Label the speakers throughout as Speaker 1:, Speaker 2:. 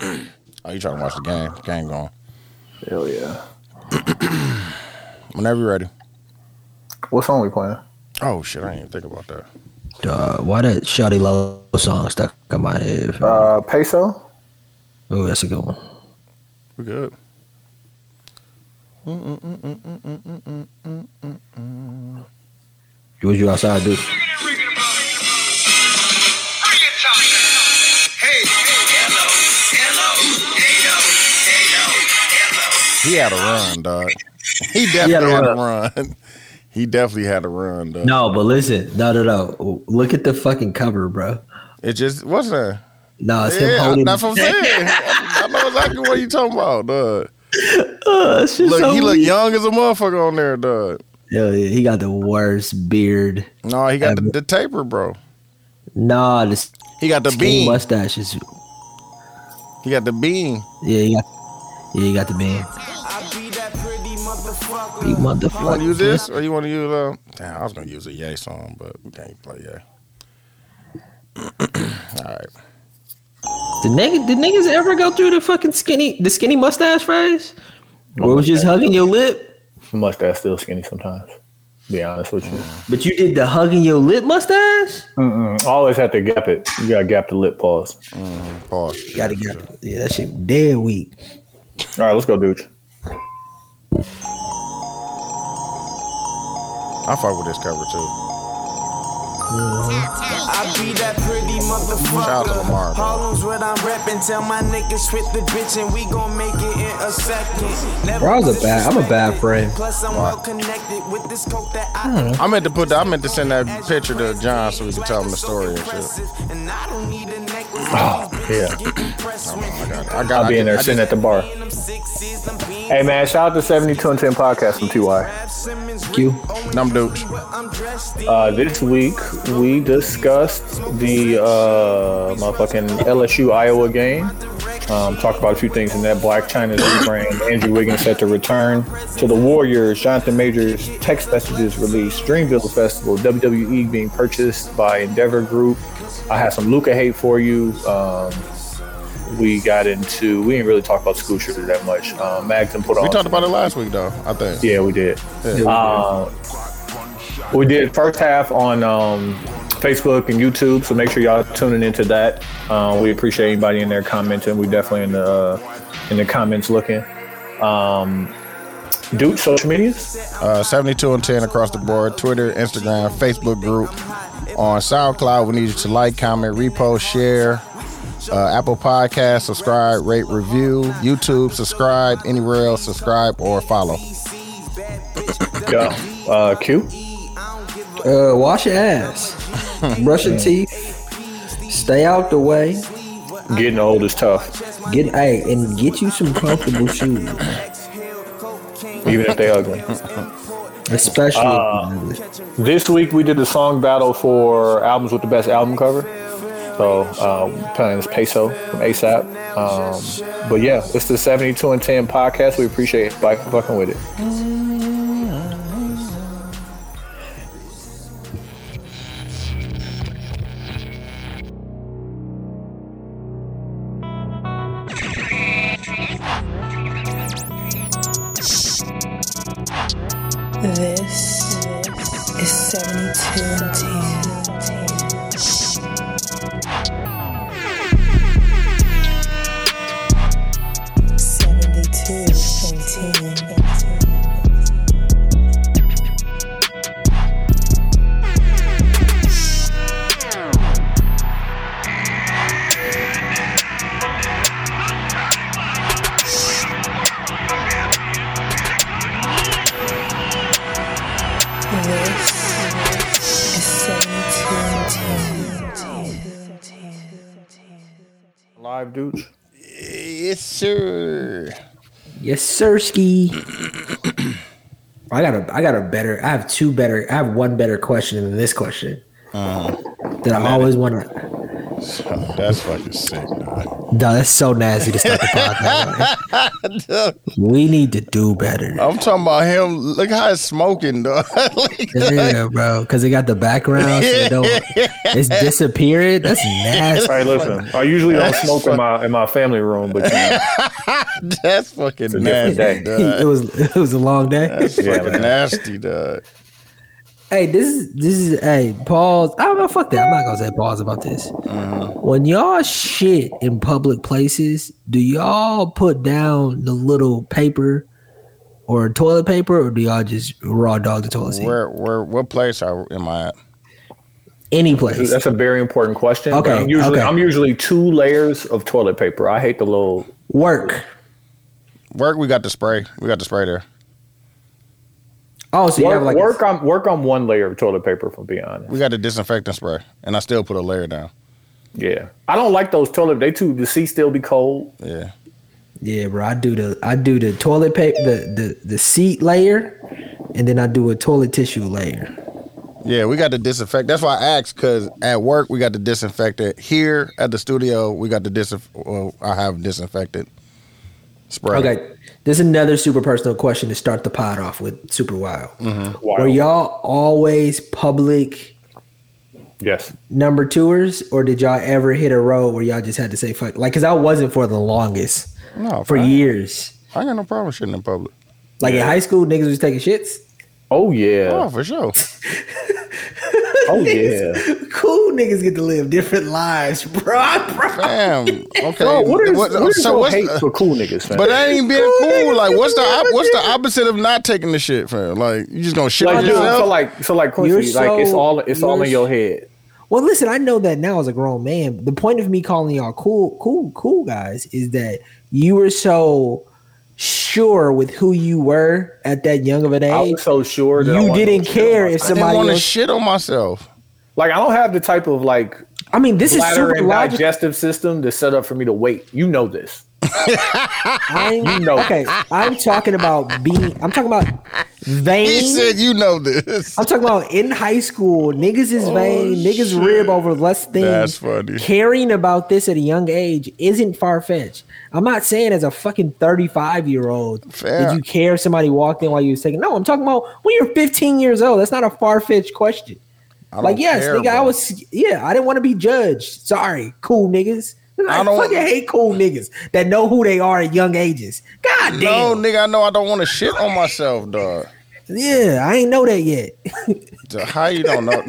Speaker 1: Oh, you trying to watch the game? Game going.
Speaker 2: Hell yeah.
Speaker 1: Whenever you're ready.
Speaker 2: What song we playing?
Speaker 1: Oh shit! I didn't even think about that.
Speaker 3: Duh, Uh, why that Shawty Low song stuck in my head?
Speaker 2: Uh, Peso.
Speaker 3: oh, that's a good one.
Speaker 1: We good.
Speaker 3: What you outside do?
Speaker 1: He had a run, dog. He definitely
Speaker 3: had a
Speaker 1: had a run. He definitely had a run, dog.
Speaker 3: No, but listen, no, no, no. Look at the fucking cover, bro.
Speaker 1: It just wasn't.
Speaker 3: No, it's him
Speaker 1: Yeah,
Speaker 3: holding.
Speaker 1: that's what I'm saying. I know exactly what you talking about, dog.
Speaker 3: Uh, it's just
Speaker 1: Look,
Speaker 3: so
Speaker 1: he look
Speaker 3: weird.
Speaker 1: young as a motherfucker on there, dog.
Speaker 3: Hell yeah, he got the worst beard.
Speaker 1: No, he got the, the taper, bro.
Speaker 3: Nah, this
Speaker 1: He got the
Speaker 3: skinny
Speaker 1: bean.
Speaker 3: mustache is.
Speaker 1: He got the bean.
Speaker 3: Yeah, he got. Yeah, he got the beard. Big motherfucker.
Speaker 1: You want to use this or you want to use uh? Damn, I was gonna use a Yay song, but we can't play Yay. All right.
Speaker 3: The nigga, did niggas ever go through the fucking skinny, the skinny mustache phase?
Speaker 1: Oh
Speaker 3: Where it was just hugging your lip,
Speaker 2: Mustache still skinny sometimes. to Be honest with you.
Speaker 3: but you did the hugging your lip mustache.
Speaker 2: Mm-mm. Always have to gap it. You gotta gap the lip pause.
Speaker 1: Pause.
Speaker 3: Gotta get, yeah, that shit dead weak.
Speaker 2: All right, let's go, dude.
Speaker 1: I fuck with this cover too.
Speaker 4: I be that pretty motherfucker.
Speaker 1: Shout out to Lamar, bro.
Speaker 4: Harlem's what I'm reppin'. Tell my niggas with the bitch and we gon' make it in a second. Never
Speaker 3: Bro, I was a bad- I'm a bad friend.
Speaker 4: Plus I'm well connected with this coke that I.
Speaker 1: I meant to put. that- I meant to send that picture to John so we could tell him the story and shit.
Speaker 4: And I don't need a necklace.
Speaker 2: Oh, yeah.
Speaker 1: I got. It. I got.
Speaker 2: I'll be in there
Speaker 1: I just-
Speaker 2: sitting at the bar. Hey man, shout out to 7210 podcast from TY.
Speaker 3: You,
Speaker 1: Numb dudes.
Speaker 2: Uh, this week we discussed the uh, motherfucking LSU Iowa game. Um, talked about a few things in that. Black China's rebrand. Andrew Wiggins set to return to the Warriors. Jonathan Majors text messages released. Dreamville Festival. WWE being purchased by Endeavor Group. I have some Luca hate for you. Um, we got into. We didn't really talk about school shooter that much. Um, Magden put on.
Speaker 1: We talked about it last week though. I think.
Speaker 2: Yeah, we did.
Speaker 1: Yeah.
Speaker 2: Uh, we did first half on um, Facebook and YouTube, so make sure y'all tuning into that. Uh, we appreciate anybody in there commenting. We definitely in the uh, in the comments looking. Um, Dude, social medias.
Speaker 1: Uh, 72 and 10 across the board Twitter, Instagram, Facebook group. On SoundCloud, we need you to like, comment, repost, share. Uh, Apple Podcast, subscribe, rate, review. YouTube, subscribe. Anywhere else, subscribe or follow.
Speaker 2: Yeah. Uh, Q.
Speaker 3: uh, wash your ass, brush your teeth, stay out the way,
Speaker 2: Getting old is tough,
Speaker 3: get hey, and get you some comfortable shoes,
Speaker 2: even if they ugly.
Speaker 3: especially.
Speaker 2: This week we did the song battle for albums with the best album cover. So uh, playing this Peso from ASAP. Um, but yeah, it's the 72 and 10 podcast. We appreciate everybody for fucking with it.
Speaker 5: This is 72 and 10. Seventy-two and ten. This is seventy-two and ten.
Speaker 2: Live dudes.
Speaker 1: Yes, sir.
Speaker 3: Yes, sirski. I got a I got a better I have two better I have one better question than this question. that I always want to
Speaker 1: That's fucking sick, dog.
Speaker 3: No, that's so nasty to start the podcast. we need to do better.
Speaker 1: I'm talking about him. Look how it's smoking, dog. Like,
Speaker 3: Yeah, bro. Because it got the background. So it don't, it's disappearing. That's nasty.
Speaker 2: Hey, listen. I usually don't smoke in my in my family room, but you,
Speaker 1: that's fucking
Speaker 2: different
Speaker 1: nasty, dog.
Speaker 3: It was it was a long day.
Speaker 1: That's
Speaker 2: Yeah,
Speaker 1: fucking
Speaker 2: man.
Speaker 1: nasty, dog.
Speaker 3: hey, this is this is hey pause. I don't know. Fuck that. I'm not gonna say pause about this.
Speaker 2: Mm-hmm.
Speaker 3: When y'all shit in public places, do y'all put down the little paper or toilet paper, or do y'all just raw dog the toilet seat?
Speaker 1: Where, where, what place are, am I at?
Speaker 3: Any place.
Speaker 2: that's a very important question. but
Speaker 3: Okay,
Speaker 2: I'm usually
Speaker 3: okay.
Speaker 2: I'm usually two layers of toilet paper. I hate the little.
Speaker 3: Work.
Speaker 1: Work, we got the spray. We got the spray there.
Speaker 3: Oh, so you
Speaker 2: Work,
Speaker 3: have like a-
Speaker 2: work on work on one layer of toilet paper. If I'm being honest.
Speaker 1: We got the disinfectant spray, and I still put a layer down.
Speaker 2: Yeah, I don't like those toilet. They too. The seat still be cold.
Speaker 1: Yeah.
Speaker 3: Yeah, bro. I do the I do the toilet paper the, the the seat layer, and then I do a toilet tissue layer.
Speaker 1: Yeah, we got to disinfect. That's why I asked because at work we got to disinfect it. Here at the studio we got to disinf. Well, I have disinfected spray.
Speaker 3: Okay, this is another super personal question to start the pod off with. Super wild.
Speaker 2: Wild.
Speaker 3: Were y'all always public
Speaker 2: Yes.
Speaker 3: number tours, or did y'all ever hit a road where y'all just had to say fuck? Like, cause I wasn't for the longest
Speaker 1: No,
Speaker 3: for
Speaker 1: I,
Speaker 3: years.
Speaker 1: I ain't got no problem shitting in public.
Speaker 3: Like in high school, niggas was taking shits.
Speaker 2: Oh yeah.
Speaker 1: Oh, for sure.
Speaker 2: Oh yeah.
Speaker 3: Cool niggas get to live different lives, bro. bro.
Speaker 1: Damn. Okay.
Speaker 2: Bro, Oh, what is,
Speaker 1: What-
Speaker 2: what is
Speaker 1: so
Speaker 2: your
Speaker 1: what's
Speaker 2: hate
Speaker 1: the-
Speaker 2: for cool niggas, man?
Speaker 1: but that ain't being
Speaker 3: Cool
Speaker 1: cool.
Speaker 3: niggas
Speaker 1: Like,
Speaker 3: do
Speaker 1: what's the op-
Speaker 3: that
Speaker 1: what's the opposite of not taking the shit, fam? Like, you just gonna shit on
Speaker 2: like, dude, so
Speaker 1: yourself?
Speaker 2: like, so like,
Speaker 3: You're
Speaker 2: Quincy, like, it's
Speaker 3: so-
Speaker 2: all, it's all
Speaker 3: you're
Speaker 2: in your head.
Speaker 3: Well, listen, I know that now as a grown man. The point of me calling y'all cool, cool, cool guys is that you were so sure with who you were at that young of an
Speaker 2: I
Speaker 3: age.
Speaker 2: was so sure that I
Speaker 3: You
Speaker 2: wanted
Speaker 3: didn't
Speaker 2: to-
Speaker 3: care if
Speaker 1: I didn't
Speaker 3: somebody
Speaker 1: want to
Speaker 3: else.
Speaker 1: shit on myself.
Speaker 2: Like, I don't have the type of like
Speaker 3: I mean, this is
Speaker 2: bladder
Speaker 3: super
Speaker 2: and
Speaker 3: logical.
Speaker 2: digestive system that's set up for me to wait. You know this.
Speaker 3: I'm,
Speaker 2: know.
Speaker 3: Okay, I'm talking about being. I'm talking about
Speaker 1: He said,
Speaker 3: vain.
Speaker 1: "You know this."
Speaker 3: I'm talking about in high school, niggas is vain. Niggas rib over less things.
Speaker 1: That's funny.
Speaker 3: Caring about this at a young age isn't far fetched. I'm not saying as a fucking 35 year old
Speaker 1: Fair.
Speaker 3: did you care if somebody walked in while you was taking. No, I'm talking about when you're 15 years old. That's not a far fetched question.
Speaker 1: I don't
Speaker 3: Like yes,
Speaker 1: care,
Speaker 3: nigga, I
Speaker 1: bro.
Speaker 3: was yeah, I didn't want to be judged. Sorry, cool niggas. I,
Speaker 1: don't-
Speaker 3: fucking hate cool niggas that know who they are at young ages. God damn.
Speaker 1: No, nigga, I know I don't want to shit on myself, dog.
Speaker 3: Yeah, I ain't know that yet.
Speaker 1: So How you don't know?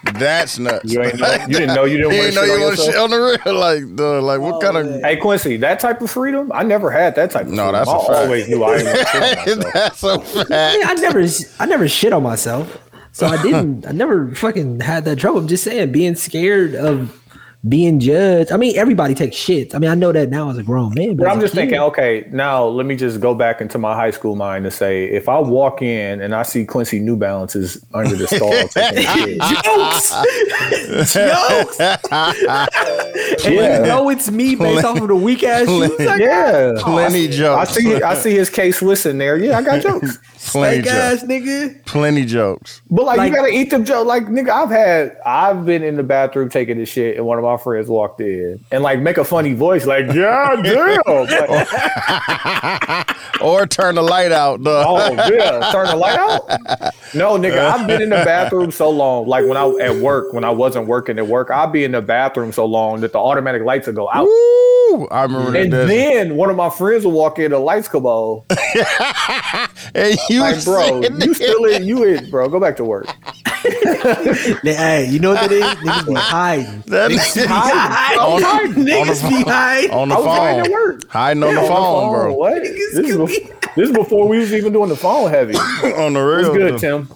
Speaker 1: That's nuts.
Speaker 2: You ain't know, you didn't know
Speaker 1: You
Speaker 2: you didn't want
Speaker 1: ain't
Speaker 2: to
Speaker 1: know you
Speaker 2: shit on
Speaker 1: want to shit
Speaker 2: yourself.
Speaker 1: on the real, like, dog, like what kind of?
Speaker 2: Hey Quincy, that type of freedom, I never had that type of
Speaker 1: No,
Speaker 2: freedom.
Speaker 1: that's
Speaker 2: I
Speaker 1: a fact.
Speaker 2: always knew I didn't want to
Speaker 3: Oh,
Speaker 2: shit on myself.
Speaker 1: That's a fact.
Speaker 3: Yeah, I never, I never shit on myself, so I didn't. I never fucking had that trouble. I'm just saying, being scared of being judged. I mean, everybody takes shit. I mean, I know that now as a grown man.
Speaker 2: But
Speaker 3: as
Speaker 2: I'm
Speaker 3: a
Speaker 2: just
Speaker 3: kid-
Speaker 2: thinking, okay, now let me just go back into my high school mind and say, if I walk in and I see Quincy New Balances under the stall, taking shit,
Speaker 3: jokes, jokes. and
Speaker 2: Yeah.
Speaker 3: you know it's me based off of the weak ass shoes. Oh, I got.
Speaker 2: yeah,
Speaker 1: Plenty
Speaker 2: Oh, I
Speaker 1: jokes.
Speaker 2: see, I see his K Swiss in there. Yeah, I got jokes.
Speaker 1: Plenty
Speaker 3: Fake ass
Speaker 1: jokes.
Speaker 3: nigga.
Speaker 1: Plenty jokes.
Speaker 2: But like,
Speaker 3: Like-
Speaker 2: you gotta eat them jokes. Like, nigga, I've had, I've been in the bathroom taking this shit, and one of my friends walked in and like make a funny voice, like, yeah, damn, like,
Speaker 1: Or turn the light out, dog.
Speaker 2: oh yeah, turn the light out. No, nigga, I've been in the bathroom so long. Like when I at work, when I wasn't working at work, I'd be in the bathroom so long that the automatic lights would go out.
Speaker 1: Woo! I remember
Speaker 2: And
Speaker 1: that.
Speaker 2: then one of my friends would walk in, the lights come on.
Speaker 1: and you,
Speaker 2: Like, bro,
Speaker 1: said that-
Speaker 2: you still in, you in, bro. Go back to work.
Speaker 3: Nah, Hey, you know what that is? Niggas be hiding.
Speaker 1: that
Speaker 3: Hiding.
Speaker 1: on, on the
Speaker 3: Niggas
Speaker 1: phone,
Speaker 3: be hiding.
Speaker 1: on the
Speaker 2: I was hiding
Speaker 1: phone,
Speaker 2: at work.
Speaker 1: hiding on the
Speaker 2: On the
Speaker 1: phone, bro,
Speaker 2: What? This is,
Speaker 3: could
Speaker 2: before, this is before we was even doing the phone heavy.
Speaker 1: on the real.
Speaker 2: It's good,
Speaker 1: dog.
Speaker 2: Tim.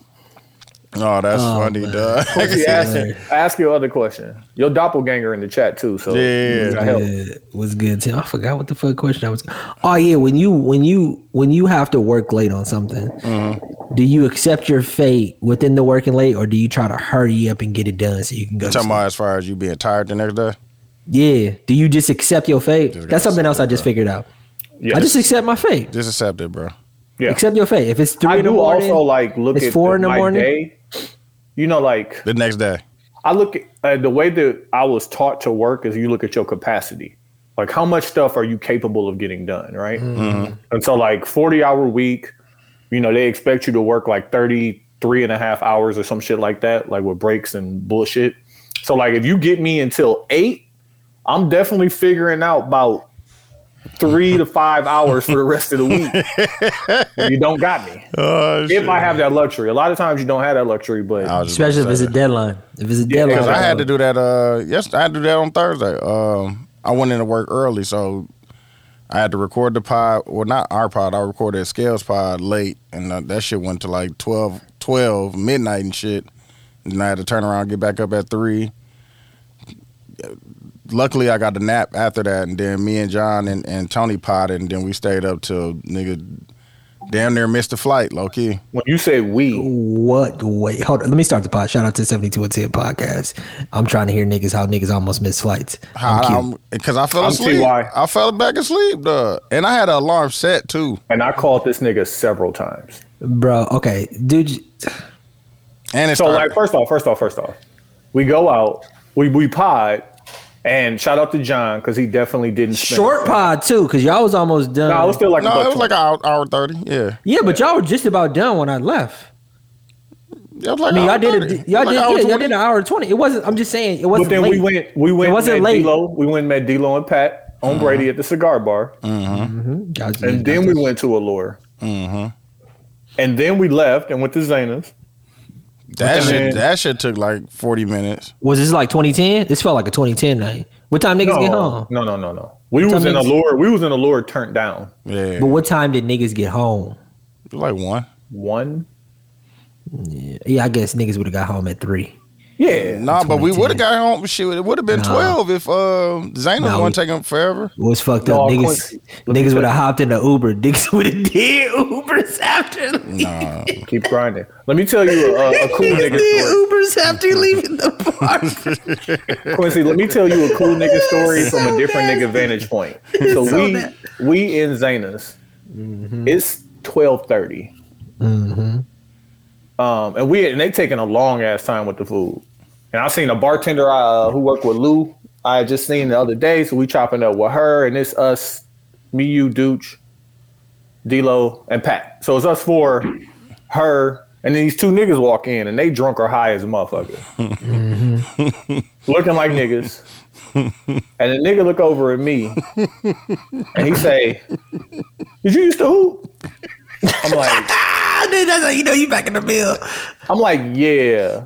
Speaker 1: Oh, that's funny, dog.
Speaker 2: Quincy, ask, ask your other question. Your doppelganger in the chat too. So
Speaker 1: Yeah.
Speaker 2: you got help.
Speaker 3: Yeah, was good Tim. I forgot what the fuck question I was. Oh yeah, when you when you when you have to work late on something,
Speaker 1: Mm-hmm.
Speaker 3: do you accept your fate within the working late, or do you try to hurry up and get it done so you can go? to
Speaker 1: Talking
Speaker 3: sleep?
Speaker 1: about as far as you being tired the next day.
Speaker 3: Yeah, do you just accept your fate? That's something else I just figured out.
Speaker 2: Yes.
Speaker 3: I just accept my fate.
Speaker 1: Just accept it, bro.
Speaker 2: yeah.
Speaker 3: Accept your fate. If it's three
Speaker 2: I
Speaker 3: in the
Speaker 2: do
Speaker 3: morning,
Speaker 2: also like look
Speaker 3: It's
Speaker 2: at
Speaker 3: four
Speaker 2: the-
Speaker 3: in the
Speaker 2: my
Speaker 3: morning.
Speaker 2: day. You know, like
Speaker 1: The next day.
Speaker 2: I look at uh, the way that I was taught to work is you look at your capacity. Like, how much stuff are you capable of getting done, right? And so, like, 40 hour week, you know, they expect you to work like 33 and a half hours or some shit like that, like with breaks and bullshit. So, like, if you get me until eight, I'm definitely figuring out about three to five hours for the rest of the week. you don't got me.
Speaker 1: Oh,
Speaker 2: If I have that luxury, a lot of times you don't have that luxury, but
Speaker 3: Especially if it's a deadline. If it's a deadline.
Speaker 1: Because I had to do that. Uh, yes, I had to do that on Thursday. Um, I went into work early, so I had to record the pod. Well, not our pod. I recorded Scales pod late, and uh, that shit went to like 12, 12 midnight and shit. And I had to turn around, and get back up at three. Luckily, I got the nap after that, and then me and John and, and Tony potted, and then we stayed up till nigga damn near missed the flight, low key.
Speaker 2: when you say we,
Speaker 3: What? Wait, hold on. Let me start the pod. Shout out to 7210 podcast. I'm trying to hear niggas how niggas almost miss flights. I'm cute.
Speaker 1: Because I fell
Speaker 2: I'm
Speaker 1: asleep.
Speaker 2: TY.
Speaker 1: I fell back asleep, duh. And I had an alarm set too.
Speaker 2: and I called this nigga several times.
Speaker 3: Bro, okay. Dude, j-
Speaker 1: And it's
Speaker 2: So like first off, first off, first off, we go out, we we pod, and shout out to John because he definitely didn't spend-
Speaker 3: short pod too, because y'all was almost done.
Speaker 2: No, I was still like
Speaker 1: no,
Speaker 2: about
Speaker 1: it was like an hour, hour thirty. Yeah,
Speaker 3: yeah, but y'all were just about done when I left.
Speaker 1: it was like
Speaker 3: I mean, y'all
Speaker 1: hour
Speaker 3: did
Speaker 1: 30.
Speaker 3: it. Y'all
Speaker 1: It was like
Speaker 3: did.
Speaker 1: hour
Speaker 3: yeah, y'all
Speaker 1: 20.
Speaker 3: did an hour and twenty. It wasn't. I'm just saying. It wasn't.
Speaker 2: But then
Speaker 3: late.
Speaker 2: we went we went
Speaker 3: It
Speaker 2: met
Speaker 3: wasn't late. Mm-hmm.
Speaker 2: D-Lo, we went and met D'Lo and Pat on Brady at the cigar bar,
Speaker 3: Y'all just-
Speaker 2: and then we went to Allure,
Speaker 3: Mm-hmm.
Speaker 2: and then we left and went to Zanas.
Speaker 1: That
Speaker 2: And
Speaker 1: shit.
Speaker 2: then-
Speaker 1: That shit took like forty minutes.
Speaker 3: Was this like 2010? This felt like a 2010 night. What time niggas get home?
Speaker 2: No, no, no, no, no. We was
Speaker 3: time
Speaker 2: in
Speaker 3: is-
Speaker 2: Allure. We was in Allure turned down
Speaker 1: Yeah, it
Speaker 3: But
Speaker 1: was
Speaker 3: what time did niggas get home?
Speaker 1: like one.
Speaker 2: one.
Speaker 3: Yeah, I guess niggas would have got home at three.
Speaker 2: Yeah,
Speaker 1: Nah, but we
Speaker 3: 2010.
Speaker 1: would have got home. Shit, it would have been
Speaker 3: Nah.
Speaker 1: twelve if uh Zayna
Speaker 3: Nah, we-
Speaker 1: wasn't taking forever.
Speaker 3: It was fucked
Speaker 2: No,
Speaker 3: up.
Speaker 2: of
Speaker 3: Niggas,
Speaker 2: course. Let me
Speaker 3: niggas
Speaker 2: tell
Speaker 3: would have
Speaker 2: you.
Speaker 3: hopped in the Uber. Niggas would have did Ubers after. leaving.
Speaker 1: Nah,
Speaker 2: keep grinding. Let me tell you a, a cool
Speaker 3: Niggas
Speaker 2: nigga
Speaker 3: did
Speaker 2: story.
Speaker 3: Ubers after leaving the park.
Speaker 2: Quincy, let me tell you a cool nigga story from a different
Speaker 3: nasty.
Speaker 2: nigga vantage point. So
Speaker 3: so
Speaker 2: we
Speaker 3: bad.
Speaker 2: we in Zanas. It's twelve Um, and we and they taking a long ass time with the food. And I seen a bartender uh, who worked with Lou. I had just seen the other day, so we chopping up with her, and it's us, me, you, Dooch, D'Lo, and Pat. So it's us four, her, and then these two niggas walk in, and they drunk or high as a motherfucker looking like niggas. And the nigga look over at me and he say, Did you used to hoop? I'm like,
Speaker 3: Ah, dude, that's how you know you back in the bill.
Speaker 2: I'm like, yeah.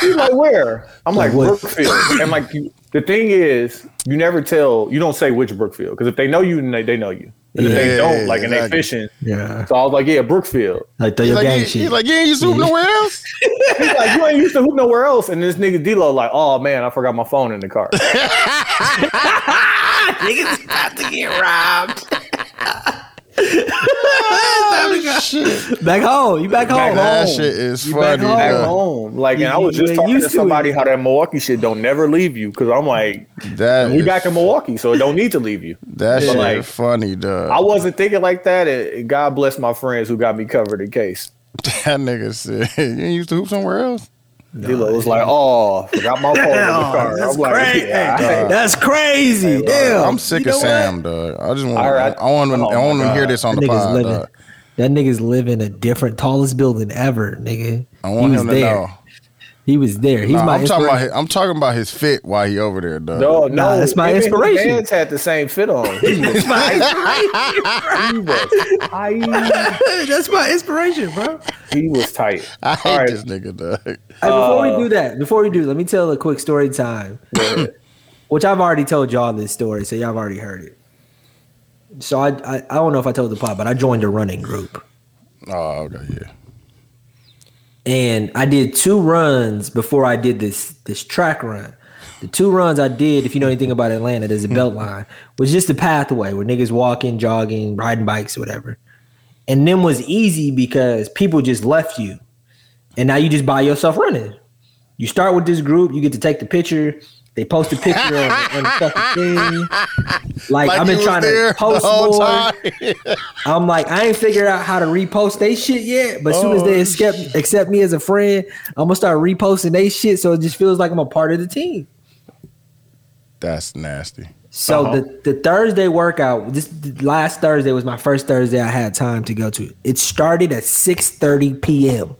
Speaker 2: He's like, where? I'm like,
Speaker 3: What?
Speaker 2: Brookfield. And like you, the thing is, you never tell, you don't say which Brookfield. Because if they know you, then they, they know you. And if
Speaker 1: Yeah,
Speaker 2: they don't, like and they
Speaker 1: exactly.
Speaker 2: fishing.
Speaker 3: Yeah,
Speaker 2: So I was like, yeah, Brookfield.
Speaker 3: like throw
Speaker 1: he's
Speaker 3: your
Speaker 1: like,
Speaker 3: gang
Speaker 1: you-
Speaker 3: shit.
Speaker 1: he's like, you ain't used to hoop nowhere else.
Speaker 2: He's like, you ain't used to hoop nowhere else. And this nigga D-Lo like, oh man, I forgot my phone in the car.
Speaker 3: niggas about to get robbed.
Speaker 1: shit,
Speaker 3: Back home. You back home.
Speaker 1: that shit is
Speaker 3: back
Speaker 1: funny.
Speaker 3: home.
Speaker 2: back
Speaker 1: bruh.
Speaker 2: home. Like, and I was
Speaker 3: You
Speaker 2: just
Speaker 3: ain't
Speaker 2: talking
Speaker 3: used
Speaker 2: to
Speaker 3: to it.
Speaker 2: somebody how that Milwaukee shit don't never leave you because I'm like,
Speaker 1: That
Speaker 2: we
Speaker 1: is-
Speaker 2: back in Milwaukee, so it don't need to leave you.
Speaker 1: That shit
Speaker 2: like-
Speaker 1: is funny, duh.
Speaker 2: I wasn't thinking like that, and God bless my friends who got me covered in case.
Speaker 1: That nigga said, "You ain't used to hoop somewhere else."
Speaker 2: D-Lo was like, "Oh, forgot my phone in the car."
Speaker 3: Oh, that's
Speaker 2: I'm like,
Speaker 3: crazy.
Speaker 2: yeah,
Speaker 3: That's crazy. Damn.
Speaker 1: I'm sick
Speaker 3: Oh, You
Speaker 1: of
Speaker 3: know
Speaker 1: Sam, dog. I just want,
Speaker 2: All right.
Speaker 1: I want, him, I
Speaker 2: Oh,
Speaker 1: want
Speaker 2: my
Speaker 1: him to hear
Speaker 2: God.
Speaker 1: this on
Speaker 3: That
Speaker 1: the
Speaker 3: nigga's
Speaker 1: pod,
Speaker 3: living.
Speaker 1: dog.
Speaker 3: That nigga's living a different tallest building ever, nigga.
Speaker 1: I want
Speaker 3: he was
Speaker 1: him to
Speaker 3: there.
Speaker 1: know.
Speaker 3: He was there. He's
Speaker 1: Nah,
Speaker 3: my
Speaker 1: I'm talking about,
Speaker 3: inspiration.
Speaker 1: his, I'm talking about his fit while he over there, dog.
Speaker 2: no, no,
Speaker 3: Nah, that's my
Speaker 2: him and
Speaker 3: inspiration.
Speaker 2: His pants had the same fit on. He was tight. He was tight.
Speaker 3: That's my inspiration, bro.
Speaker 2: He was tight.
Speaker 1: I hate
Speaker 2: All right.
Speaker 1: this nigga, dog.
Speaker 3: Hey, before
Speaker 1: Uh,
Speaker 3: we do that, before we do, let me tell a quick story time, which I've already told y'all this story, so y'all have already heard it. So I, I, I don't know if I told the pod, but I joined a running group,
Speaker 1: Oh, okay, yeah.
Speaker 3: and I did two runs before I did this this track run. The two runs I did, if you know anything about Atlanta, there's a
Speaker 1: Hmm.
Speaker 3: belt line, was just a pathway where niggas walking, jogging, riding bikes, or whatever. And them was easy because people just left you, and now you just by yourself running. You start with this group, you get to take the picture. They post a picture on, the- on the fucking thing. Like,
Speaker 1: Like
Speaker 3: I've been
Speaker 1: he was
Speaker 3: trying
Speaker 1: there
Speaker 3: to post
Speaker 1: the whole
Speaker 3: more.
Speaker 1: time.
Speaker 3: I'm like, I ain't figured out how to repost they shit yet. But as soon as
Speaker 2: Oh,
Speaker 3: they accept accept me as a friend, I'm gonna start reposting they shit. So it just feels like I'm a part of the team.
Speaker 1: That's nasty.
Speaker 3: So
Speaker 2: Uh-huh.
Speaker 3: the, the Thursday workout, this the last Thursday was my first Thursday I had time to go to. It started at 6:30 p.m.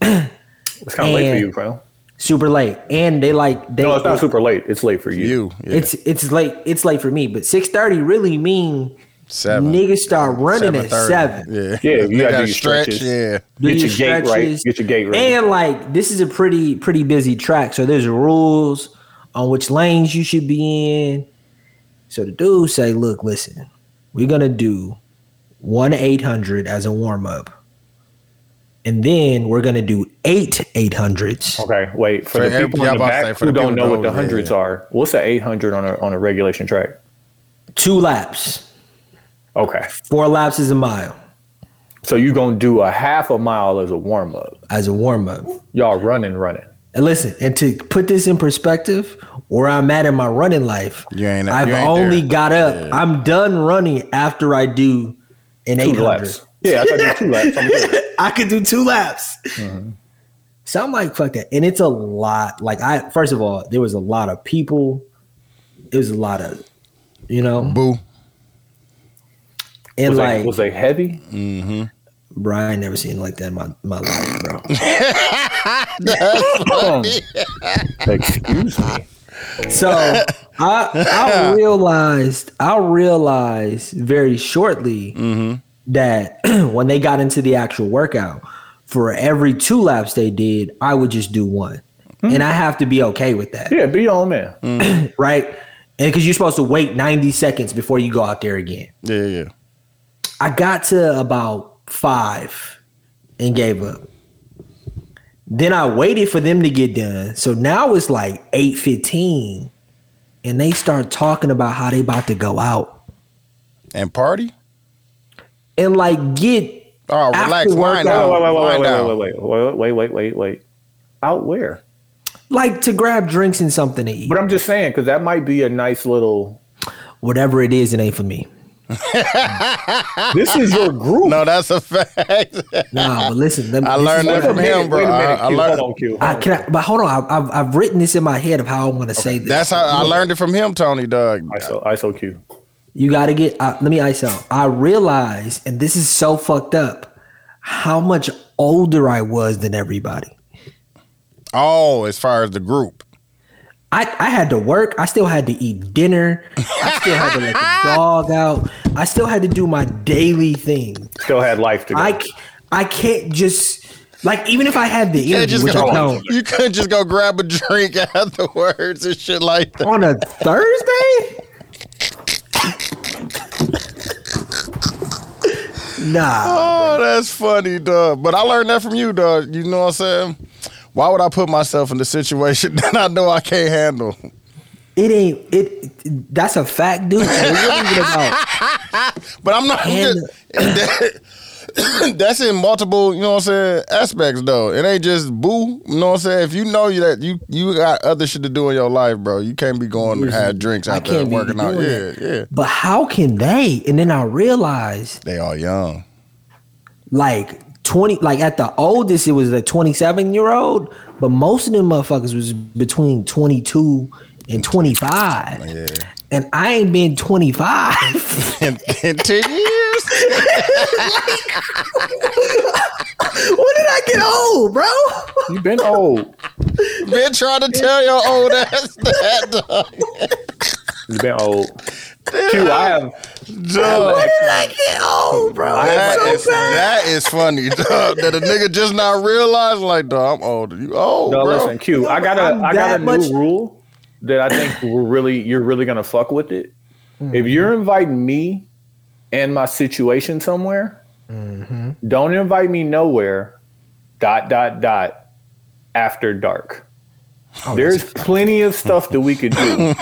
Speaker 2: It's kind of late for
Speaker 3: And-
Speaker 2: you, bro.
Speaker 3: Super late. And they like they
Speaker 2: No, it's not super late. It's late for you.
Speaker 1: You, yeah,
Speaker 3: it's it's late it's late for me, but 6:30 really mean
Speaker 1: seven.
Speaker 3: niggas start running at
Speaker 1: 7:30.
Speaker 3: 7.
Speaker 1: Yeah,
Speaker 2: Yeah, you
Speaker 1: Nigga
Speaker 2: gotta do
Speaker 1: gotta
Speaker 2: your stretches.
Speaker 1: Yeah,
Speaker 3: Do
Speaker 2: Get your gait right.
Speaker 3: stretches.
Speaker 2: Get your gait right.
Speaker 3: And like this is a pretty pretty busy track, so there's rules on which lanes you should be in. So the dude say, "Look, listen, we're gonna do one eight hundred as a warm up, and then we're gonna do eight eight hundreds.
Speaker 2: Okay, wait. For
Speaker 1: For
Speaker 2: the
Speaker 1: every-
Speaker 2: people
Speaker 1: yeah,
Speaker 2: in the
Speaker 1: I'm about to say,
Speaker 2: back
Speaker 1: for
Speaker 2: who
Speaker 1: the
Speaker 2: don't
Speaker 1: people
Speaker 2: know
Speaker 1: who
Speaker 2: what the
Speaker 1: don't, yeah,
Speaker 2: hundreds
Speaker 1: yeah.
Speaker 2: are, what's the eight hundred on a on a regulation track?
Speaker 3: Two laps,
Speaker 2: Okay,
Speaker 3: four laps is a mile
Speaker 2: so you gonna do a half a mile as a warm up.
Speaker 3: as a warm up."
Speaker 2: Y'all running, running.
Speaker 3: And listen, and to put this in perspective, where I'm at in my running life,
Speaker 1: You ain't-
Speaker 3: I've
Speaker 1: you ain't
Speaker 3: only
Speaker 1: there.
Speaker 3: got up. I'm done running after I do an
Speaker 2: Two
Speaker 3: 800.
Speaker 2: laps. Yeah, I thought you did two laps. I'm good.
Speaker 3: I could do two laps.
Speaker 1: Mm-hmm.
Speaker 3: So I'm like, fuck that. And it's a lot. Like I first of all, there was a lot of people. It was a lot of, you know,
Speaker 1: boo.
Speaker 3: and
Speaker 2: Was,
Speaker 3: like
Speaker 2: they, was they heavy?
Speaker 3: bro, I ain't never seen like that in my, my life, bro.
Speaker 2: Excuse me.
Speaker 3: So I I realized I realized very shortly that when they got into the actual workout, for every two laps they did, I would just do one, and I have to be okay with that,
Speaker 2: Yeah, be your own man.
Speaker 3: right? And because you're supposed to wait 90 seconds before you go out there again.
Speaker 1: Yeah, yeah.
Speaker 3: I got to about five and gave up. Then I waited for them to get done. So now it's like eight fifteen, and they start talking about how they about to go out
Speaker 1: And party.
Speaker 3: and like get
Speaker 1: Oh,
Speaker 3: After
Speaker 1: relax. Wind
Speaker 3: workout.
Speaker 1: down.
Speaker 2: Wait, wait, wait,
Speaker 1: wind down.
Speaker 2: wait, wait, wait, wait, wait, wait, wait, wait. Out where?
Speaker 3: like to grab drinks and something to eat.
Speaker 2: But I'm just saying because that might be a nice little.
Speaker 3: Whatever it is, it ain't for me.
Speaker 2: This is your group.
Speaker 1: No, that's a fact.
Speaker 3: Nah, but listen, let me,
Speaker 1: I
Speaker 3: this is
Speaker 1: learned that
Speaker 3: what
Speaker 2: Wait a
Speaker 1: from
Speaker 3: I-
Speaker 1: him,
Speaker 2: minute,
Speaker 1: bro.
Speaker 2: wait a
Speaker 1: I,
Speaker 2: minute,
Speaker 1: I
Speaker 2: Q.
Speaker 1: learned.
Speaker 2: Hold on, Q.
Speaker 3: I can, I, but hold on. I, I've, I've written this in my head of how I want to say this.
Speaker 1: That's how I learned it from him, Tony Doug.
Speaker 2: ISO, ISO Q.
Speaker 3: You got to get, uh, let me ice out. I realized, and this is so fucked up, how much older I was than everybody.
Speaker 1: Oh, as far as the group.
Speaker 3: I, I had to work. I still had to eat dinner. I still had to let the dog out. I still had to do my daily thing.
Speaker 2: Still had life to go.
Speaker 3: I, c- I can't just, like, even if I had the
Speaker 1: Yeah,
Speaker 3: energy,
Speaker 1: just
Speaker 3: which
Speaker 1: go,
Speaker 3: I don't,
Speaker 1: you couldn't just go grab a drink afterwards and shit like that.
Speaker 3: on a Thursday? nah.
Speaker 1: Oh, that's funny, dog. But I learned that from you, dog. You know what I'm saying? Why would I put myself in the situation that I know I can't handle?
Speaker 3: It ain't it. That's a fact, dude. And it wasn't even about-
Speaker 1: But I'm not.
Speaker 3: And-
Speaker 1: that's in multiple, you know what I'm saying, aspects though. It ain't just boo. You know what I'm saying? If you know you that you you got other shit to do in your life, bro, you can't be going to have drinks
Speaker 3: I
Speaker 1: out there
Speaker 3: can't be
Speaker 1: working out.
Speaker 3: doing
Speaker 1: Yeah,
Speaker 3: that.
Speaker 1: yeah.
Speaker 3: But how can they? And then I realized,
Speaker 1: They all young.
Speaker 3: like twenty, like at the oldest, it was a twenty-seven year old, but most of them motherfuckers was between twenty-two and twenty-five.
Speaker 1: Yeah.
Speaker 3: And I ain't been twenty-five.
Speaker 1: In, in ten years.
Speaker 3: when did I get old, bro?
Speaker 2: You've been old.
Speaker 1: Been trying to tell your old ass that dog.
Speaker 2: You've been old. Q, I have.
Speaker 1: Dog.
Speaker 3: I get old, bro.
Speaker 1: That is, that is funny, dog. That a nigga just not realizing, like, dog, I'm older. You old,
Speaker 2: No,
Speaker 1: bro.
Speaker 2: listen, Q. I got
Speaker 3: I'm
Speaker 2: a. I got
Speaker 3: that
Speaker 2: a new
Speaker 3: much-
Speaker 2: rule that I think we're really. You're really gonna fuck with it.
Speaker 3: Mm-hmm.
Speaker 2: If you're inviting me and my situation somewhere,
Speaker 3: Mm-hmm.
Speaker 2: don't invite me nowhere. Dot dot dot. After dark.
Speaker 3: Oh,
Speaker 2: There's plenty of stuff that we could do,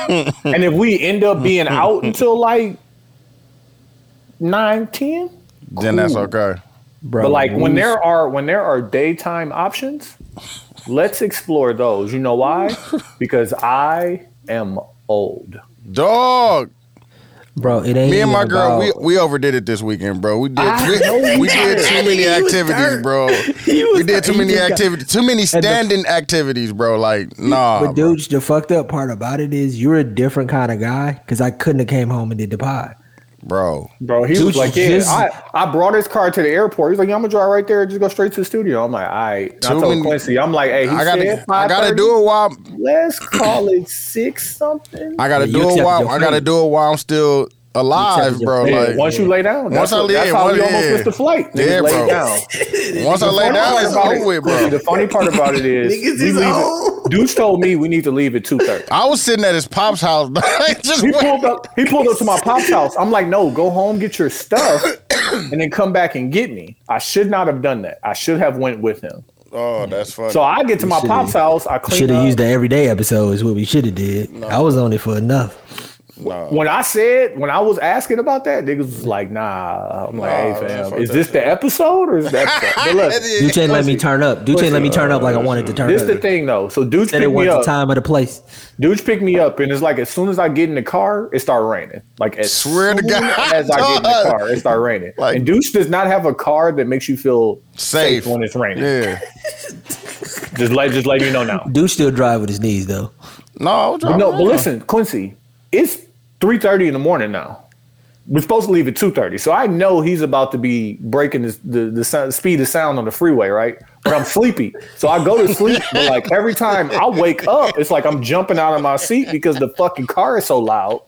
Speaker 2: and if we end up being out until like nine ten,
Speaker 1: Then that's okay.
Speaker 3: bro.
Speaker 2: But like when there are when there are daytime options, let's explore those. You know why? Because I am old.
Speaker 1: Dog.
Speaker 3: bro. It ain't.
Speaker 1: Me and my
Speaker 3: even
Speaker 1: girl, we,
Speaker 3: about-
Speaker 1: we overdid it this weekend, bro. We did
Speaker 3: I know
Speaker 1: we,
Speaker 3: you
Speaker 1: we did
Speaker 3: did.
Speaker 1: too many
Speaker 3: He was
Speaker 1: activities,
Speaker 3: dirt.
Speaker 1: bro.
Speaker 3: He was
Speaker 1: We did too
Speaker 3: dirt.
Speaker 1: many
Speaker 3: He just got-
Speaker 1: activities, too many
Speaker 3: the-
Speaker 1: standing activities, bro. Like nah,
Speaker 3: But
Speaker 1: bro.
Speaker 3: dude, the fucked up part about it is you're a different kind of guy because I couldn't have came home and did the pod.
Speaker 1: bro.
Speaker 2: Bro, he
Speaker 3: Dude,
Speaker 2: was like,
Speaker 3: you
Speaker 2: "Yeah,
Speaker 3: just-
Speaker 2: I, I brought his car to the airport." He's like, "Yeah, I'm gonna drive right there and just go straight to the studio." I'm like, "All right." And I
Speaker 1: Too
Speaker 2: told
Speaker 1: many-
Speaker 2: Quincy, "I'm like, hey, he
Speaker 1: I
Speaker 2: said
Speaker 1: gotta I gotta
Speaker 2: 5:30.
Speaker 1: do it while
Speaker 2: Let's call it six something."
Speaker 1: I gotta
Speaker 3: Yeah,
Speaker 1: do
Speaker 3: you
Speaker 1: it
Speaker 3: accepted
Speaker 1: while
Speaker 3: your
Speaker 1: I gotta
Speaker 3: fate.
Speaker 1: do it while I'm still alive,
Speaker 3: accepted your
Speaker 1: bro.
Speaker 3: fate.
Speaker 2: Yeah,
Speaker 1: Like
Speaker 2: once you lay down,
Speaker 1: Once
Speaker 2: that's,
Speaker 1: I
Speaker 2: what-
Speaker 1: lay-
Speaker 2: that's how we
Speaker 1: once-
Speaker 2: almost
Speaker 1: yeah.
Speaker 2: missed the flight. Niggas
Speaker 1: Yeah,
Speaker 2: laid
Speaker 1: bro.
Speaker 2: down.
Speaker 1: once I lay down,
Speaker 2: funny part
Speaker 1: it's
Speaker 2: about
Speaker 1: over with,
Speaker 2: See,
Speaker 1: bro.
Speaker 2: the funny part about it is,
Speaker 3: Niggas
Speaker 2: we
Speaker 3: is
Speaker 2: leave it-
Speaker 3: old.
Speaker 2: Deuce told me we need to leave at two thirty.
Speaker 1: I was sitting at his pop's house, just
Speaker 2: He
Speaker 1: wait-
Speaker 2: pulled up. He pulled up to my pop's house. I'm like, no, go home, get your stuff, and then come back and get me. I should not have done that. I should have went with him.
Speaker 1: Oh, that's funny.
Speaker 2: So I get to my
Speaker 3: should've-
Speaker 2: pop's house. I clean
Speaker 3: Should have
Speaker 2: up.
Speaker 3: used the everyday episode is what we should have did. I was on it for enough.
Speaker 1: Nah.
Speaker 2: When I said when I was asking about that, niggas was like, nah. I'm like,
Speaker 1: Nah,
Speaker 2: hey
Speaker 1: man,
Speaker 2: fam,
Speaker 1: fuck
Speaker 2: is
Speaker 1: that
Speaker 2: this the episode or is that? But look,
Speaker 3: Duce let me turn up. Duce let me turn up like I wanted to turn
Speaker 2: this
Speaker 3: up.
Speaker 2: the thing though. So dudes
Speaker 3: Said it
Speaker 2: picked me
Speaker 3: wasn't the
Speaker 2: up.
Speaker 3: time or the place.
Speaker 2: Dudes picked me up, and it's like as soon as I get in the car, it start raining. Like as
Speaker 1: Swear to
Speaker 2: soon
Speaker 1: God,
Speaker 2: as I get in the
Speaker 1: dog.
Speaker 2: car, it start raining.
Speaker 1: Like-
Speaker 2: and Deuce does not have a car that makes you feel safe,
Speaker 1: Safe.
Speaker 2: when it's raining.
Speaker 1: Yeah.
Speaker 2: Just let just let me know now.
Speaker 3: Duce still drive with his knees though.
Speaker 1: No, I was
Speaker 2: But
Speaker 1: driving
Speaker 2: no, but
Speaker 1: around.
Speaker 2: listen, Quincy, it's three thirty in the morning now. We're supposed to leave at two thirty, so I know he's about to be breaking the the, the sound, speed of sound on the freeway, right? But I'm sleepy, so I go to sleep. But like every time I wake up, it's like I'm jumping out of my seat because the fucking car is so loud,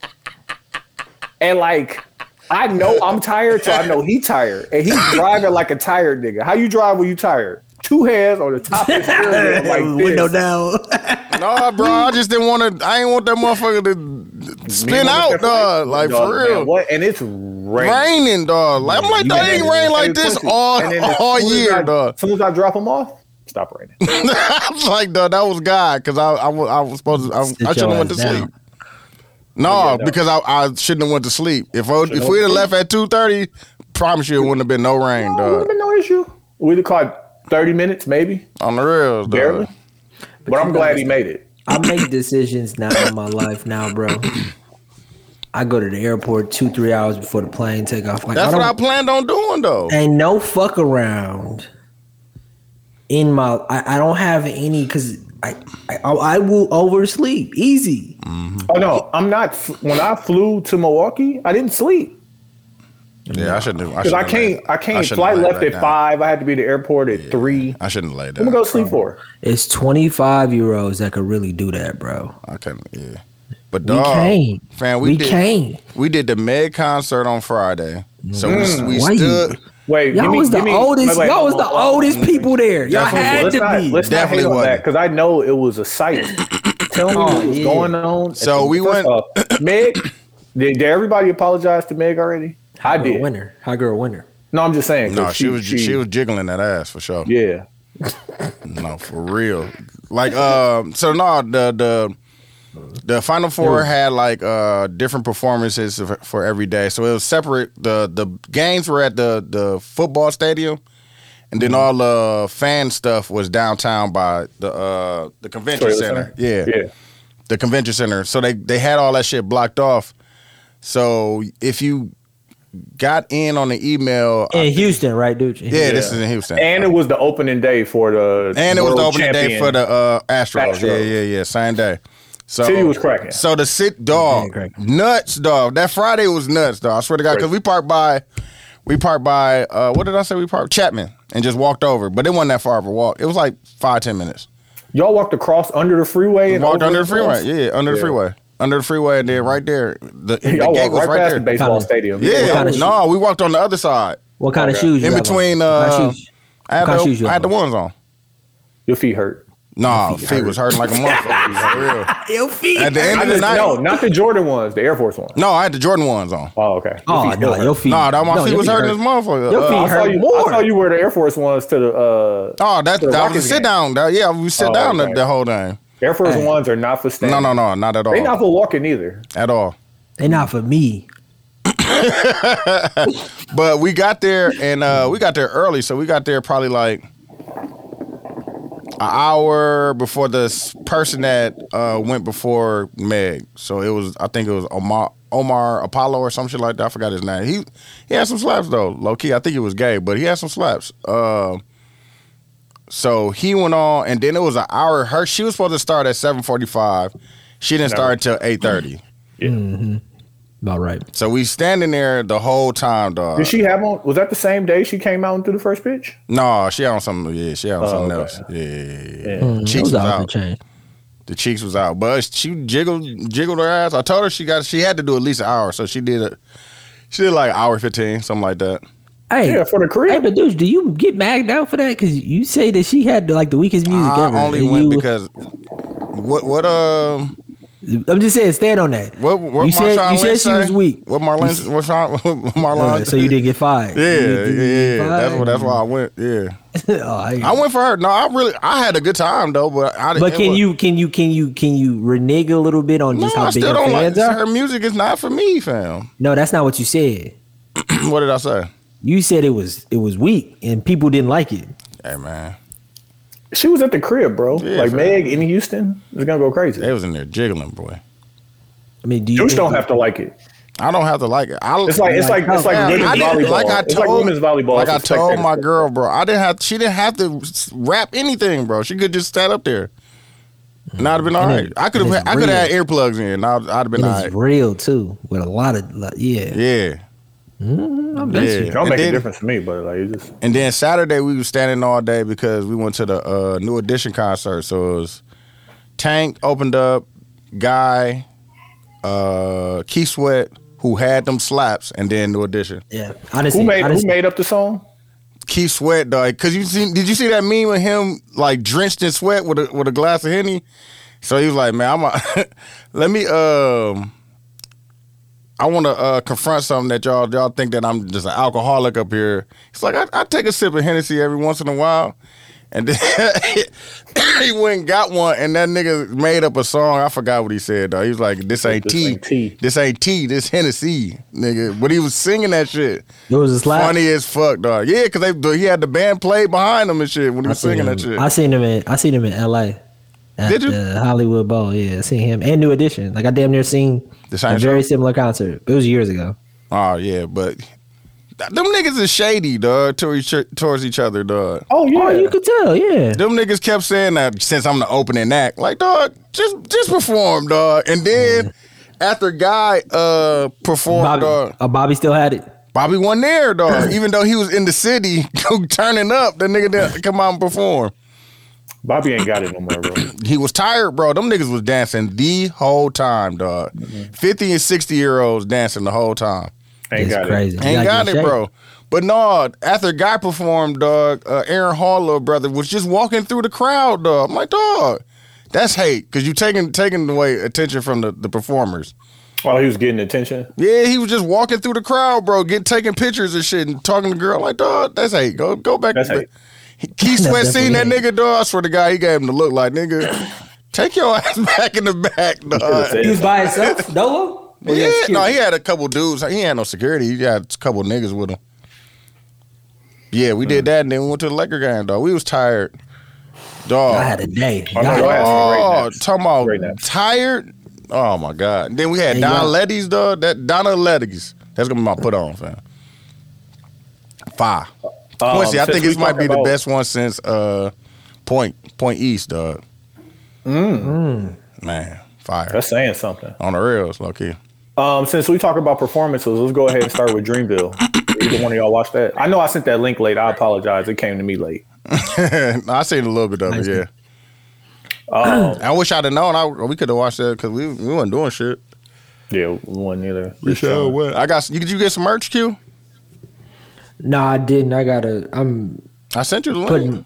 Speaker 2: and like. I know I'm tired, so I know he tired, and he's driving like a tired nigga. How you drive when you tired? Two hands on the top of the steering wheel, like this.
Speaker 3: Window down.
Speaker 1: No, bro, I just didn't want to. I ain't want that motherfucker to spin out, dog. Like
Speaker 2: Dog,
Speaker 1: for
Speaker 2: man,
Speaker 1: real,
Speaker 2: what? And it's raining.
Speaker 1: raining, dog. Like I'm like
Speaker 2: You
Speaker 1: that
Speaker 2: got
Speaker 1: ain't
Speaker 2: that.
Speaker 1: rain like
Speaker 2: And
Speaker 1: this
Speaker 2: it's pussy.
Speaker 1: all
Speaker 2: And then as
Speaker 1: all
Speaker 2: soon as
Speaker 1: year,
Speaker 2: I-
Speaker 1: dog.
Speaker 2: As soon as I drop them off, stop raining.
Speaker 1: I was like, dog, that was God, because I, I was I was supposed to. I,
Speaker 3: Sit
Speaker 1: I shouldn't
Speaker 3: your
Speaker 1: have went to
Speaker 3: ass down.
Speaker 1: sleep. No, because I, I shouldn't have went to sleep. If I, if
Speaker 2: have
Speaker 1: we'd have
Speaker 2: went.
Speaker 1: left at two thirty, promise you it wouldn't have been no rain,
Speaker 2: Oh, would have
Speaker 1: dog.
Speaker 2: been no issue. We'd have caught thirty minutes, maybe
Speaker 1: On the real,
Speaker 2: barely.
Speaker 1: dog.
Speaker 2: But I'm glad he made it.
Speaker 3: I make decisions now in my life now, bro. I go to the airport two, three hours before the plane take off. Like
Speaker 1: That's
Speaker 3: I
Speaker 1: what I
Speaker 3: don't-
Speaker 1: planned on doing, though.
Speaker 3: ain't no fuck around in my I, I don't have any because I, I I will oversleep easy.
Speaker 2: Oh no, I'm not. When I flew to Milwaukee, I didn't sleep.
Speaker 1: Yeah, I shouldn't. have-
Speaker 2: Because I
Speaker 1: shouldn't have
Speaker 2: came,
Speaker 1: laid-
Speaker 2: I came.
Speaker 1: shouldn't
Speaker 2: flight
Speaker 1: have laid
Speaker 2: left
Speaker 1: that
Speaker 2: at
Speaker 1: down.
Speaker 2: five. I had to be at the airport at three.
Speaker 1: I shouldn't have laid
Speaker 2: I'm
Speaker 1: down.
Speaker 2: gonna go sleep for.
Speaker 3: It's 25 year olds that could really do that, bro.
Speaker 1: I couldn't. Yeah, but
Speaker 3: We
Speaker 1: dog,
Speaker 3: can't.
Speaker 1: fan, we,
Speaker 3: we
Speaker 1: did,
Speaker 3: can't.
Speaker 1: We did the Meg concert on Friday, so we,
Speaker 3: Why
Speaker 1: we
Speaker 3: you-
Speaker 1: stood.
Speaker 2: Wait,
Speaker 3: Y'all
Speaker 2: give me-
Speaker 3: was the
Speaker 2: give me-
Speaker 3: oldest.
Speaker 2: wait, wait,
Speaker 3: y'all was
Speaker 2: hold
Speaker 3: the
Speaker 2: on, hold on.
Speaker 3: oldest people there. Y'all
Speaker 1: Definitely
Speaker 3: had
Speaker 2: let's
Speaker 3: to
Speaker 2: not,
Speaker 3: be.
Speaker 2: let's not hate
Speaker 1: Definitely
Speaker 2: on that
Speaker 1: wasn't.
Speaker 2: because I know it was a sight. Tell me what was
Speaker 3: Oh, yeah.
Speaker 2: going on.
Speaker 1: So we
Speaker 2: First
Speaker 1: went-
Speaker 2: off, Meg, did, did everybody apologize to Meg already? I
Speaker 3: Girl
Speaker 2: did.
Speaker 3: winner. High girl winner.
Speaker 2: No, I'm just saying. 'cause
Speaker 1: No, she, was she, was jiggling that ass for sure.
Speaker 2: Yeah.
Speaker 1: No, for real. Like, um, so no, the the the final four had like uh different performances f- for every day. So it was separate. the The games were at the the football stadium, and then
Speaker 2: Mm-hmm.
Speaker 1: all the fan stuff was downtown by the uh the convention
Speaker 2: Toyota
Speaker 1: center.
Speaker 2: Center?
Speaker 1: yeah,
Speaker 2: Yeah.
Speaker 1: the convention center. So they they had all that shit blocked off. So if you got in on the email, uh,
Speaker 3: In Houston, right, dude?
Speaker 1: yeah, this is in Houston,
Speaker 2: And it was the opening day for the
Speaker 1: And it was the
Speaker 2: world
Speaker 1: opening day
Speaker 2: champion.
Speaker 1: for the uh, Astros.
Speaker 2: Astros.
Speaker 1: Yeah, yeah, yeah, same day. So
Speaker 2: City was cracking.
Speaker 1: uh, So the sit dog
Speaker 3: Yeah, cracking.
Speaker 1: nuts dog. That Friday was nuts dog. I swear to God, because we parked by, we parked by. Uh, what did I say? We parked Chapman and just walked over, but it wasn't that far of a walk. It was like five ten minutes.
Speaker 2: Y'all walked across under the freeway. and
Speaker 1: walked
Speaker 2: over
Speaker 1: under the freeway.
Speaker 2: cross?
Speaker 1: Yeah, under the freeway. Under the freeway, and then right there, the, the
Speaker 2: Mm-hmm. Y'all
Speaker 1: gate
Speaker 2: walked
Speaker 1: was
Speaker 2: right, past
Speaker 1: right
Speaker 2: the
Speaker 1: there.
Speaker 2: baseball
Speaker 3: Kinda-
Speaker 2: stadium.
Speaker 1: Yeah,
Speaker 3: kind of shoe?
Speaker 1: no, we walked on the other side.
Speaker 3: What kind of shoes?
Speaker 1: In
Speaker 3: you have on?
Speaker 1: between,
Speaker 3: What kind
Speaker 1: uh,
Speaker 3: of shoes?
Speaker 1: I had,
Speaker 3: What kind of
Speaker 1: the,
Speaker 3: shoes you
Speaker 1: I had
Speaker 3: have
Speaker 1: the
Speaker 3: on?
Speaker 1: ones on.
Speaker 2: Your feet hurt.
Speaker 1: Nah, feet, was hurting like a motherfucker. for real.
Speaker 3: Your feet.
Speaker 1: At the end
Speaker 2: I
Speaker 1: of the
Speaker 2: just,
Speaker 1: night,
Speaker 2: no, not the Jordan ones, the Air Force ones.
Speaker 1: No, I had the Jordan ones on.
Speaker 2: Oh, okay. Your
Speaker 3: Oh
Speaker 2: feet still
Speaker 3: no,
Speaker 2: hurt.
Speaker 3: your feet.
Speaker 1: Nah, that my
Speaker 3: No,
Speaker 1: feet
Speaker 3: your
Speaker 1: was hurting as motherfucker.
Speaker 3: Your
Speaker 1: Uh,
Speaker 2: I
Speaker 3: feet
Speaker 2: saw,
Speaker 3: hurt
Speaker 2: you, I
Speaker 3: more.
Speaker 2: saw you wear the Air Force ones to the uh,
Speaker 1: oh, that
Speaker 2: To
Speaker 1: that
Speaker 2: the
Speaker 1: was a
Speaker 2: Rockets
Speaker 1: sit
Speaker 2: game.
Speaker 1: down. That- yeah, we sit
Speaker 2: Oh,
Speaker 1: down
Speaker 2: okay.
Speaker 1: the, the whole thing.
Speaker 2: Air Force
Speaker 3: Hey.
Speaker 2: Ones are not for
Speaker 1: No,
Speaker 2: standing.
Speaker 1: no, no, not at all.
Speaker 2: They not for walking either.
Speaker 1: at all.
Speaker 3: They not for me.
Speaker 1: But we got there and uh, we got there early, so we got there probably like an hour before the s- person that uh, went before Meg. So it was, I think it was Omar Omar Apollo or some shit like that. I forgot his name. He he had some slaps though, low key. I think he was gay, but he had some slaps. Uh, so he went on, and then it was an hour. Her she was supposed to start at seven forty five. She didn't start till eight thirty.
Speaker 3: About right.
Speaker 1: So we standing there the whole time, dog.
Speaker 2: Did she have on? Was that the same day she came out and threw the first pitch?
Speaker 1: no, she on something. Yeah, she on something
Speaker 2: okay.
Speaker 1: else. Yeah, yeah, yeah, yeah.
Speaker 2: Yeah.
Speaker 1: Cheeks was
Speaker 3: Mm, Those outfit
Speaker 1: out.
Speaker 3: change.
Speaker 1: the cheeks was out, but she jiggled jiggled her ass. I told her she got she had to do at least an hour, so she did it. She did like hour fifteen, something like that.
Speaker 3: Hey,
Speaker 2: Yeah, for the
Speaker 3: hey,
Speaker 2: crib.
Speaker 3: but dude, do you get magged out for that? Because you say that she had like the weakest music
Speaker 1: I
Speaker 3: ever.
Speaker 1: only
Speaker 3: and
Speaker 1: went
Speaker 3: you-
Speaker 1: because what what um
Speaker 3: I'm just saying, stand on that.
Speaker 1: what what
Speaker 3: you said,
Speaker 1: Marshawn
Speaker 3: you said
Speaker 1: Lynch
Speaker 3: she was
Speaker 1: say?
Speaker 3: weak.
Speaker 1: What Marlon what Sean, what Marlon
Speaker 3: Uh, so you
Speaker 1: said?
Speaker 3: didn't get fired. You
Speaker 1: Yeah,
Speaker 3: didn't- you
Speaker 1: yeah,
Speaker 3: didn't get
Speaker 1: that's what
Speaker 3: fired.
Speaker 1: that's why I went. Yeah,
Speaker 3: oh, I hear
Speaker 1: I
Speaker 3: you.
Speaker 1: went for her. No, I really I had a good time though, but I
Speaker 3: But
Speaker 1: it
Speaker 3: can
Speaker 1: was-
Speaker 3: you can you can you can you renege a little bit on
Speaker 1: No,
Speaker 3: just
Speaker 1: I
Speaker 3: how big
Speaker 1: still
Speaker 3: your
Speaker 1: don't like
Speaker 3: fans are?
Speaker 1: her music. Is not for me, fam.
Speaker 3: No, that's not what you said.
Speaker 1: what did I say?
Speaker 3: You said it was it was weak and people didn't like it.
Speaker 1: Hey man,
Speaker 2: She was at the crib, bro.
Speaker 1: Yeah,
Speaker 2: like
Speaker 1: fam.
Speaker 2: Meg in Houston is gonna go crazy.
Speaker 1: they was in there jiggling, boy.
Speaker 3: I mean, do you
Speaker 2: Dudes
Speaker 3: think-
Speaker 2: don't have to like it.
Speaker 1: I don't have to like it. I,
Speaker 2: It's like it's like it's like
Speaker 1: Man,
Speaker 2: women's
Speaker 1: I didn't-
Speaker 2: volleyball.
Speaker 1: like I
Speaker 2: it's like
Speaker 1: told-
Speaker 2: women's volleyball.
Speaker 1: Like
Speaker 2: It's
Speaker 1: I
Speaker 2: a spectator
Speaker 1: told my
Speaker 2: sport.
Speaker 1: girl, bro, I didn't have. She didn't have to s- rap anything, bro. She could just stand up there. And I'd have been all
Speaker 3: Mm. And
Speaker 1: right.
Speaker 3: it-
Speaker 1: I could have.
Speaker 3: and
Speaker 1: had-
Speaker 3: it's
Speaker 1: I could have had
Speaker 3: real.
Speaker 1: earplugs in. And I'd, I'd have been
Speaker 3: And
Speaker 1: all
Speaker 3: it's
Speaker 1: right.
Speaker 3: real too, with a lot of like, yeah.
Speaker 1: Yeah.
Speaker 3: I bet
Speaker 1: Yeah.
Speaker 3: you.
Speaker 2: Don't
Speaker 1: And
Speaker 2: make
Speaker 1: then-
Speaker 2: a difference to me, but like it just
Speaker 1: And then Saturday we was standing all day because we went to the uh, New Edition concert. So it was Tank opened up, Guy, uh, Keith Sweat, who had them slaps, and then New Edition.
Speaker 3: Yeah. Honestly,
Speaker 2: who made
Speaker 3: honestly,
Speaker 2: who made up the song?
Speaker 1: Keith Sweat, dog. Cause you see, did you see that meme of him like drenched in sweat with a with a glass of henny? So he was like, man, I'm a, let me um. I want to uh, confront something that y'all y'all think that I'm just an alcoholic up here. It's like I, I take a sip of Hennessy every once in a while, and then he went and got one, and that nigga made up a song. I forgot what he said though. He was like, "This ain't
Speaker 2: This
Speaker 1: tea,
Speaker 2: ain't tea.
Speaker 1: this ain't tea, this Hennessy, nigga." But he was singing that shit.
Speaker 3: It was a slap.
Speaker 1: Funny as fuck, dog. Yeah, because they he had the band play behind him and shit when he
Speaker 3: I
Speaker 1: was
Speaker 3: seen
Speaker 1: singing
Speaker 3: him.
Speaker 1: that shit.
Speaker 3: I seen him in I seen him in L.A. At
Speaker 1: Did you?
Speaker 3: The Hollywood Bowl. Yeah, I seen him and New Edition. Like I damn near seen
Speaker 1: The same
Speaker 3: a very similar concert. It was years ago.
Speaker 1: oh yeah, but th- them niggas is shady, dog. Towards each, towards each other, dog.
Speaker 2: Oh yeah,
Speaker 3: Oh, you could tell. Yeah.
Speaker 1: Them niggas kept saying that since I'm the opening act, like dog, just just perform, dog. And then after guy uh performed,
Speaker 3: Bobby,
Speaker 1: dog,
Speaker 3: uh, Bobby still had it.
Speaker 1: Bobby wasn't there, dog. Even though he was in the city turning up, the nigga didn't come out and perform.
Speaker 2: Bobby ain't got it no more, bro.
Speaker 1: he was tired, bro. Them niggas was dancing the whole time, dog.
Speaker 3: Mm-hmm.
Speaker 1: 50 and 60 year olds dancing the whole time.
Speaker 2: Ain't
Speaker 3: It's
Speaker 2: got
Speaker 3: crazy.
Speaker 2: it.
Speaker 3: You
Speaker 1: Ain't
Speaker 3: gotta
Speaker 1: got
Speaker 3: get
Speaker 1: it,
Speaker 3: in shape.
Speaker 1: bro. But no, after Guy performed, dog, uh, Aaron Hall, little brother, was just walking through the crowd, dog. I'm like, dog, that's hate because you taking taking away attention from the, the performers.
Speaker 2: While Oh, he was getting attention,
Speaker 1: Yeah, he was just walking through the crowd, bro, get taking pictures and shit and talking to the girl. Like, dog, that's hate. Go go back.
Speaker 2: That's
Speaker 1: to
Speaker 2: hate.
Speaker 1: the- Keith Sweat
Speaker 3: That's
Speaker 1: seen that
Speaker 3: definitely
Speaker 1: nigga, dog. I swear to God, he gave him the look like, nigga, take your ass back in the back, dog.
Speaker 2: He was
Speaker 3: by himself, Dolo.
Speaker 1: Oh, Yeah, no, he had a couple dudes. He had no security. He had a couple niggas with him. Yeah, we
Speaker 2: Hmm.
Speaker 1: did that, and then we went to the Laker game, dog. We was tired, dog.
Speaker 3: I had a day.
Speaker 2: Oh, no,
Speaker 3: Y'all-
Speaker 2: y'all had some great
Speaker 1: oh,
Speaker 2: naps.
Speaker 1: talking about
Speaker 2: Great naps.
Speaker 1: tired. Oh my god. Then we had
Speaker 3: Hey,
Speaker 1: Don
Speaker 3: y'all-
Speaker 1: Letty's, dog. That Donna Letty's. That's gonna be my put on, fam. Five.
Speaker 2: Um,
Speaker 1: Quincy, I
Speaker 2: since
Speaker 1: think
Speaker 2: we
Speaker 1: this might
Speaker 2: talking
Speaker 1: be the
Speaker 2: about-
Speaker 1: best one since uh Point Point East, dog. Man, fire.
Speaker 2: Mm. That's saying something.
Speaker 1: On the rails, low key.
Speaker 2: Um, since we talk about performances, let's go ahead and start with Dreamville. Either one of y'all watch that? I know I sent that link late. I apologize. It came to me late.
Speaker 1: I seen a little bit of it, yeah.
Speaker 2: Um,
Speaker 1: I wish I'd have known. I, we could have watched that because we we wasn't doing shit.
Speaker 2: yeah, one either.
Speaker 1: would. I got. You, did you get some merch, Q?
Speaker 3: No, I didn't. I gotta. I'm
Speaker 1: I sent you the link.
Speaker 3: putting.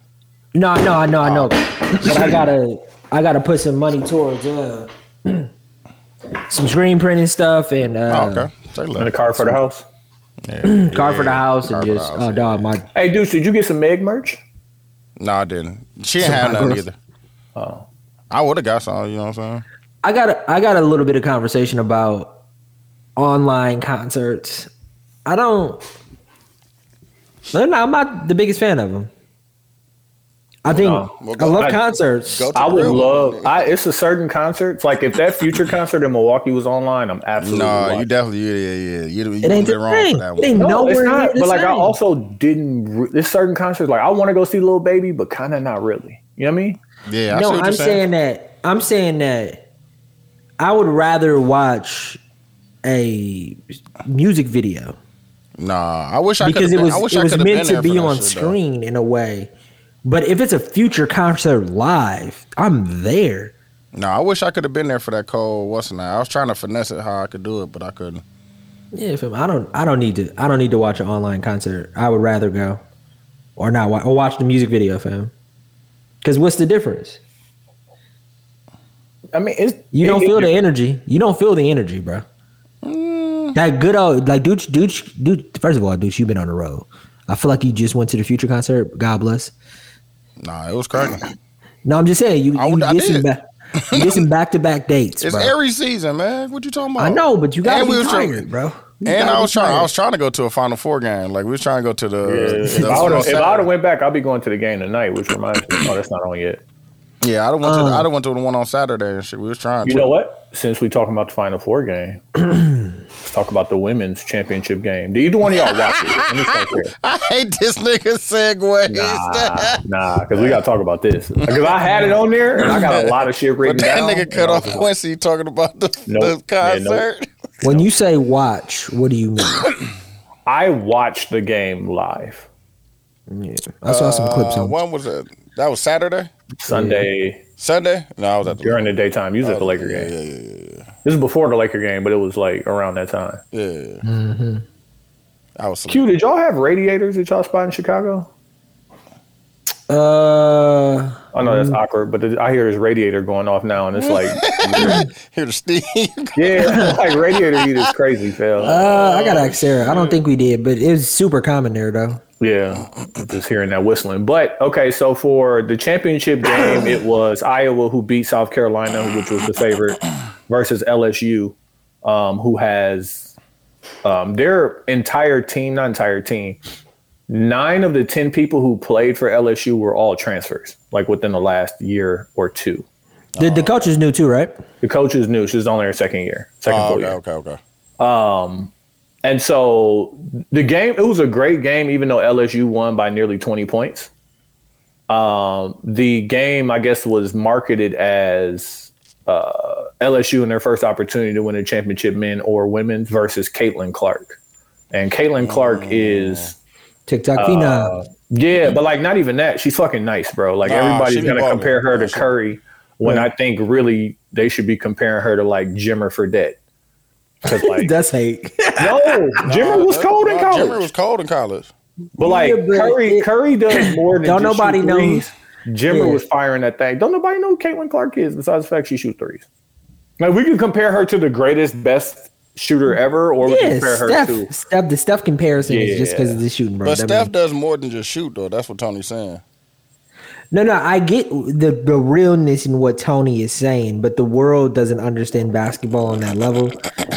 Speaker 3: No, no, I know, I know. But I gotta, I gotta put some money towards uh, some screen printing stuff and
Speaker 1: oh,
Speaker 3: uh,
Speaker 1: okay. Say
Speaker 2: In
Speaker 1: less.
Speaker 2: the car for the house.
Speaker 1: Yeah.
Speaker 3: car for the
Speaker 1: Yeah,
Speaker 3: house
Speaker 1: car
Speaker 3: and
Speaker 1: for the
Speaker 3: just
Speaker 1: house,
Speaker 3: oh
Speaker 1: yeah.
Speaker 3: dog my
Speaker 2: Hey, dudes, did you get some Meg merch?
Speaker 1: No, I didn't. She didn't have none either.
Speaker 2: Oh.
Speaker 1: I would have got some. You know what I'm saying?
Speaker 3: I got a, I got a little bit of conversation about online concerts. I don't. No, no, I'm not the biggest fan of them. I think
Speaker 2: No.
Speaker 1: Well,
Speaker 3: I
Speaker 1: go-
Speaker 3: love
Speaker 2: I-
Speaker 3: concerts.
Speaker 1: Go to
Speaker 2: I
Speaker 1: the
Speaker 2: would
Speaker 1: real one,
Speaker 2: love.
Speaker 1: nigga.
Speaker 2: I it's a certain concert. It's like if that future concert in Milwaukee was online, I'm absolutely.
Speaker 1: No, you
Speaker 2: watching.
Speaker 1: definitely, yeah, yeah, yeah. You, you
Speaker 3: it ain't
Speaker 1: did
Speaker 3: the
Speaker 1: wrong
Speaker 3: same.
Speaker 1: for that
Speaker 3: It
Speaker 1: one.
Speaker 3: ain't
Speaker 2: No,
Speaker 3: nowhere
Speaker 2: it's
Speaker 3: near
Speaker 2: not.
Speaker 3: the
Speaker 2: But like, I
Speaker 3: same.
Speaker 2: also didn't. Re- there's certain concerts like I want to go see Lil Baby, but kind of not really. You know what I mean?
Speaker 1: Yeah, I see
Speaker 3: no,
Speaker 1: what
Speaker 3: I'm
Speaker 1: you're
Speaker 3: saying. that I'm saying that I would rather watch a music video
Speaker 1: Nah, I wish I could.
Speaker 3: because it was
Speaker 1: I wish
Speaker 3: it
Speaker 1: I
Speaker 3: was
Speaker 1: could've been
Speaker 3: meant
Speaker 1: there
Speaker 3: to
Speaker 1: for
Speaker 3: be
Speaker 1: that
Speaker 3: on
Speaker 1: shit, though.
Speaker 3: screen in a way. But if it's a future concert live, I'm there.
Speaker 1: No, I wish I could have been there for that cold. What's it now? I was trying to finesse it how I could do it, but I couldn't.
Speaker 3: Yeah, fam, I don't I don't need to I don't need to watch an online concert. I would rather go or not watch or watch the music video, fam. Because what's the difference?
Speaker 2: I mean, it's,
Speaker 3: You don't
Speaker 2: it-
Speaker 3: feel
Speaker 2: it-
Speaker 3: the energy. You don't feel the energy, bro. That good old like dude, dude, dude. First of all, dude, you've been on the road. I feel like you just went to the Future concert. God bless.
Speaker 1: Nah, it was cracking.
Speaker 3: No, I'm just saying you.
Speaker 1: I
Speaker 3: you
Speaker 1: would- I
Speaker 3: did some
Speaker 1: did.
Speaker 3: ba- you did some back to back dates,
Speaker 1: It's
Speaker 3: bro.
Speaker 1: every season, man. What you talking about?
Speaker 3: I know, but you got
Speaker 1: And
Speaker 3: to
Speaker 1: we
Speaker 3: be
Speaker 1: was
Speaker 3: tired,
Speaker 1: trying-
Speaker 3: bro. You
Speaker 1: and
Speaker 3: gotta
Speaker 1: I
Speaker 3: be
Speaker 1: was trying. I
Speaker 3: tired.
Speaker 1: was trying to go to a Final Four game. Like we was trying to go to the.
Speaker 2: If
Speaker 1: the-
Speaker 2: I would've- if I would
Speaker 1: Saturday.
Speaker 2: have went back, I'll be going to the game tonight, which reminds me. Oh, that's not on yet.
Speaker 1: yeah, I don't went to.
Speaker 3: Um,
Speaker 1: The, I don't went to the one on Saturday and shit. We was trying.
Speaker 2: You
Speaker 1: to.
Speaker 2: know what? Since we talking about the Final Four game, let's talk about the women's championship game. Do either one of y'all watch it? Let me start there.
Speaker 1: I hate this nigga segue.
Speaker 2: Nah, nah, because we gotta talk about this. Because I had it on there, and I got a lot of shit
Speaker 1: But
Speaker 2: written
Speaker 1: that
Speaker 2: down.
Speaker 1: nigga
Speaker 2: and
Speaker 1: cut
Speaker 2: I
Speaker 1: off
Speaker 2: was just like,
Speaker 1: Quincy talking about the,
Speaker 2: Nope.
Speaker 1: the
Speaker 2: Yeah, nope.
Speaker 1: concert.
Speaker 3: When you say watch, what do you mean?
Speaker 2: I watched the game live
Speaker 3: Yeah. I saw some clips
Speaker 1: Uh,
Speaker 3: on.
Speaker 1: when was it? That was Saturday,
Speaker 2: Sunday
Speaker 1: Sunday. No, I was at the.
Speaker 2: during the daytime. You was at the Laker game.
Speaker 1: Oh, yeah, yeah,
Speaker 2: This is before the Laker game, but it was like around that time.
Speaker 1: yeah. yeah. I was. asleep.
Speaker 2: Q, did y'all have radiators at y'all spot in Chicago?
Speaker 3: Uh,
Speaker 2: I know that's awkward, but I hear this radiator going off now, and it's like,
Speaker 1: Here to Steve.
Speaker 2: yeah, like radiator heat is crazy, Phil.
Speaker 3: uh, I gotta ask Sarah. I don't think we did, but it was super common there though.
Speaker 2: yeah, just hearing that whistling. But okay, so for the championship game, it was Iowa who beat South Carolina, which was the favorite, versus LSU, um, who has um, their entire team, not entire team, nine of the ten people who played for LSU were all transfers, like within the last year or two.
Speaker 3: The,
Speaker 1: uh,
Speaker 3: the coach is new too, right?
Speaker 2: The coach is new; she's only her second year, second
Speaker 1: Oh,
Speaker 2: full
Speaker 1: okay,
Speaker 2: year. Um,
Speaker 1: okay, okay.
Speaker 2: And so the game, it was a great game, even though LSU won by nearly 20 points. Um, the game, I guess, was marketed as uh, LSU in their first opportunity to win a championship, men or women, versus Caitlin Clark. And Caitlin Clark
Speaker 1: Oh.
Speaker 2: is,
Speaker 3: TikTok
Speaker 1: uh,
Speaker 3: phenom.
Speaker 2: yeah, but like not even that. She's fucking nice, bro. Like
Speaker 1: Nah, she
Speaker 2: everybody's
Speaker 1: be
Speaker 2: going to
Speaker 1: balling.
Speaker 2: compare her
Speaker 1: Nah,
Speaker 2: to
Speaker 1: she-
Speaker 2: Curry when I think really they should be comparing her to like Jimmer Fredette. Because like,
Speaker 3: That's hate.
Speaker 2: no, Jimmer was
Speaker 1: That-
Speaker 2: cold in
Speaker 1: nah,
Speaker 2: college.
Speaker 1: Jimmer was cold in college.
Speaker 2: But like
Speaker 3: Yeah, but
Speaker 2: Curry,
Speaker 3: it-
Speaker 2: Curry does more than
Speaker 3: Don't
Speaker 2: just
Speaker 3: nobody
Speaker 2: shoot
Speaker 3: know
Speaker 2: threes. Jimmer
Speaker 3: yeah.
Speaker 2: was firing that thing. Don't nobody know who Caitlin Clark is besides the fact she shoots threes. Like we can compare her to the greatest, best shooter ever, or we can
Speaker 3: Yeah,
Speaker 2: compare
Speaker 3: Steph,
Speaker 2: her to
Speaker 3: Steph. The Steph comparison is just because of the shooting, bro.
Speaker 1: But
Speaker 3: That
Speaker 1: Steph
Speaker 3: man-
Speaker 1: does more than just shoot, though. That's what Tony's saying.
Speaker 3: no, no, I get the the realness in what Tony is saying, but the world doesn't understand basketball on that level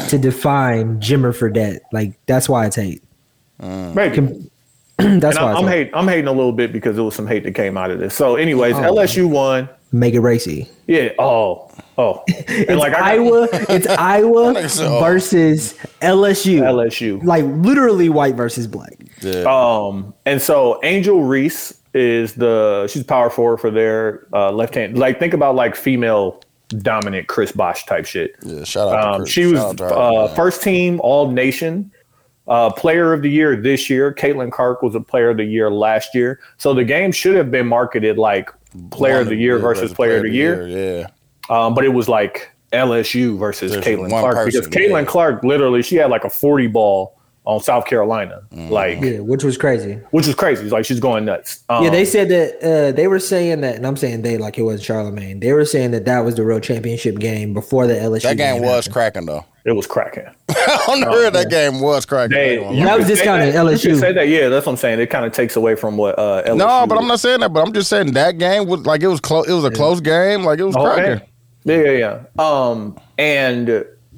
Speaker 3: to define Jimmer Fredette. Like that's why it's hate.
Speaker 2: maybe.
Speaker 3: that's
Speaker 2: and I'm,
Speaker 3: why it's
Speaker 2: I'm
Speaker 3: hate.
Speaker 2: hate, I'm hating a little bit because it was some hate that came out of this. So,
Speaker 3: Oh,
Speaker 2: anyways, LSU won.
Speaker 3: Make it racy.
Speaker 2: Yeah. Oh. Oh. And
Speaker 3: It's
Speaker 2: like I got
Speaker 3: Iowa. it's Iowa versus LSU.
Speaker 2: LSU.
Speaker 3: Like literally white versus black.
Speaker 2: Um, and so Angel Reese is the she's power forward for their uh, left hand. Like think about like female dominant Chris Bosch type shit.
Speaker 1: Yeah, shout out. to
Speaker 2: Um,
Speaker 1: Chris.
Speaker 2: she
Speaker 1: Shout
Speaker 2: was
Speaker 1: out to her,
Speaker 2: uh,
Speaker 1: man.
Speaker 2: first team All Nation, uh, Player of the Year this year. Caitlin Clark was a Player of the Year last year. So the game should have been marketed like Player of the Year
Speaker 1: Yeah,
Speaker 2: versus Player of the Year
Speaker 1: Yeah,
Speaker 2: um, but it was like LSU versus
Speaker 1: There's
Speaker 2: Caitlin
Speaker 1: one
Speaker 2: Clark
Speaker 1: person,
Speaker 2: because Caitlin
Speaker 1: yeah.
Speaker 2: Clark literally she had like a forty ball on South Carolina,
Speaker 1: Mm-hmm.
Speaker 2: like
Speaker 3: Yeah, which was crazy.
Speaker 2: which is crazy. It's like she's going nuts. Um,
Speaker 3: Yeah,
Speaker 1: Oh.
Speaker 3: they said that uh, they were saying that, and I'm saying they like it wasn't Charlemagne. They were saying that that was the real championship game before the LSU.
Speaker 1: that game was
Speaker 3: happened.
Speaker 1: cracking though.
Speaker 2: it was cracking.
Speaker 1: On the real, that game was cracking.
Speaker 2: They,
Speaker 1: I ain't
Speaker 2: Oh, you
Speaker 1: gonna lie.
Speaker 3: That was
Speaker 2: could say
Speaker 3: discounted
Speaker 2: that- you could
Speaker 3: LSU.
Speaker 2: Say that, yeah, that's what I'm saying. It kind of takes away from what uh, LSU.
Speaker 1: no, but I'm not saying that. But I'm just saying that game was like it was close. It was a close game. Like it was cracking.
Speaker 2: Oh, Okay. Yeah, yeah, yeah. Um, and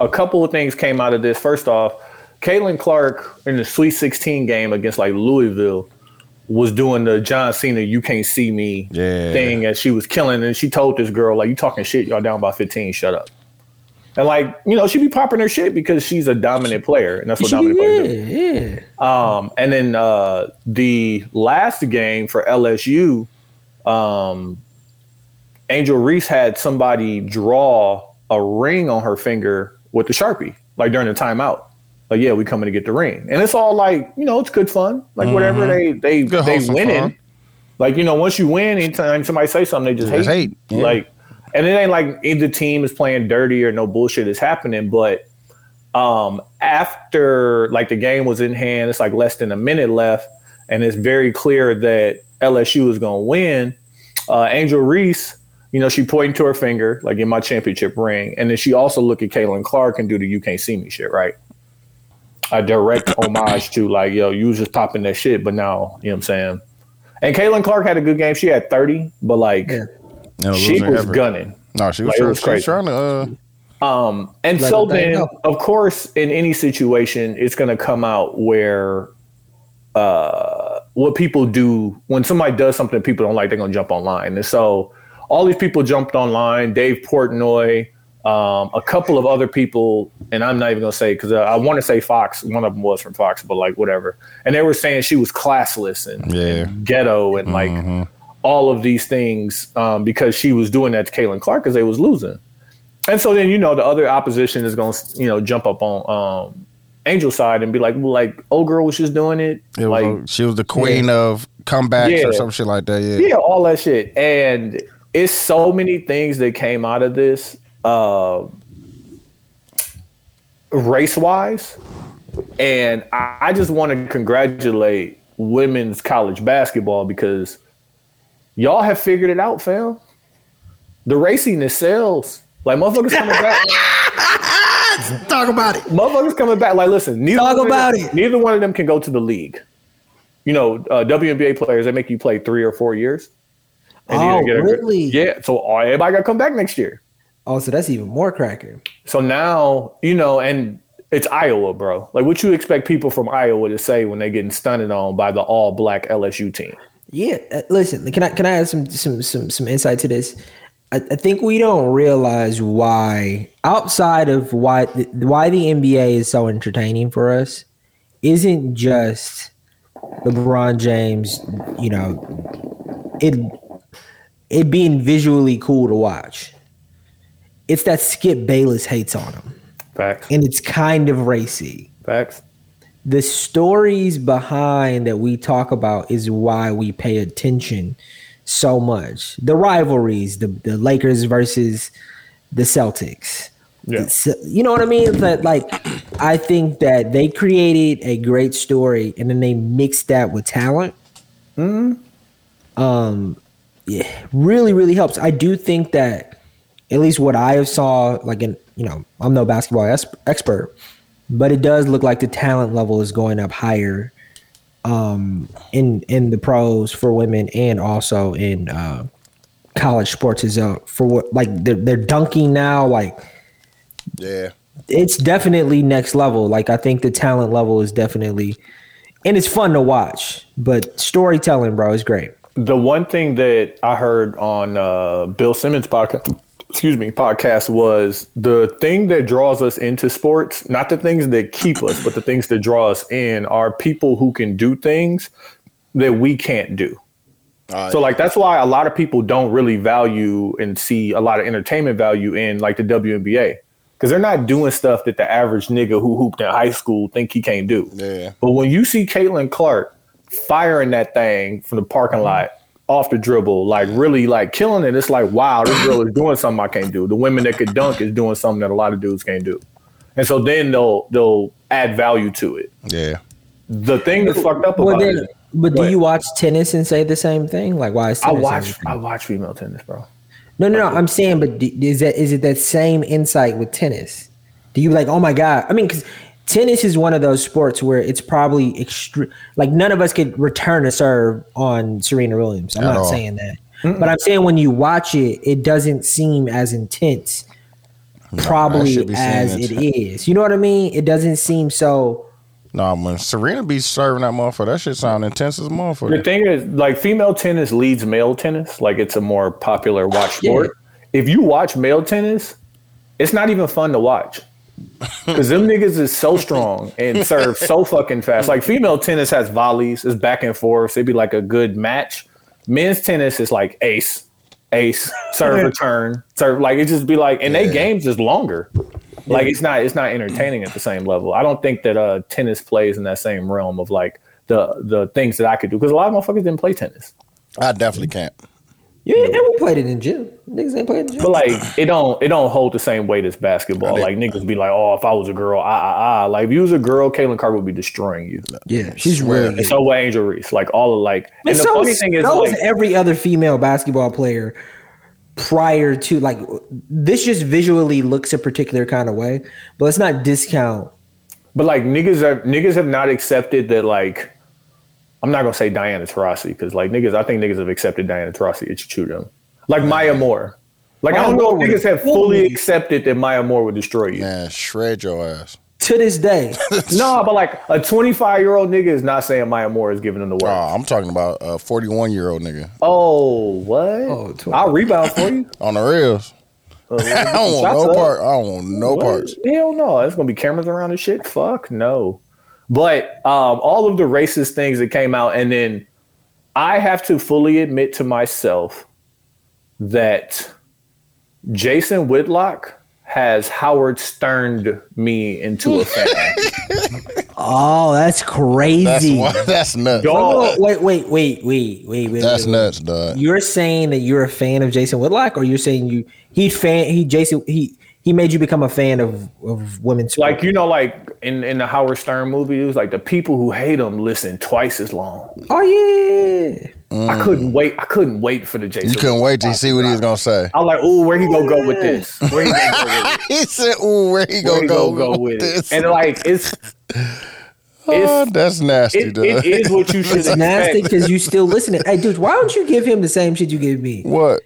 Speaker 2: a couple of things came out of this. First off, Caitlin Clark in the Sweet 16 game against like Louisville was doing the John Cena "You Can't See Me"
Speaker 1: Yeah.
Speaker 2: thing, and she was killing. And she told this girl, "Like you talking shit, y'all down by fifteen. Shut up." And like you know, she be popping her shit because she's a dominant player, and that's what
Speaker 3: She be-
Speaker 2: dominant players do.
Speaker 3: yeah, yeah.
Speaker 2: Um, and then uh, the last game for LSU, um, Angel Reese had somebody draw a ring on her finger with the sharpie, like during the timeout. Like, yeah, we coming to get the ring, and it's all like you know, it's good fun. Like whatever they they
Speaker 1: Mm-hmm. Good
Speaker 2: they
Speaker 1: wholesome
Speaker 2: winning.
Speaker 1: fun.
Speaker 2: Like you know, once you win, anytime somebody say something, they just hate.
Speaker 1: Just hate, yeah.
Speaker 2: Like, and it ain't like either team is playing dirty or no bullshit is happening, but um, after like the game was in hand, it's like less than a minute left, and it's very clear that LSU is going to win. Uh, Angel Reese, you know, she pointed to her finger, like in my championship ring, and then she also looked at Caitlin Clark and do the "You Can't See Me" shit, right? A direct homage to like, yo, you was just popping that shit, but now you know what I'm saying. And Caitlin Clark had a good game; she had 30, but like
Speaker 3: Yeah.
Speaker 1: No,
Speaker 2: she
Speaker 1: losing
Speaker 2: was
Speaker 1: effort.
Speaker 2: gunning.
Speaker 1: No, she was, trying,
Speaker 2: Like, it was
Speaker 1: she was
Speaker 2: crazy.
Speaker 1: trying to. Uh,
Speaker 2: And
Speaker 3: Like
Speaker 2: so
Speaker 3: the thing
Speaker 2: then,
Speaker 3: up.
Speaker 2: of course, in any situation, it's going to come out where uh, what people do when somebody does something people don't like, they're going to jump online. And so all these people jumped online. Dave Portnoy, um, a couple of other people, and I'm not even going to say because I want to say Fox. One of them was from Fox, but like whatever. And they were saying she was classless and,
Speaker 1: Yeah.
Speaker 2: and ghetto and like all of these things um, because she was doing that to Caitlin Clark because they was losing. And so then you know the other opposition is going to you know jump up on um, Angel's side and be like, well, like old girl was just doing it,
Speaker 1: it was,
Speaker 2: like
Speaker 1: a- she was the queen of comebacks or
Speaker 2: Yeah.
Speaker 1: some shit like that. Yeah.
Speaker 2: yeah, all that shit. And it's so many things that came out of this, uh, race wise. And I, I just want to congratulate women's college basketball because y'all have figured it out, fam. The raciness sells. Like motherfuckers coming back.
Speaker 3: Talk about it.
Speaker 2: motherfuckers coming back. Like, listen, neither
Speaker 3: Talk
Speaker 2: one of
Speaker 3: about
Speaker 2: them-
Speaker 3: it.
Speaker 2: Neither one of them can go to the league. You know, uh, WNBA players they make you play three or four years. And
Speaker 3: Oh,
Speaker 2: either get a good-
Speaker 3: really?
Speaker 2: yeah. So all, everybody got to come back next year.
Speaker 3: Oh, so that's even more cracker.
Speaker 2: So now you know, and it's Iowa, bro. Like, what you expect people from Iowa to say when they getting stunted on by the all black LSU team?
Speaker 3: Yeah, uh, listen. Can I can I add some some some some insight to this? I, I think we don't realize why outside of why th- why the NBA is so entertaining for us isn't just LeBron James. You know, it it being visually cool to watch. It's that Skip Bayless hates on him,
Speaker 2: Facts.
Speaker 3: and it's kind of racy
Speaker 2: Facts.
Speaker 3: the stories behind that we talk about is why we pay attention so much. The rivalries, the, the Lakers versus the Celtics.
Speaker 2: Yeah.
Speaker 3: It's- you know what I mean? But like, I think that they created a great story and then they mixed that with talent. Um, yeah, really, really helps. I do think that at least what I have saw, like, in you know, I'm no basketball es- expert, but it does look like the talent level is going up higher um in in the pros for women and also in uh college sports is up for what like they're, they're dunking now like
Speaker 1: Yeah.
Speaker 3: it's definitely next level like i think the talent level is definitely and it's fun to watch but storytelling bro is great
Speaker 2: The one thing that I heard on uh, Bill Simmons podcast, excuse me, podcast was the thing that draws us into sports, not the things that keep us, but the things that draw us in are people who can do things that we can't do. So like that's why a lot of people don't really value and see a lot of entertainment value in like the WNBA because they're not doing stuff that the average nigga who hooped in high school think he can't do.
Speaker 1: Yeah.
Speaker 2: But when you see Caitlin Clark firing that thing from the parking lot off the dribble, like really like killing it, it's like, wow, this girl is doing something I can't do. The women that could dunk is doing something that a lot of dudes can't do. And so then they'll they'll add value to it.
Speaker 1: Yeah.
Speaker 2: The thing that's fucked up
Speaker 3: well
Speaker 2: about
Speaker 3: then
Speaker 2: it,
Speaker 3: but
Speaker 2: Go
Speaker 3: do
Speaker 2: ahead.
Speaker 3: you watch tennis and say the same thing like why is
Speaker 2: I
Speaker 3: tennis
Speaker 2: watch
Speaker 3: everything?
Speaker 2: I watch female tennis, bro.
Speaker 3: No, no, no. I'm saying, but d- is that is it that same insight with tennis? Do you like, oh my god? I mean, because tennis is one of those sports where it's probably extre Like none of us could return a serve on Serena Williams. I'm
Speaker 1: At
Speaker 3: not
Speaker 1: all.
Speaker 3: saying that, but I'm saying when you watch it, it doesn't seem as intense,
Speaker 1: should
Speaker 3: probably
Speaker 1: be
Speaker 3: as
Speaker 1: seeing
Speaker 3: it is. You know what I mean? It doesn't seem so
Speaker 1: Nah, man. Serena be serving that motherfucker. That shit sound intense as a
Speaker 2: The
Speaker 1: motherfucker.
Speaker 2: thing is, like female tennis leads male tennis. Like it's a more popular watch
Speaker 3: Yeah.
Speaker 2: sport. If you watch male tennis, it's not even fun to watch. Cause them niggas is so strong and serve so fucking fast. Like female tennis has volleys, it's back and forth. It'd be like a good match. Men's tennis is like ace, ace, serve return, serve. Like it just be like, and they games is longer. Like it's not, it's not entertaining at the same level. I don't think that uh tennis plays in that same realm of like the the things that I could do. Cause a lot of motherfuckers didn't play tennis.
Speaker 1: I definitely can't.
Speaker 3: Yeah, and we played it in gym. Niggas ain't played in gym.
Speaker 2: But like it don't it don't hold the same weight as basketball.
Speaker 1: I
Speaker 2: Like
Speaker 1: think-
Speaker 2: niggas be like, oh, if I was a girl, ah ah ah. Like if you was a girl, Caitlin Carter would be destroying you.
Speaker 3: yeah, she's
Speaker 1: Swear.
Speaker 3: really.
Speaker 2: And so would Angel Reese. Like all of like. And the
Speaker 3: so
Speaker 2: funny
Speaker 3: is-
Speaker 2: thing is
Speaker 3: so
Speaker 2: like
Speaker 3: is every other female basketball player prior to like this just visually looks a particular kind of way, but let's not discount.
Speaker 2: But like niggas are niggas have not accepted that like I'm not gonna say Diana Taurasi because like niggas I think niggas have accepted Diana Taurasi and shoot them. Like Maya Moore. Like I
Speaker 3: Maya
Speaker 2: don't know
Speaker 3: Moore
Speaker 2: if niggas
Speaker 3: would-
Speaker 2: have fully accepted that Maya Moore would destroy you.
Speaker 1: Man, shred your ass.
Speaker 3: To this day,
Speaker 2: No, but like a 25 year old nigga is not saying Maya Moore is giving him the
Speaker 1: Oh,
Speaker 2: work.
Speaker 1: I'm talking about a 41 year old nigga
Speaker 2: Oh, what?
Speaker 3: Oh, 12.
Speaker 2: I'll rebound for you.
Speaker 1: on the rails. I don't want
Speaker 2: Uh, Shots
Speaker 1: no
Speaker 2: up.
Speaker 1: part. I don't want no
Speaker 2: What?
Speaker 1: parts.
Speaker 2: Hell no. There's gonna be cameras around and shit. Fuck no. But um, all of the racist things that came out, and then I have to fully admit to myself that Jason Whitlock has Howard Sterned me into a fan.
Speaker 3: oh, that's
Speaker 1: That's
Speaker 3: crazy.
Speaker 1: why, that's nuts.
Speaker 3: Oh,
Speaker 2: Dog,
Speaker 3: wait, wait, wait, wait, wait, wait.
Speaker 1: That's
Speaker 3: wait,
Speaker 1: nuts, dog.
Speaker 3: You're saying that you're a fan of Jason Whitlock, or you're saying you he fan he Jason he he made you become a fan of of women's
Speaker 2: like you know, like in, in the Howard Stern movie, it was like the people who hate him listen twice as long.
Speaker 3: sport. oh yeah.
Speaker 2: I couldn't wait. I couldn't wait for the Jason.
Speaker 1: Mm. You couldn't wait to see what he was gonna say.
Speaker 2: I was like, oh, where he gonna go with this? Where he gonna go with this?
Speaker 1: He said, "Ooh, where he
Speaker 2: Where
Speaker 1: gonna
Speaker 2: he
Speaker 1: go,
Speaker 2: gonna go with
Speaker 1: this?
Speaker 2: it? And like it's
Speaker 1: Oh,
Speaker 2: it's
Speaker 1: that's nasty,
Speaker 2: it,
Speaker 1: dog.
Speaker 2: it is what you should
Speaker 3: It's nasty
Speaker 2: expect.
Speaker 3: because you still listening. Hey, dude, why don't you give him the same shit you give me?
Speaker 1: what?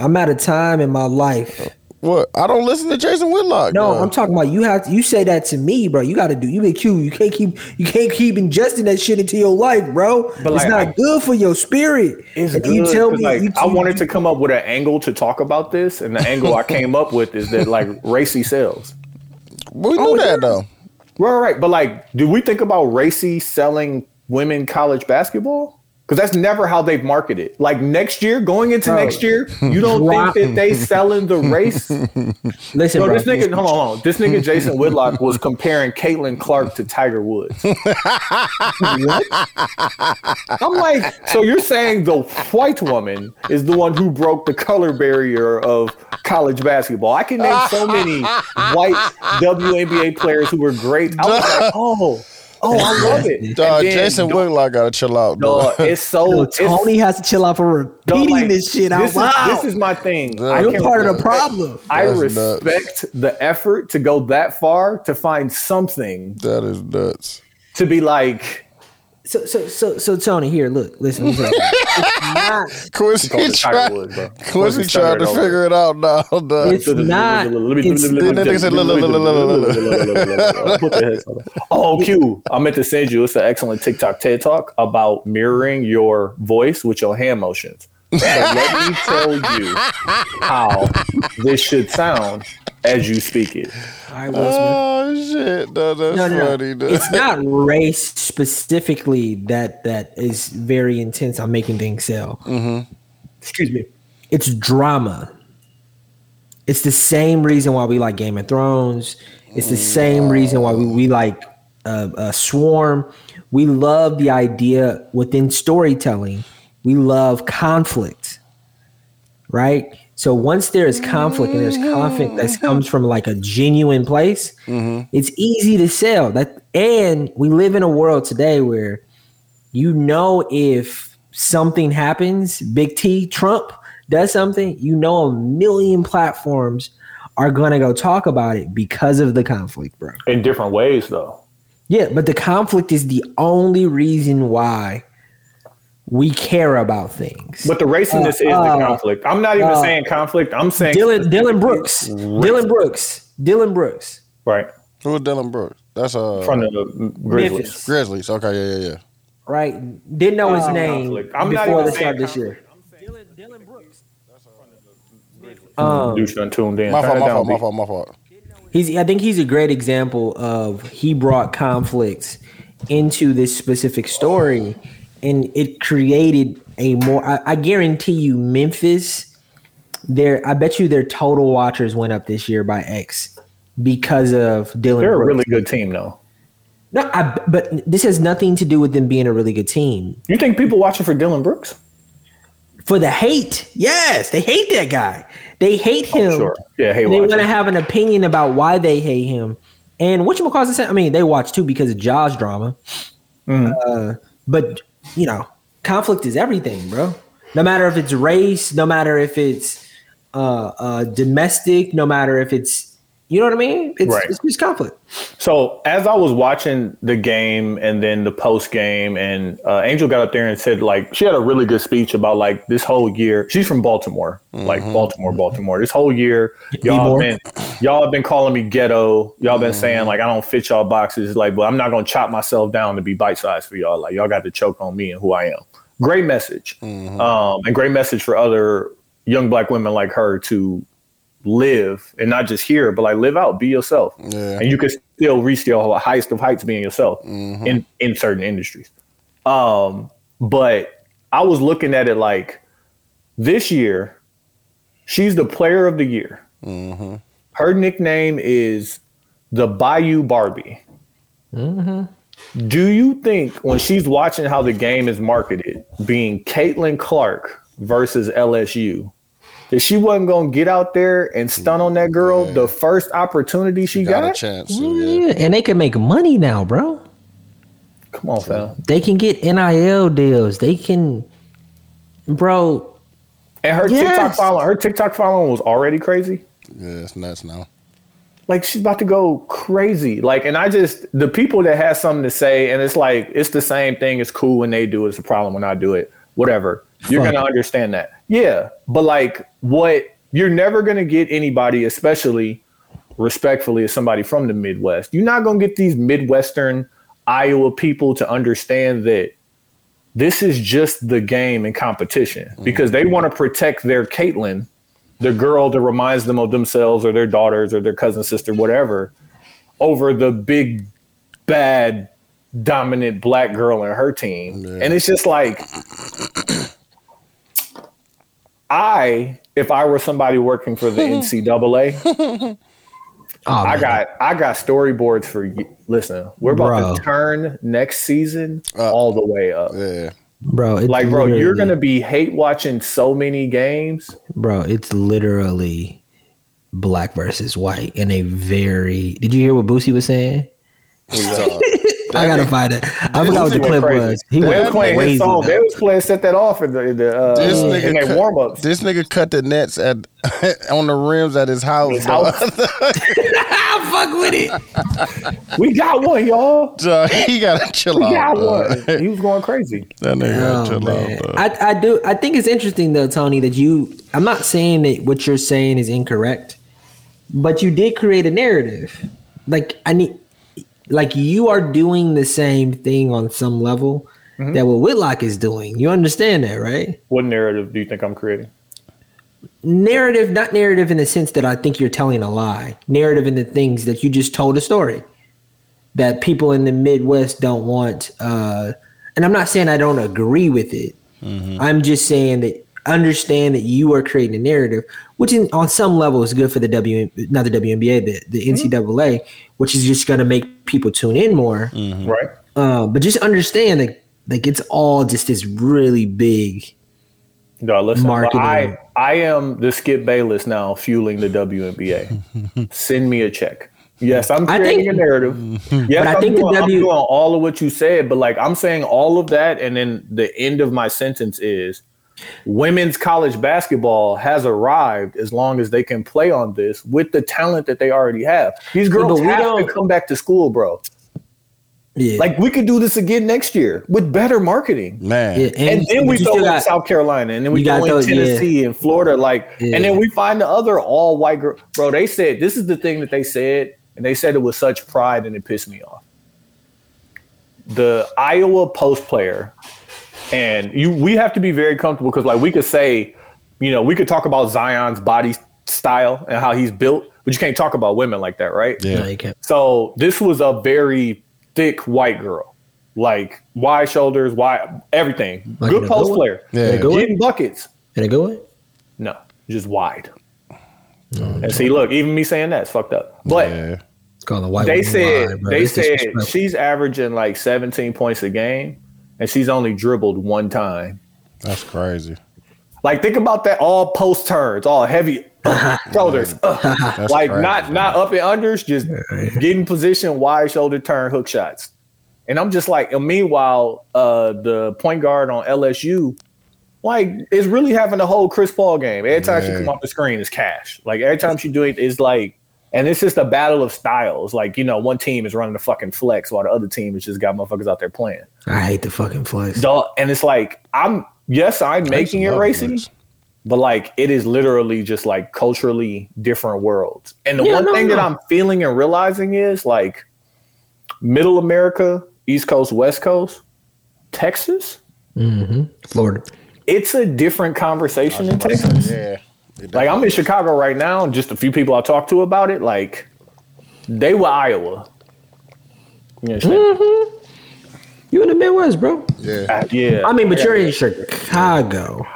Speaker 3: I'm at a time in my life.
Speaker 1: What? I don't listen to Jason Whitlock.
Speaker 3: No,
Speaker 1: dog.
Speaker 3: I'm talking about you have to, you say that to me, bro. You got to do. You been cute. You can't keep you can't keep ingesting that shit into your life, bro. it's
Speaker 2: like,
Speaker 3: not
Speaker 2: I-
Speaker 3: good for your spirit.
Speaker 2: It's
Speaker 3: And
Speaker 2: good,
Speaker 3: you tell
Speaker 2: 'cause,
Speaker 3: me
Speaker 2: like,
Speaker 3: you,
Speaker 2: I wanted to come up with an angle to talk about this, and the angle I came up with is that like racy sales.
Speaker 1: We
Speaker 2: oh,
Speaker 1: knew that though.
Speaker 2: We're all right, but like, do we think about racy selling women college basketball? Because that's never how they've marketed. Like next year, going into
Speaker 3: Bro.
Speaker 2: next year, you don't
Speaker 3: Drop.
Speaker 2: think that they selling the race?
Speaker 3: listen,
Speaker 2: Bro,
Speaker 3: bro.
Speaker 2: this nigga, hold on, hold on. This nigga Jason Whitlock was comparing Caitlin Clark to Tiger Woods. I'm like, so you're saying the white woman is the one who broke the color barrier of college basketball? I can name so many white WNBA players who were great. I was like, oh, oh, I love it. And
Speaker 1: Dog,
Speaker 2: then,
Speaker 1: Jason
Speaker 2: dog,
Speaker 1: Whitlock gotta chill out, dog.
Speaker 2: dog, it's so
Speaker 3: Yo,
Speaker 2: it's-
Speaker 3: Tony has to chill out for
Speaker 2: dog,
Speaker 3: repeating
Speaker 2: like,
Speaker 3: this shit out
Speaker 2: this is-
Speaker 3: loud.
Speaker 2: This is my thing. I
Speaker 1: You're
Speaker 3: You're
Speaker 2: can't
Speaker 3: part of the
Speaker 2: respect-
Speaker 3: problem.
Speaker 2: I
Speaker 1: That's nuts.
Speaker 2: respect the effort to go that far to find something
Speaker 1: that is nuts.
Speaker 2: to be like
Speaker 3: So, so, so, so, Tony, here, look, listen. listen. it's not.
Speaker 1: Quincy
Speaker 2: Tiger
Speaker 1: tried.
Speaker 2: Woods, bro.
Speaker 1: Quincy
Speaker 2: Quincy
Speaker 1: tried
Speaker 2: started
Speaker 1: to
Speaker 2: over.
Speaker 1: figure it out, now, dog.
Speaker 3: It's not. It's,
Speaker 1: Then that nigga said, "Look, look, look, look, look, look, look, look."
Speaker 2: What the heck? Oh, Q. I meant to send you. It's an excellent TikTok TED talk about mirroring your voice with your hand motions. So let me tell you how this should sound as you speak it.
Speaker 3: All right, Will Smith.
Speaker 1: Oh shit, dog, that's
Speaker 3: No, no,
Speaker 1: funny,
Speaker 3: no.
Speaker 1: dog.
Speaker 3: It's not race specifically that that is very intense on making things sell.
Speaker 1: Mm-hmm.
Speaker 2: Excuse me.
Speaker 3: It's drama. It's the same reason why we like Game of Thrones. It's the same reason why we, we like uh, uh, Swarm. We love the idea within storytelling. We love conflict, right? So once there is conflict and there's conflict that comes from like a genuine place, it's easy to sell. That and we live in a world today where you know if something happens, Big T Trump does something, you know a million platforms are gonna go talk about it because of the conflict, bro.
Speaker 2: In different ways, though.
Speaker 3: Yeah, but the conflict is the only reason why we care about things.
Speaker 2: But the raciness is the
Speaker 3: uh,
Speaker 2: conflict. I'm not even
Speaker 3: uh,
Speaker 2: saying conflict. I'm saying
Speaker 3: Dylan Dylan Brooks. Dylan Brooks. Dylan Brooks.
Speaker 2: Right.
Speaker 1: Who's Dylan Brooks? That's uh
Speaker 2: From the Grizzlies.
Speaker 3: Memphis,
Speaker 1: Grizzlies. Okay, yeah, yeah, yeah.
Speaker 3: right? Didn't know his name
Speaker 2: conflict. I'm not
Speaker 3: before
Speaker 2: even
Speaker 3: the start of
Speaker 2: saying
Speaker 3: this year. Um,
Speaker 2: Douche untuned in.
Speaker 1: My fault,
Speaker 2: Turn it
Speaker 1: my
Speaker 2: down,
Speaker 1: fault,
Speaker 2: B.
Speaker 1: my fault, my fault.
Speaker 3: he's I think he's a great example of he brought conflicts into this specific story, and it created a more. I, I guarantee you, Memphis, their I bet you their total watchers went up this year by X because of Dylan.
Speaker 2: They're a
Speaker 3: Brooks.
Speaker 2: really good team, though.
Speaker 3: no, I, but this has nothing to do with them being a really good team.
Speaker 2: You think people watching for Dylan Brooks?
Speaker 3: for the hate. Yes, they hate that guy. They hate him.
Speaker 2: Oh, sure. Yeah, hate
Speaker 3: And They
Speaker 2: watchers.
Speaker 3: want to have an opinion about why they hate him. And what you cause I mean, they watch too because of Josh drama.
Speaker 2: Mm.
Speaker 3: Uh, but you know, conflict is everything, bro. No matter if it's race, no matter if it's uh, uh, domestic, no matter if it's you know what I mean. It's,
Speaker 2: Right.
Speaker 3: it's just conflict.
Speaker 2: So as I was watching the game and then the post game, and uh, Angel got up there and said like she had a really good speech about like this whole year. She's from Baltimore, like Baltimore, Baltimore. This whole year, y'all
Speaker 3: Anymore?
Speaker 2: been y'all have been calling me ghetto. Y'all been saying like I don't fit y'all boxes. Like, but I'm not gonna chop myself down to be bite sized for y'all. Like y'all got to choke on me and who I am. Great message, um, and great message for other young black women like her to live and not just hear, but like live out, be yourself,
Speaker 1: Yeah.
Speaker 2: and you can still reach the highest of heights being yourself in in certain industries. Um, but I was looking at it like this year, she's the player of the year. Her nickname is the Bayou Barbie. Do you think when she's watching how the game is marketed, being Caitlin Clark versus LSU, that she wasn't gonna get out there and stun on that girl the first opportunity she
Speaker 1: Got
Speaker 2: got?
Speaker 1: a chance. So, yeah.
Speaker 3: and they can make money now, bro.
Speaker 2: Come on, fam.
Speaker 3: They can get NIL deals. They can, bro.
Speaker 2: And her
Speaker 3: Yes.
Speaker 2: TikTok following, her TikTok following was already crazy.
Speaker 1: yeah, it's nuts now.
Speaker 2: Like she's about to go crazy. Like, and I just the people that have something to say, and it's like it's the same thing. It's cool when they do it. It's a problem when I do it. Whatever. You're
Speaker 3: Fuck.
Speaker 2: gonna understand that. Yeah, but like, what you're never gonna get anybody, especially respectfully, as somebody from the Midwest. You're not gonna get these Midwestern Iowa people to understand that this is just the game and competition because they want to protect their Caitlyn, the girl that reminds them of themselves or their daughters or their cousin, sister, whatever, over the big, bad, dominant black girl and her team. And it's just like, I, if I were somebody working for the NCAA,
Speaker 3: Oh,
Speaker 2: I
Speaker 3: man.
Speaker 2: got I got storyboards for you. Listen, we're about
Speaker 3: Bro.
Speaker 2: to turn next season all the way up.
Speaker 1: Yeah.
Speaker 3: bro. It's
Speaker 2: Like, bro, you're
Speaker 3: literally-
Speaker 2: gonna be hate watching so many games.
Speaker 3: bro. It's literally black versus white in a very. Did you hear what Boosie was saying?
Speaker 1: So,
Speaker 3: I gotta find it. I forgot what the
Speaker 2: Went
Speaker 3: clip
Speaker 2: crazy.
Speaker 3: was. He
Speaker 2: they was
Speaker 3: went
Speaker 2: playing his
Speaker 3: crazy.
Speaker 2: song. They
Speaker 3: man.
Speaker 2: was playing set that off in the, in the uh,
Speaker 1: this
Speaker 2: in
Speaker 1: nigga
Speaker 2: their
Speaker 1: cut,
Speaker 2: warm ups.
Speaker 1: This nigga cut the nets at on the rims at his house.
Speaker 2: His
Speaker 1: dog.
Speaker 3: I fuck with it.
Speaker 2: We got one, y'all.
Speaker 1: So he gotta chill
Speaker 2: We
Speaker 1: out.
Speaker 2: got
Speaker 1: dog.
Speaker 2: one. He was going crazy.
Speaker 1: That nigga gotta
Speaker 3: Oh,
Speaker 1: chill
Speaker 3: man.
Speaker 1: out. dog.
Speaker 3: I, I do. I think it's interesting though, Tony, that you. I'm not saying that what you're saying is incorrect, but you did create a narrative. Like I need, like you are doing the same thing on some level
Speaker 2: Mm-hmm.
Speaker 3: that what Whitlock is doing. You understand that, right?
Speaker 2: What narrative do you think I'm creating?
Speaker 3: narrative not narrative in the sense that i think you're telling a lie narrative in the things that you just told a story that people in the midwest don't want uh and i'm not saying i don't agree with it
Speaker 2: Mm-hmm.
Speaker 3: i'm just saying that understand that you are creating a narrative which in, on some level is good for the w not the WNBA the,
Speaker 2: Mm-hmm.
Speaker 3: the ncaa which is just going to make people tune in more
Speaker 2: Right?
Speaker 3: uh, but just understand that like it's all just this really big
Speaker 2: No, listen.
Speaker 3: Marketing.
Speaker 2: I I am the Skip Bayless now, fueling the WNBA. Send me a check. Yes, I'm
Speaker 3: I
Speaker 2: creating
Speaker 3: think-
Speaker 2: a narrative. Yes,
Speaker 3: But I
Speaker 2: I'm,
Speaker 3: think the
Speaker 2: doing, I'm
Speaker 3: W-
Speaker 2: doing all of what you said, but like I'm saying all of that, and then the end of my sentence is, women's college basketball has arrived as long as they can play on this with the talent that they already have. These girls
Speaker 3: but we
Speaker 2: have
Speaker 3: don't-
Speaker 2: to come back to school, bro.
Speaker 3: yeah
Speaker 2: Like we could do this again next year with better marketing
Speaker 1: Man.
Speaker 3: Yeah,
Speaker 2: and then
Speaker 3: but
Speaker 2: we
Speaker 3: you
Speaker 2: go in
Speaker 3: still got-
Speaker 2: South Carolina, and then we
Speaker 3: you
Speaker 2: go
Speaker 3: got
Speaker 2: in
Speaker 3: those, yeah.
Speaker 2: Tennessee and Florida, like,
Speaker 3: Yeah.
Speaker 2: and then we find the other all white girl. Bro, they said this is the thing that they said and they said it with such pride, and it pissed me off. The Iowa post player, and you, we have to be very comfortable because, like, we could say, you know, we could talk about Zion's body style and how he's built, but you can't talk about women like that, right?
Speaker 3: No, you can't.
Speaker 2: So this was a very thick white girl, like wide shoulders, wide everything.
Speaker 3: Like in
Speaker 2: good
Speaker 3: a
Speaker 2: post
Speaker 3: good one?
Speaker 2: player,
Speaker 1: Yeah.
Speaker 3: Good one?
Speaker 2: getting buckets.
Speaker 3: And a good one?
Speaker 2: No, just wide.
Speaker 3: Oh,
Speaker 2: and see, look, even me saying that's fucked up. But
Speaker 1: yeah.
Speaker 3: It's called a white
Speaker 2: they
Speaker 3: woman
Speaker 2: said
Speaker 3: line, bro.
Speaker 2: they
Speaker 3: That's
Speaker 2: said
Speaker 3: disrespectful.
Speaker 2: she's averaging like 17 points a game, and she's only dribbled one time.
Speaker 1: That's crazy.
Speaker 2: Like think about that, all post turns, all heavy uh, shoulders, uh,
Speaker 1: That's
Speaker 2: like
Speaker 1: crazy,
Speaker 2: not
Speaker 1: man.
Speaker 2: not up and unders, just getting position, wide shoulder turn, hook shots. And I'm just like, and meanwhile, uh, the point guard on LSU, like, is really having the whole Chris Paul game. Every time
Speaker 1: Yeah.
Speaker 2: she come off the screen, is cash. Like every time she do it, it's like, and it's just a battle of styles. Like you know, one team is running the fucking flex while the other team has just got motherfuckers out there playing.
Speaker 3: I hate the fucking flex.
Speaker 2: Dog, and it's like I'm yes, I'm making it
Speaker 1: love
Speaker 2: racy,
Speaker 1: flex.
Speaker 2: but like it is literally just like culturally different worlds. And the
Speaker 3: Yeah,
Speaker 2: one
Speaker 3: no,
Speaker 2: thing
Speaker 3: no.
Speaker 2: that I'm feeling and realizing is like middle America, East Coast, West Coast, Texas,
Speaker 3: Florida.
Speaker 2: it's a different conversation in Texas.
Speaker 1: Yeah. It
Speaker 2: Like I'm in Chicago right now, and just a few people I talked to about it, like they were Iowa. You understand?
Speaker 3: You in the Midwest, bro.
Speaker 1: yeah.
Speaker 2: Yeah.
Speaker 3: Mm. I mean, but you're in Chicago.
Speaker 2: Chicago.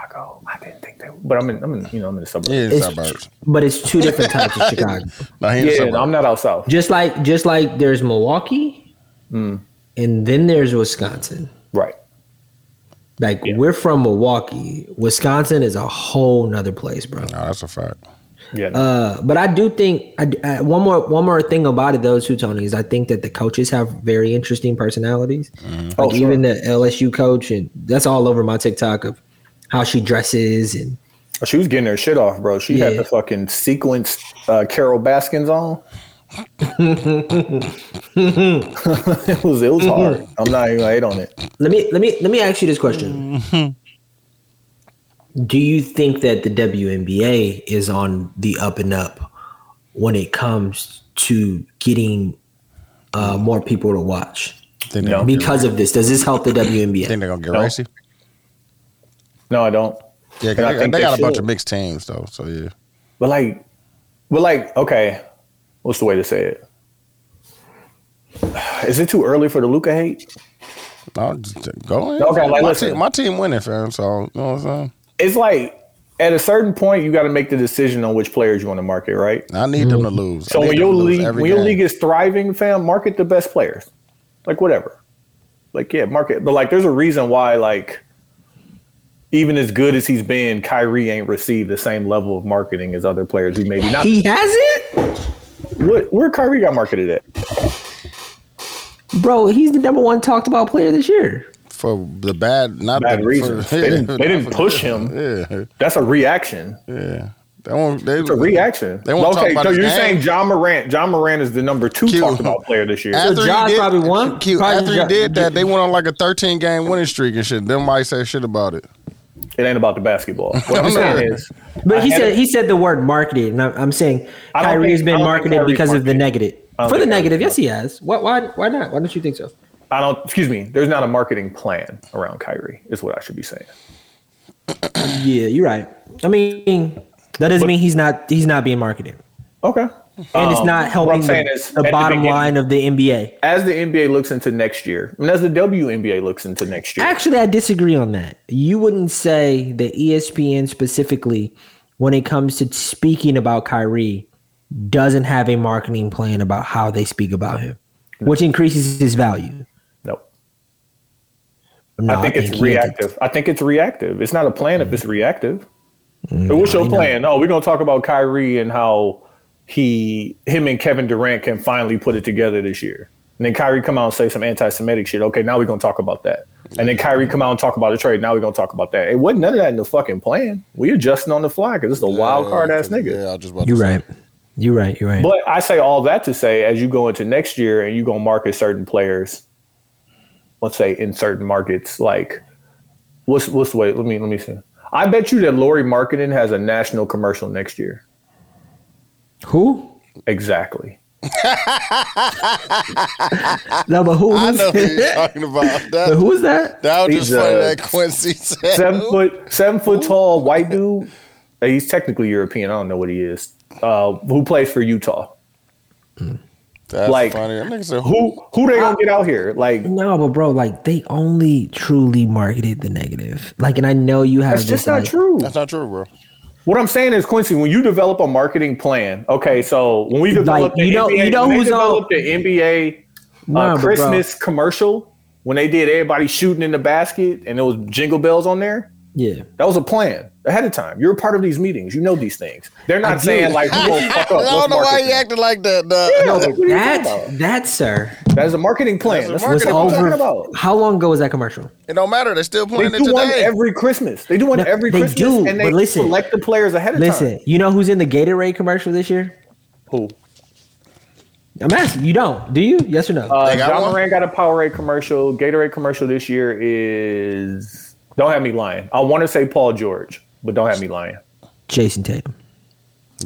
Speaker 2: I didn't think they were, but I'm in I'm in you know I'm in the suburbs.
Speaker 1: He in the
Speaker 3: It's-
Speaker 1: suburbs.
Speaker 3: But it's two different types of Chicago.
Speaker 1: No, he in the
Speaker 2: Yeah,
Speaker 1: suburbs.
Speaker 2: I'm not out south.
Speaker 3: Just like just like there's Milwaukee, Hmm. and then there's Wisconsin.
Speaker 2: Right.
Speaker 3: Like we're from Milwaukee. Wisconsin is a whole nother place, bro.
Speaker 1: No, that's a fact.
Speaker 2: Yeah.
Speaker 3: Uh, but I do think I, I, one more one more thing about it though too, Tony, is I think that the coaches have very interesting personalities. Like
Speaker 2: Oh, sure.
Speaker 3: even the LSU coach, and that's all over my TikTok of how she dresses and
Speaker 2: She was getting her shit off, bro. She had
Speaker 3: Yeah.
Speaker 2: the fucking sequence uh, Carol Baskins on. it was it was hard. I'm not even gonna hate on it.
Speaker 3: Let me let me let me ask you this question. Do you think that the WNBA is on the up and up when it comes to getting uh, more people to watch
Speaker 1: Think
Speaker 2: No.
Speaker 1: they're going
Speaker 3: because of this? Does this help the WNBA?
Speaker 1: to get
Speaker 2: No.
Speaker 1: racy?
Speaker 2: No, I don't.
Speaker 1: Yeah, 'cause
Speaker 2: And I
Speaker 1: they,
Speaker 2: think
Speaker 1: they
Speaker 2: they
Speaker 1: got a bunch
Speaker 2: should.
Speaker 1: of mixed teams, though. So, yeah.
Speaker 2: But like, but like, okay, what's the way to say it? Is it too early for the Luca hate?
Speaker 1: No, just go in.
Speaker 2: Okay, like,
Speaker 1: my,
Speaker 2: listen.
Speaker 1: team, my team winning, fam. So, you know what I'm saying?
Speaker 2: It's like at a certain point you got to make the decision on which players you want to market, right?
Speaker 1: I need them to lose.
Speaker 2: Mm-hmm. So
Speaker 1: I need
Speaker 2: when
Speaker 1: them
Speaker 2: your
Speaker 1: to lose
Speaker 2: league
Speaker 1: every
Speaker 2: when your
Speaker 1: game.
Speaker 2: league is thriving, fam, market the best players. Like whatever. Like yeah, market. But like there's a reason why like even as good as he's been, Kyrie ain't received the same level of marketing as other players who maybe not.
Speaker 3: He hasn't,
Speaker 2: What, where Kyrie got marketed at?
Speaker 3: bro. He's the number one talked about player this year.
Speaker 1: for the bad, not
Speaker 2: Bad
Speaker 1: the,
Speaker 2: reasons. They didn't- they didn't
Speaker 1: not for
Speaker 2: push
Speaker 1: the-
Speaker 2: him.
Speaker 1: Yeah,
Speaker 2: That's a reaction.
Speaker 1: yeah. They won't. They,
Speaker 2: It's a reaction.
Speaker 1: They won't talk
Speaker 2: okay,
Speaker 1: about
Speaker 2: so
Speaker 1: his
Speaker 2: you're
Speaker 1: game.
Speaker 2: saying John Morant? John Morant is the number two
Speaker 1: Q.
Speaker 2: talked about player this year.
Speaker 1: After he
Speaker 3: John
Speaker 1: did-
Speaker 3: probably won.
Speaker 1: Q,
Speaker 3: Probably
Speaker 1: after he
Speaker 3: John-
Speaker 1: did that, they went on like a 13 game winning streak and shit. Them might say shit about it.
Speaker 2: It ain't about the basketball. What I'm saying is,
Speaker 3: But
Speaker 2: I
Speaker 3: he
Speaker 2: had
Speaker 3: said
Speaker 2: it-
Speaker 3: he said the word marketed, and I'm, I'm saying
Speaker 2: I don't
Speaker 3: Kyrie's
Speaker 2: think- I
Speaker 3: been
Speaker 2: don't think
Speaker 3: marketed
Speaker 2: Kyrie's
Speaker 3: because of the
Speaker 2: marketed.
Speaker 3: negative.
Speaker 2: I don't
Speaker 3: For the
Speaker 2: think Kyrie's
Speaker 3: negative, yes, he has. Why, why why not? Why don't you think so?
Speaker 2: I don't. Excuse me. There's not a marketing plan around Kyrie. Is what I should be saying.
Speaker 3: Yeah, you're right. I mean, that doesn't mean he's not he's not being marketed,
Speaker 2: Okay.
Speaker 3: and it's not helping
Speaker 2: Um,
Speaker 3: the,
Speaker 2: saying is,
Speaker 3: the
Speaker 2: at the
Speaker 3: bottom
Speaker 2: beginning-
Speaker 3: line of the NBA.
Speaker 2: As the NBA looks into next year, and as the WNBA looks into next year,
Speaker 3: Actually, I disagree on that. You wouldn't say that E ESPN specifically, when it comes to speaking about Kyrie, doesn't have a marketing plan about how they speak about him, which increases his value.
Speaker 2: no.
Speaker 3: No,
Speaker 2: I think it's
Speaker 3: he-
Speaker 2: reactive. I think it's reactive. It's not a plan if it's reactive. But what's your
Speaker 3: you know-
Speaker 2: plan? Oh, we're gonna talk about Kyrie and how he, him, and Kevin Durant can finally put it together this year. And then Kyrie come out and say some anti-Semitic shit. Okay, now we're gonna talk about that. And then Kyrie come out and talk about a trade. Now we're gonna talk about that. It wasn't none of that in the fucking plan. We adjusting on the fly because it's a wild card ass nigga.
Speaker 1: Yeah, I was just about
Speaker 3: You're
Speaker 1: to say.
Speaker 3: right. You're right. You're right.
Speaker 2: But I say all that to say, as you go into next year and you gonna market certain players, let's say in certain markets, like what's what's the way? Let me let me see. I bet you that Lori Marketing has a national commercial next year.
Speaker 3: Who?
Speaker 2: Exactly.
Speaker 3: No, but who?
Speaker 1: I
Speaker 3: Who's,
Speaker 1: know who you're talking about.
Speaker 3: but
Speaker 1: That,
Speaker 3: who is that?
Speaker 1: that was
Speaker 2: He's
Speaker 1: just funny
Speaker 2: a
Speaker 1: that Quincy said.
Speaker 2: seven foot seven foot tall white dude. Uh, He's technically European. I don't know what he is. Uh, who plays for Utah?
Speaker 1: That's
Speaker 2: like,
Speaker 1: funny. That nigga said, who?
Speaker 2: Who who they gonna get out here? Like
Speaker 3: No, but bro, like they only truly marketed the negative. Like, and I know you have
Speaker 2: that's
Speaker 3: this,
Speaker 2: just not
Speaker 3: like-
Speaker 2: true.
Speaker 1: That's not true, bro.
Speaker 2: What I'm saying is, Quincy, when you develop a marketing plan, okay, so when we
Speaker 3: Like,
Speaker 2: develop the
Speaker 3: you know-
Speaker 2: NBA,
Speaker 3: you know
Speaker 2: when they
Speaker 3: who's on-
Speaker 2: developed the NBA uh,
Speaker 3: Nah, but bro.
Speaker 2: Christmas commercial, when they did everybody shooting in the basket and there was jingle bells on there,
Speaker 3: Yeah,
Speaker 2: that was a plan ahead of time. You're a part of these meetings. You know these things. They're not saying like, "Who gonna fuck
Speaker 1: I
Speaker 2: up?"
Speaker 1: don't
Speaker 2: Let's
Speaker 1: know why
Speaker 2: market
Speaker 1: he
Speaker 2: this."
Speaker 1: acted like that. dog.
Speaker 2: No, like, what are you talking about?
Speaker 3: that that sir
Speaker 2: That is a marketing plan.
Speaker 1: That's
Speaker 2: That's,
Speaker 1: a
Speaker 2: what
Speaker 3: was
Speaker 1: marketing
Speaker 2: I'm talking
Speaker 3: over.
Speaker 2: about.
Speaker 3: How long ago was that commercial?
Speaker 1: It don't matter. They're still
Speaker 2: They
Speaker 1: playing it
Speaker 2: do one
Speaker 1: today.
Speaker 2: every Christmas. They do one
Speaker 3: No,
Speaker 2: every
Speaker 3: they
Speaker 2: Christmas,
Speaker 3: do,
Speaker 2: and they
Speaker 3: but listen.
Speaker 2: select the players ahead of time.
Speaker 3: Listen, you know who's in the Gatorade commercial this year?
Speaker 2: Who?
Speaker 3: I'm asking. You don't? Do you? Yes or no?
Speaker 2: Uh,
Speaker 1: They got
Speaker 2: John
Speaker 1: one?
Speaker 2: Moran got a Powerade commercial. Gatorade commercial this year is don't have me lying. I want to say Paul George, but don't have me lying.
Speaker 3: Jason Tatum.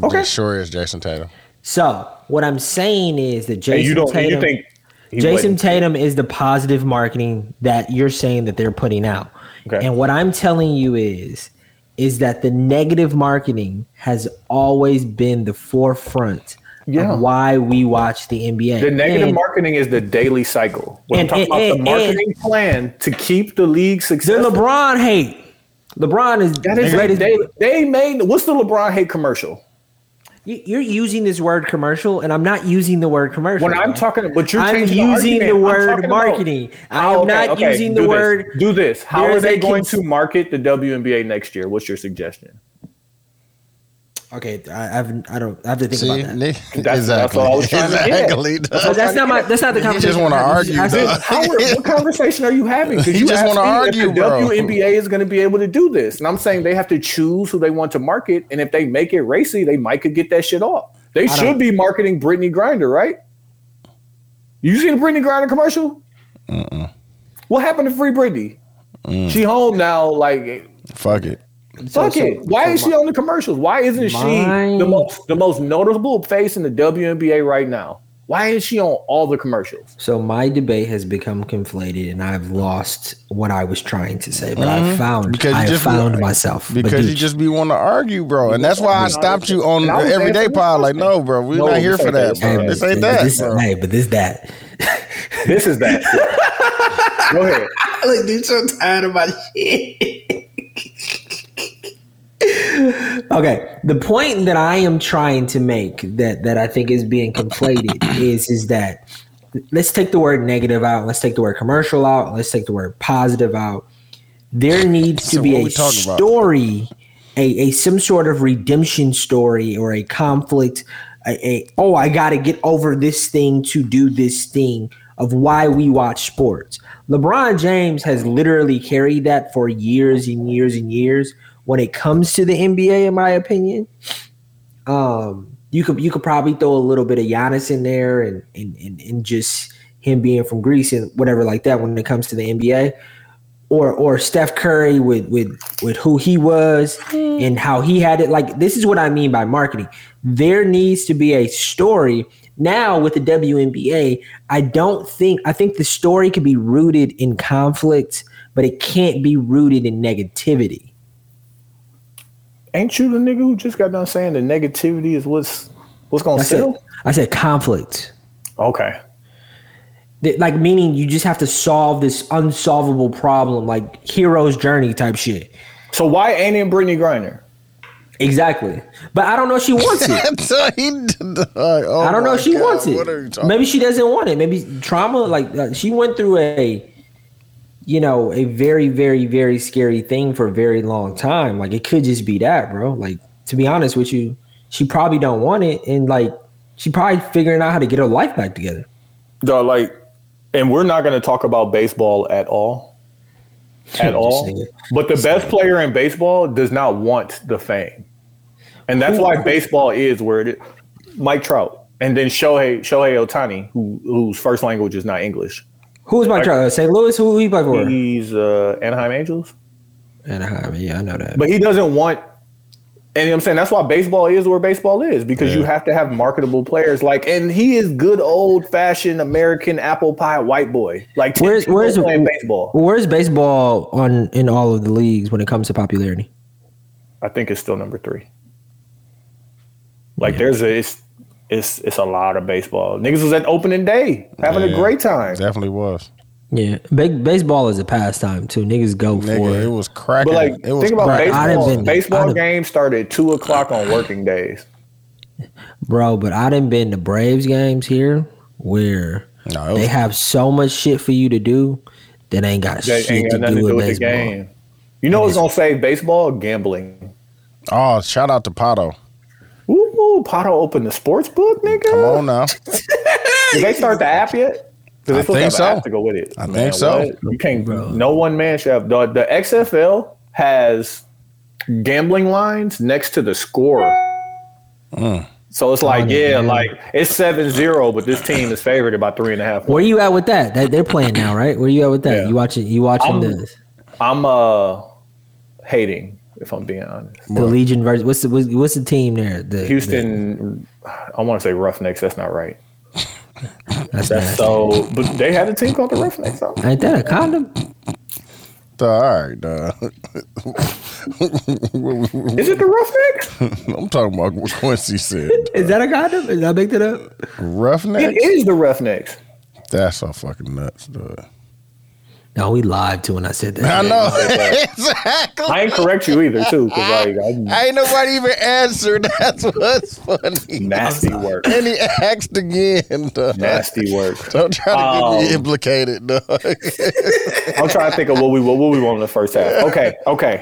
Speaker 2: Okay.
Speaker 1: It sure is Jason Tatum.
Speaker 3: So what I'm saying is that Jason
Speaker 2: And you don't.
Speaker 3: Tatum.
Speaker 2: You think he
Speaker 3: Jason
Speaker 2: wasn't.
Speaker 3: Tatum is the positive marketing that you're saying that they're putting out.
Speaker 2: Okay.
Speaker 3: And what I'm telling you is is that the negative marketing has always been the forefront
Speaker 2: Yeah.
Speaker 3: of why we watch the NBA.
Speaker 2: The negative
Speaker 3: And
Speaker 2: marketing is the daily cycle. When
Speaker 3: And-
Speaker 2: I'm talking
Speaker 3: and-
Speaker 2: about the
Speaker 3: and-
Speaker 2: marketing plan to keep the league
Speaker 3: the
Speaker 2: successful.
Speaker 3: LeBron hate. LeBron is
Speaker 2: that is
Speaker 3: the
Speaker 2: a
Speaker 3: greatest.
Speaker 2: daily. They made what's the LeBron hate commercial?
Speaker 3: You- You're using this word commercial, and I'm not using the word commercial.
Speaker 2: When I'm
Speaker 3: bro.
Speaker 2: talking, but you're
Speaker 3: I'm
Speaker 2: changing
Speaker 3: using
Speaker 2: argument.
Speaker 3: the,
Speaker 2: I'm
Speaker 3: word
Speaker 2: talking about-
Speaker 3: marketing. I am
Speaker 2: Oh, okay,
Speaker 3: not
Speaker 2: okay,
Speaker 3: using
Speaker 2: do this.
Speaker 3: the word.
Speaker 2: Do this. How
Speaker 3: There
Speaker 2: are
Speaker 3: is
Speaker 2: they
Speaker 3: a
Speaker 2: going
Speaker 3: cons-
Speaker 2: to market the WNBA next year? What's your suggestion?
Speaker 3: Okay, I, I've, I don't. I have to think
Speaker 1: See,
Speaker 3: about that.
Speaker 1: Nick,
Speaker 2: that's
Speaker 1: exactly.
Speaker 2: what I was trying to get.
Speaker 1: exactly.
Speaker 3: But that's not my. That's not the
Speaker 1: You just
Speaker 3: conversation.
Speaker 1: wanna
Speaker 3: I'm
Speaker 1: argue,
Speaker 3: having.
Speaker 1: dog.
Speaker 2: Howard, what conversation are you having? 'Cause
Speaker 1: He
Speaker 2: you
Speaker 1: just
Speaker 2: asked
Speaker 1: wanna
Speaker 2: me if
Speaker 1: argue,
Speaker 2: the
Speaker 1: bro.
Speaker 2: WNBA is going to be able to do this, and I'm saying they have to choose who they want to market, and if they make it racy, they might could get that shit off. They should be marketing Brittany Grinder, right? You seen the Brittany Grinder commercial? What happened to Free Britney?
Speaker 1: Mm.
Speaker 2: She home now, like
Speaker 1: Fuck it.
Speaker 2: Fuck it. Why is she on the commercials? Why isn't she the
Speaker 3: Mine-
Speaker 2: most the most noticeable face in the WNBA right now? Why is she on all the commercials?
Speaker 3: So my debate has become conflated, and I've lost what I was trying to say. But I found
Speaker 1: Mm-hmm. Because you
Speaker 3: I
Speaker 1: just-
Speaker 3: found myself. But
Speaker 1: Because you
Speaker 3: dude,
Speaker 1: just be want to argue, bro, and that's why I stopped you on
Speaker 2: And I was
Speaker 1: everyday
Speaker 2: asking
Speaker 1: pod. Like, no, bro, we're
Speaker 2: No,
Speaker 1: not here
Speaker 2: this
Speaker 1: for
Speaker 2: ain't
Speaker 1: that,
Speaker 2: that.
Speaker 1: bro.
Speaker 2: Hey,
Speaker 1: This ain't that,
Speaker 3: this,
Speaker 1: bro.
Speaker 3: Hey, but this that.
Speaker 2: This is that. Go ahead.
Speaker 3: Look, dude, so tired of my shit. okay, the point that I am trying to make that that I think is being conflated is is that let's take the word negative out, let's take the word commercial out, let's take the word positive out. There needs to
Speaker 1: So
Speaker 3: be
Speaker 1: what
Speaker 3: a
Speaker 1: we talking about?
Speaker 3: story, a, a some sort of redemption story or a conflict. A, a oh, I got to get over this thing to do this thing of why we watch sports. LeBron James has literally carried that for years and years and years. When it comes to the NBA, in my opinion, um, you could you could probably throw a little bit of Giannis in there and and and, and just him being from Greece and whatever like that when it comes to the NBA. Or or Steph Curry with with with who he was and how he had it. Like this is what I mean by marketing. There needs to be a story. Now with the WNBA, I don't think I think the story could be rooted in conflict, but it can't be rooted in negativity.
Speaker 2: Ain't you the nigga who just got done saying the negativity is what's what's gonna
Speaker 3: I said
Speaker 2: sell?
Speaker 3: I said conflict.
Speaker 2: Okay.
Speaker 3: That- like meaning you just have to solve this unsolvable problem like hero's journey type shit
Speaker 2: So why ain't it Brittany Griner?
Speaker 3: exactly but i don't know if she wants it
Speaker 1: so he, did- oh
Speaker 3: i don't know
Speaker 1: my
Speaker 3: if she
Speaker 1: God,
Speaker 3: wants
Speaker 1: What are you
Speaker 3: it
Speaker 1: talking?
Speaker 3: maybe she doesn't want it maybe trauma like uh, she went through a you know a very very very scary thing for a very long time like it could just be that bro like to be honest with you she probably don't want it and like she probably figuring out how to get her life back together
Speaker 2: Dog, like, and we're not gonna talk about baseball at all. At all.
Speaker 3: nigga.
Speaker 2: But the best player in baseball does not want the fame. And that's why baseball is where it is. Mike Trout. And then Shohei Shohei Otani, who whose first language is not English.
Speaker 3: who was my trauma? st louis who he play
Speaker 2: Mm-hmm.
Speaker 3: for
Speaker 2: He's uh Anaheim Angels.
Speaker 3: anaheim yeah i know that
Speaker 2: But he doesn't want And you know what I'm saying that's why baseball is where baseball is because you
Speaker 1: Yeah.
Speaker 2: have to have marketable players. Like, and he is good old fashioned American apple pie white boy. Like,
Speaker 3: Where's
Speaker 2: people
Speaker 3: where's
Speaker 2: playing baseball?
Speaker 3: Where's baseball on in all of the leagues when it comes to popularity?
Speaker 2: I think it's still number three. Like, there's a it's it's it's a lot of baseball. Niggas was at opening day having
Speaker 1: Yeah.
Speaker 2: a great time.
Speaker 1: Definitely was.
Speaker 3: Yeah, ba- baseball is a pastime too. Niggas go for
Speaker 1: Nigga, it
Speaker 3: it.
Speaker 1: was cracking.
Speaker 2: But like,
Speaker 1: it was
Speaker 2: think about
Speaker 1: cracking.
Speaker 3: I'd have
Speaker 2: baseball.
Speaker 3: been- I'd
Speaker 2: baseball
Speaker 3: have-
Speaker 2: games start at two o'clock on working days.
Speaker 3: bro. But I didn't been to Braves games here where
Speaker 1: No, it was-
Speaker 2: Oh.
Speaker 3: they have so much shit for you to do that ain't got
Speaker 2: That
Speaker 3: shit
Speaker 2: ain't
Speaker 3: to
Speaker 2: got
Speaker 3: do,
Speaker 2: nothing to do
Speaker 3: with
Speaker 2: with the
Speaker 3: baseball.
Speaker 2: game. You know what's gonna save baseball? Gambling.
Speaker 1: Oh, shout out to Pato.
Speaker 2: Ooh, Pato opened the sports book, nigga.
Speaker 1: Come on now.
Speaker 2: Did they start the app yet? Do
Speaker 1: I
Speaker 2: they still
Speaker 1: think
Speaker 2: have
Speaker 1: so.
Speaker 2: an app to go with it?
Speaker 1: I think so.
Speaker 2: what? You can't. No one man should have. The, the XFL has gambling lines next to the score.
Speaker 1: Mm.
Speaker 2: So it's like, yeah, like it's 7-0, but this team is favored by three and a half.
Speaker 3: Where you at with that? They- They're playing now, right? Where you at with that?
Speaker 2: Yeah.
Speaker 3: You watching? You watching
Speaker 2: I'm-
Speaker 3: this?
Speaker 2: I'm uh hating, if I'm being honest.
Speaker 3: The Legion versus what's the what's, what's the team there? The
Speaker 2: Houston, I want to say Roughnecks. That's not right.
Speaker 3: the- that's
Speaker 2: That's
Speaker 3: nasty.
Speaker 2: so, but they had a team called the Roughnecks. huh?
Speaker 3: Ain't that a condom?
Speaker 1: Duh, All right, duh.
Speaker 2: Is it the Roughnecks?
Speaker 1: I'm talking about what Quincy said.
Speaker 3: Is that a condom? Did I make that up?
Speaker 1: Roughneck?
Speaker 2: It is the Roughnecks.
Speaker 1: That's so fucking nuts, dude.
Speaker 3: No, we lied to when I said that.
Speaker 1: I know. exactly.
Speaker 2: I ain't correct you either, too, because like I'm
Speaker 1: Ain't nobody even answered. That's what's funny.
Speaker 2: nasty work,
Speaker 1: And he asked again. Dog.
Speaker 2: nasty work.
Speaker 1: Don't try to get
Speaker 2: Um,
Speaker 1: me implicated, dog.
Speaker 2: I'm trying to think of what we what, what we want in the first half. Okay, okay.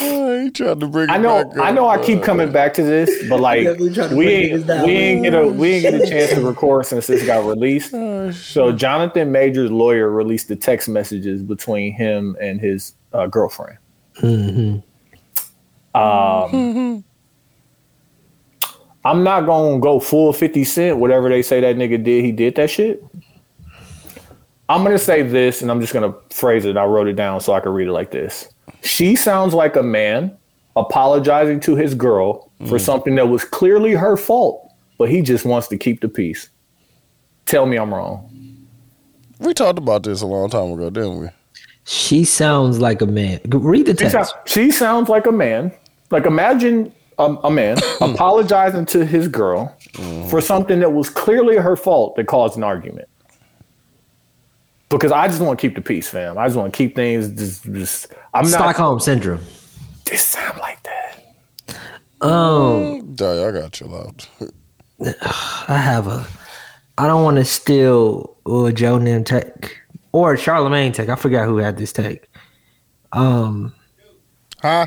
Speaker 1: he tried to bring.
Speaker 2: I
Speaker 1: it
Speaker 2: know
Speaker 1: back
Speaker 2: I
Speaker 1: up,
Speaker 2: know I
Speaker 1: dog.
Speaker 2: keep coming back to this, but like
Speaker 3: Definitely trying to
Speaker 2: we
Speaker 3: break
Speaker 2: ain't
Speaker 3: this down.
Speaker 2: we ain't get a we ain't get a chance to record since this got released. So Jonathan Major's lawyer released the text messages between him and his uh, girlfriend. Um, I'm not gonna go full Fifty Cent. Whatever they say that nigga did, he did that shit. I'm gonna say this, and I'm just gonna phrase it. I wrote it down so I could read it like this. She sounds like a man apologizing to his girl for something that was clearly her fault, but he just wants to keep the peace. Tell me I'm wrong.
Speaker 1: We talked about this a long time ago, didn't we?
Speaker 3: She sounds like a man. G- Read the
Speaker 2: She,
Speaker 3: text.
Speaker 2: sou- she sounds like a man. Like imagine a, a man apologizing to his girl for something that was clearly her fault that caused an argument. Because I just want to keep the peace, fam. I just want to keep things. Just, just I'm not.
Speaker 3: Stockholm syndrome.
Speaker 2: This sound like that.
Speaker 3: Um,
Speaker 1: Dog, I got chill out.
Speaker 3: I have a. I don't want to steal uh, Joe Nim take or Charlemagne take. I forgot who had this take. Um,
Speaker 1: Huh?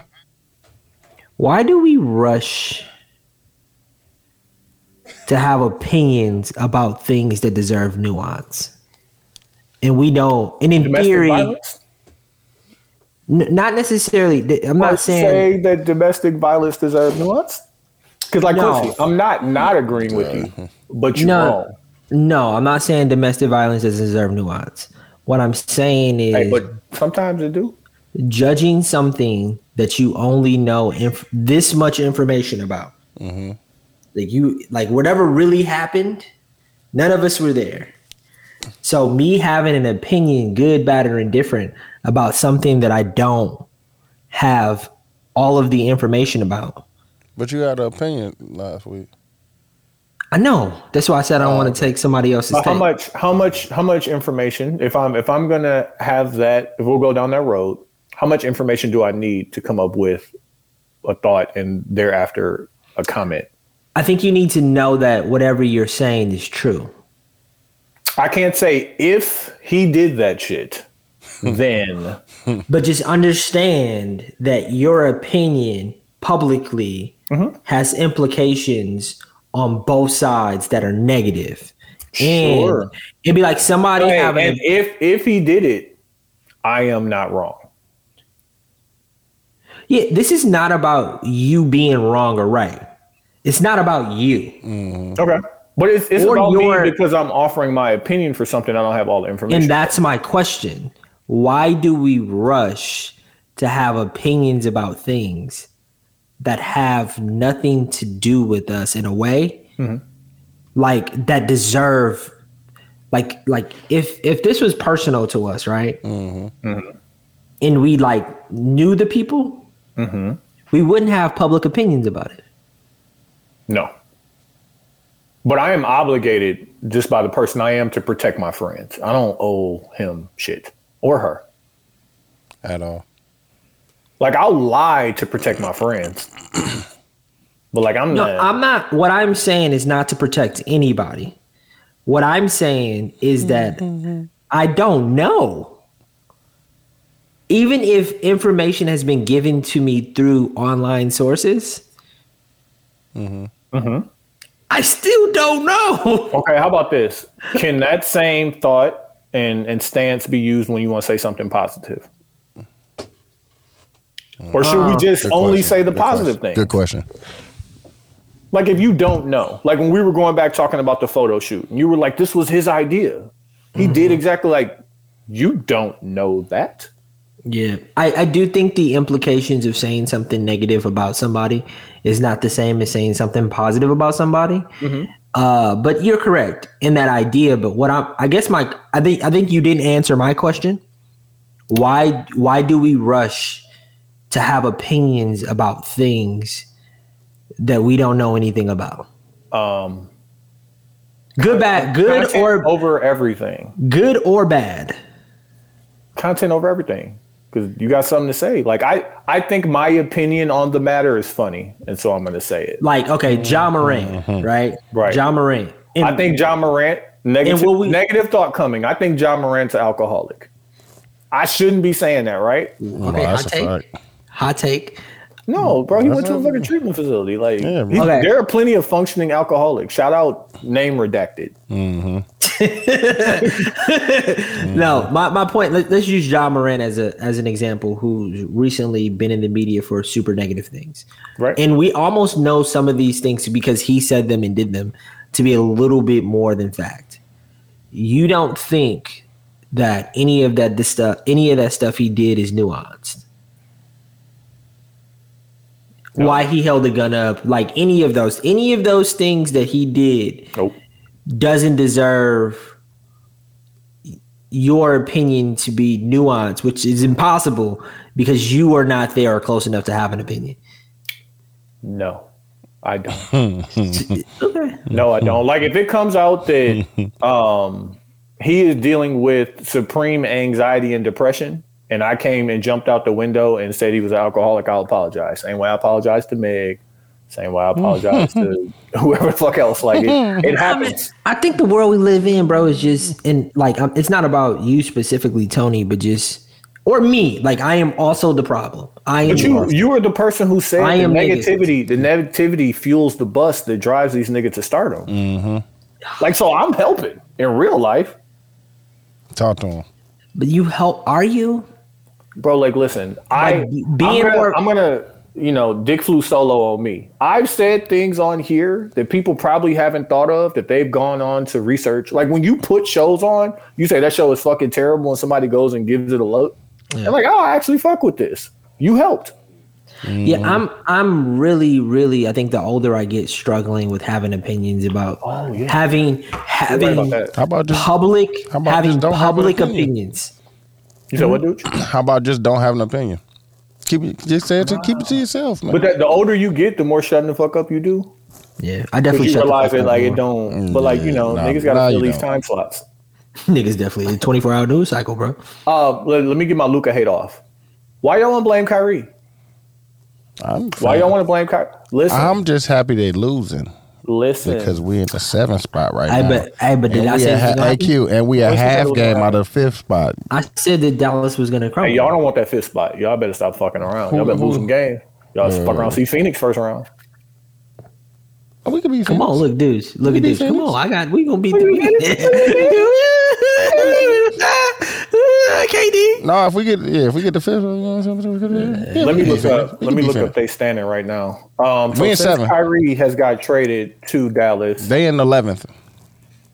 Speaker 3: why do we rush to have opinions about things that deserve nuance? And we don't. And in
Speaker 2: Domestic
Speaker 3: theory, n-
Speaker 2: violence.
Speaker 3: not necessarily. th- I'm
Speaker 2: Or
Speaker 3: not saying.
Speaker 2: say that domestic violence deserves nuance. Because like
Speaker 3: No.
Speaker 2: Quincy, I'm not not agreeing with you, but you're
Speaker 3: No.
Speaker 2: wrong.
Speaker 3: No, I'm not saying domestic violence doesn't deserve nuance. What I'm saying is
Speaker 2: Hey, but sometimes it do.
Speaker 3: judging something that you only know inf- this much information about.
Speaker 2: Mm-hmm.
Speaker 3: Like you, like whatever really happened, none of us were there. So me having an opinion, good, bad, or indifferent, about something that I don't have all of the information about.
Speaker 1: But you had an opinion last week.
Speaker 3: I know. That's why I said I don't want to take somebody else's
Speaker 2: But how
Speaker 3: take.
Speaker 2: much how much how much information if i'm if i'm gonna have that if we'll go down that road how much information do i need to come up with a thought and thereafter a comment
Speaker 3: I think you need to know that whatever you're saying is true.
Speaker 2: i can't say if he did that shit then
Speaker 3: But just understand that your opinion publicly
Speaker 2: Mm-hmm.
Speaker 3: has implications on both sides that are negative. And
Speaker 2: Sure.
Speaker 3: it'd be like somebody
Speaker 2: Hey,
Speaker 3: having
Speaker 2: and if if he did it i am not wrong
Speaker 3: Yeah, this is not about you being wrong or right. It's not about you.
Speaker 2: okay but it's, it's
Speaker 3: Or
Speaker 2: about
Speaker 3: your-
Speaker 2: me because i'm offering my opinion for something i don't have all the information
Speaker 3: And that's my question. Why do we rush to have opinions about things that have nothing to do with us in a way, like that deserve, like like if if this was personal to us, right? Mm-hmm. And we like knew the people, we wouldn't have public opinions about it.
Speaker 2: No. But I am obligated just by the person I am to protect my friends. I don't owe him shit or her.
Speaker 1: at all.
Speaker 2: Like I'll lie to protect my friends. But like I'm
Speaker 3: No,
Speaker 2: not
Speaker 3: I'm not. What I'm saying is not to protect anybody. What I'm saying is that I don't know. Even if information has been given to me through online sources,
Speaker 2: Mm-hmm.
Speaker 3: I still don't know.
Speaker 2: Okay, how about this? Can that same thought and, and stance be used when you want to say something positive? Or should
Speaker 3: Ah.
Speaker 2: we just
Speaker 1: Good
Speaker 2: only
Speaker 1: question.
Speaker 2: say the
Speaker 1: Good
Speaker 2: positive
Speaker 1: question.
Speaker 2: thing?
Speaker 1: Good question.
Speaker 2: Like if you don't know, like when we were going back talking about the photo shoot, and you were like, "This was his idea. He
Speaker 3: Mm-hmm.
Speaker 2: did exactly like." You don't know that.
Speaker 3: Yeah, I, I do think the implications of saying something negative about somebody is not the same as saying something positive about somebody.
Speaker 2: Mm-hmm.
Speaker 3: Uh, but you're correct in that idea. But what I'm, I guess, my, I think, I think you didn't answer my question. Why, why do we rush to have opinions about things that we don't know anything about?
Speaker 2: Um,
Speaker 3: Good, bad, good
Speaker 2: content
Speaker 3: or
Speaker 2: over everything.
Speaker 3: good or bad.
Speaker 2: Content over everything. Because you got something to say. Like I, I think my opinion on the matter is funny, and so I'm going to say it.
Speaker 3: Like, okay, John Moran, right?
Speaker 2: Right.
Speaker 3: John Moran. And-
Speaker 2: I think John Morant negative
Speaker 3: Mm. And will we-
Speaker 2: negative thought coming. I think John Morant's an alcoholic. I shouldn't be saying that, right?
Speaker 3: Okay,
Speaker 1: that's
Speaker 3: hot
Speaker 1: a
Speaker 3: take.
Speaker 1: fact.
Speaker 3: hot take.
Speaker 2: No, bro. He went
Speaker 1: Mm. that's
Speaker 2: to a
Speaker 1: not-
Speaker 2: fucking treatment facility. Like,
Speaker 1: Yeah, bro.
Speaker 2: he-
Speaker 3: Okay.
Speaker 2: there are plenty of functioning alcoholics. Shout out name redacted.
Speaker 1: Mm.
Speaker 3: No, my, my point. Let, let's use John Moran as a as an example, who's recently been in the media for super negative things,
Speaker 2: Right.
Speaker 3: and we almost know some of these things because he said them and did them to be a little bit more than fact. You don't think that any of that this stuff, any of that stuff he did, is nuanced. Why he held the gun up, like any of those, any of those things that he did
Speaker 2: nope.
Speaker 3: doesn't deserve your opinion to be nuanced, which is impossible because you are not there or close enough to have an opinion.
Speaker 2: No, I don't.
Speaker 3: Okay.
Speaker 2: No, I don't. Like if it comes out that um he is dealing with supreme anxiety and depression, and I came and jumped out the window and said he was an alcoholic, I'll apologize. Same way I apologize to Meg. Same way I apologize to whoever the fuck else. Like it, it happens.
Speaker 3: I think the world we live in, bro, is just and like um, it's not about you specifically, Tony, but just or me. Like I am also the problem. I am.
Speaker 2: But
Speaker 3: the
Speaker 2: you
Speaker 3: problem.
Speaker 2: you were the person who said
Speaker 3: I
Speaker 2: the
Speaker 3: am negative.
Speaker 2: negativity, the negativity fuels the bus that drives these niggas to stardom. Like so I'm helping in real life.
Speaker 1: Talk to him.
Speaker 3: but you help? Are you?
Speaker 2: bro. Like, listen, I
Speaker 3: be-
Speaker 2: I'm
Speaker 3: being
Speaker 2: gonna,
Speaker 3: more-
Speaker 2: I'm gonna, you know, Dick flew solo on me. I've said things on here that people probably haven't thought of that they've gone on to research. Like when you put shows on, you say that show is fucking terrible, and somebody goes and gives it a look. And like, oh, I actually fuck with this. You helped.
Speaker 3: Yeah, I'm. I'm really, really. I think the older I get, struggling with having opinions about
Speaker 1: Oh,
Speaker 3: having
Speaker 2: You're right
Speaker 3: having
Speaker 2: about that.
Speaker 1: How about just
Speaker 3: public
Speaker 1: How about
Speaker 3: having
Speaker 1: just don't have an
Speaker 3: public
Speaker 1: opinion?
Speaker 3: opinions.
Speaker 2: You said what, dude?
Speaker 1: how about just don't have an opinion? Keep it. Just say it to keep it to yourself, man.
Speaker 2: But that, the older you get, the more shutting the fuck up you do.
Speaker 3: Yeah, I
Speaker 2: But
Speaker 3: definitely
Speaker 2: you
Speaker 3: shut the
Speaker 2: realize
Speaker 3: fuck
Speaker 2: it
Speaker 3: up
Speaker 2: like it
Speaker 3: more.
Speaker 2: don't. But like you know,
Speaker 1: Mm, nah,
Speaker 2: niggas gotta
Speaker 1: nah,
Speaker 2: fill
Speaker 1: you
Speaker 2: these
Speaker 1: don't.
Speaker 2: time slots.
Speaker 3: Niggas definitely a 24 hour news cycle, bro.
Speaker 2: Uh, let, let me get my Luca hate off. Why y'all want to blame Kyrie?
Speaker 1: I'm
Speaker 2: Why y'all want to blame Kyrie? Listen,
Speaker 1: I'm just happy they losing
Speaker 2: listen.
Speaker 1: because we in the seventh spot right
Speaker 3: I
Speaker 1: now.
Speaker 3: bet. I but
Speaker 1: And
Speaker 3: did I
Speaker 1: we
Speaker 3: say
Speaker 1: a ha-
Speaker 3: this was gonna
Speaker 1: AQ, and we a
Speaker 2: What's the
Speaker 1: half
Speaker 2: total
Speaker 1: game
Speaker 2: now?
Speaker 1: out of fifth spot.
Speaker 3: happen? I said that Dallas was gonna crumble.
Speaker 2: Hey, y'all don't want that fifth spot. Y'all better stop fucking around. Y'all better lose some games. Y'all just fuck around. See Phoenix first round.
Speaker 1: Oh, we could be.
Speaker 3: Come on, look, dudes. Look at
Speaker 1: be
Speaker 3: this. Come
Speaker 1: finished.
Speaker 3: on, I got. We gonna beat them. KD.
Speaker 1: No, if we get yeah, if we get the fifth, you know what I'm saying? Yeah,
Speaker 2: Let
Speaker 1: we
Speaker 2: me
Speaker 1: can
Speaker 2: look
Speaker 1: be
Speaker 2: up.
Speaker 1: finished. We
Speaker 2: Let
Speaker 1: can be
Speaker 2: me look up.
Speaker 1: finished.
Speaker 2: They standing right now. Um, so
Speaker 1: We in
Speaker 2: since
Speaker 1: seven.
Speaker 2: Kyrie has got traded to Dallas.
Speaker 1: They in eleventh,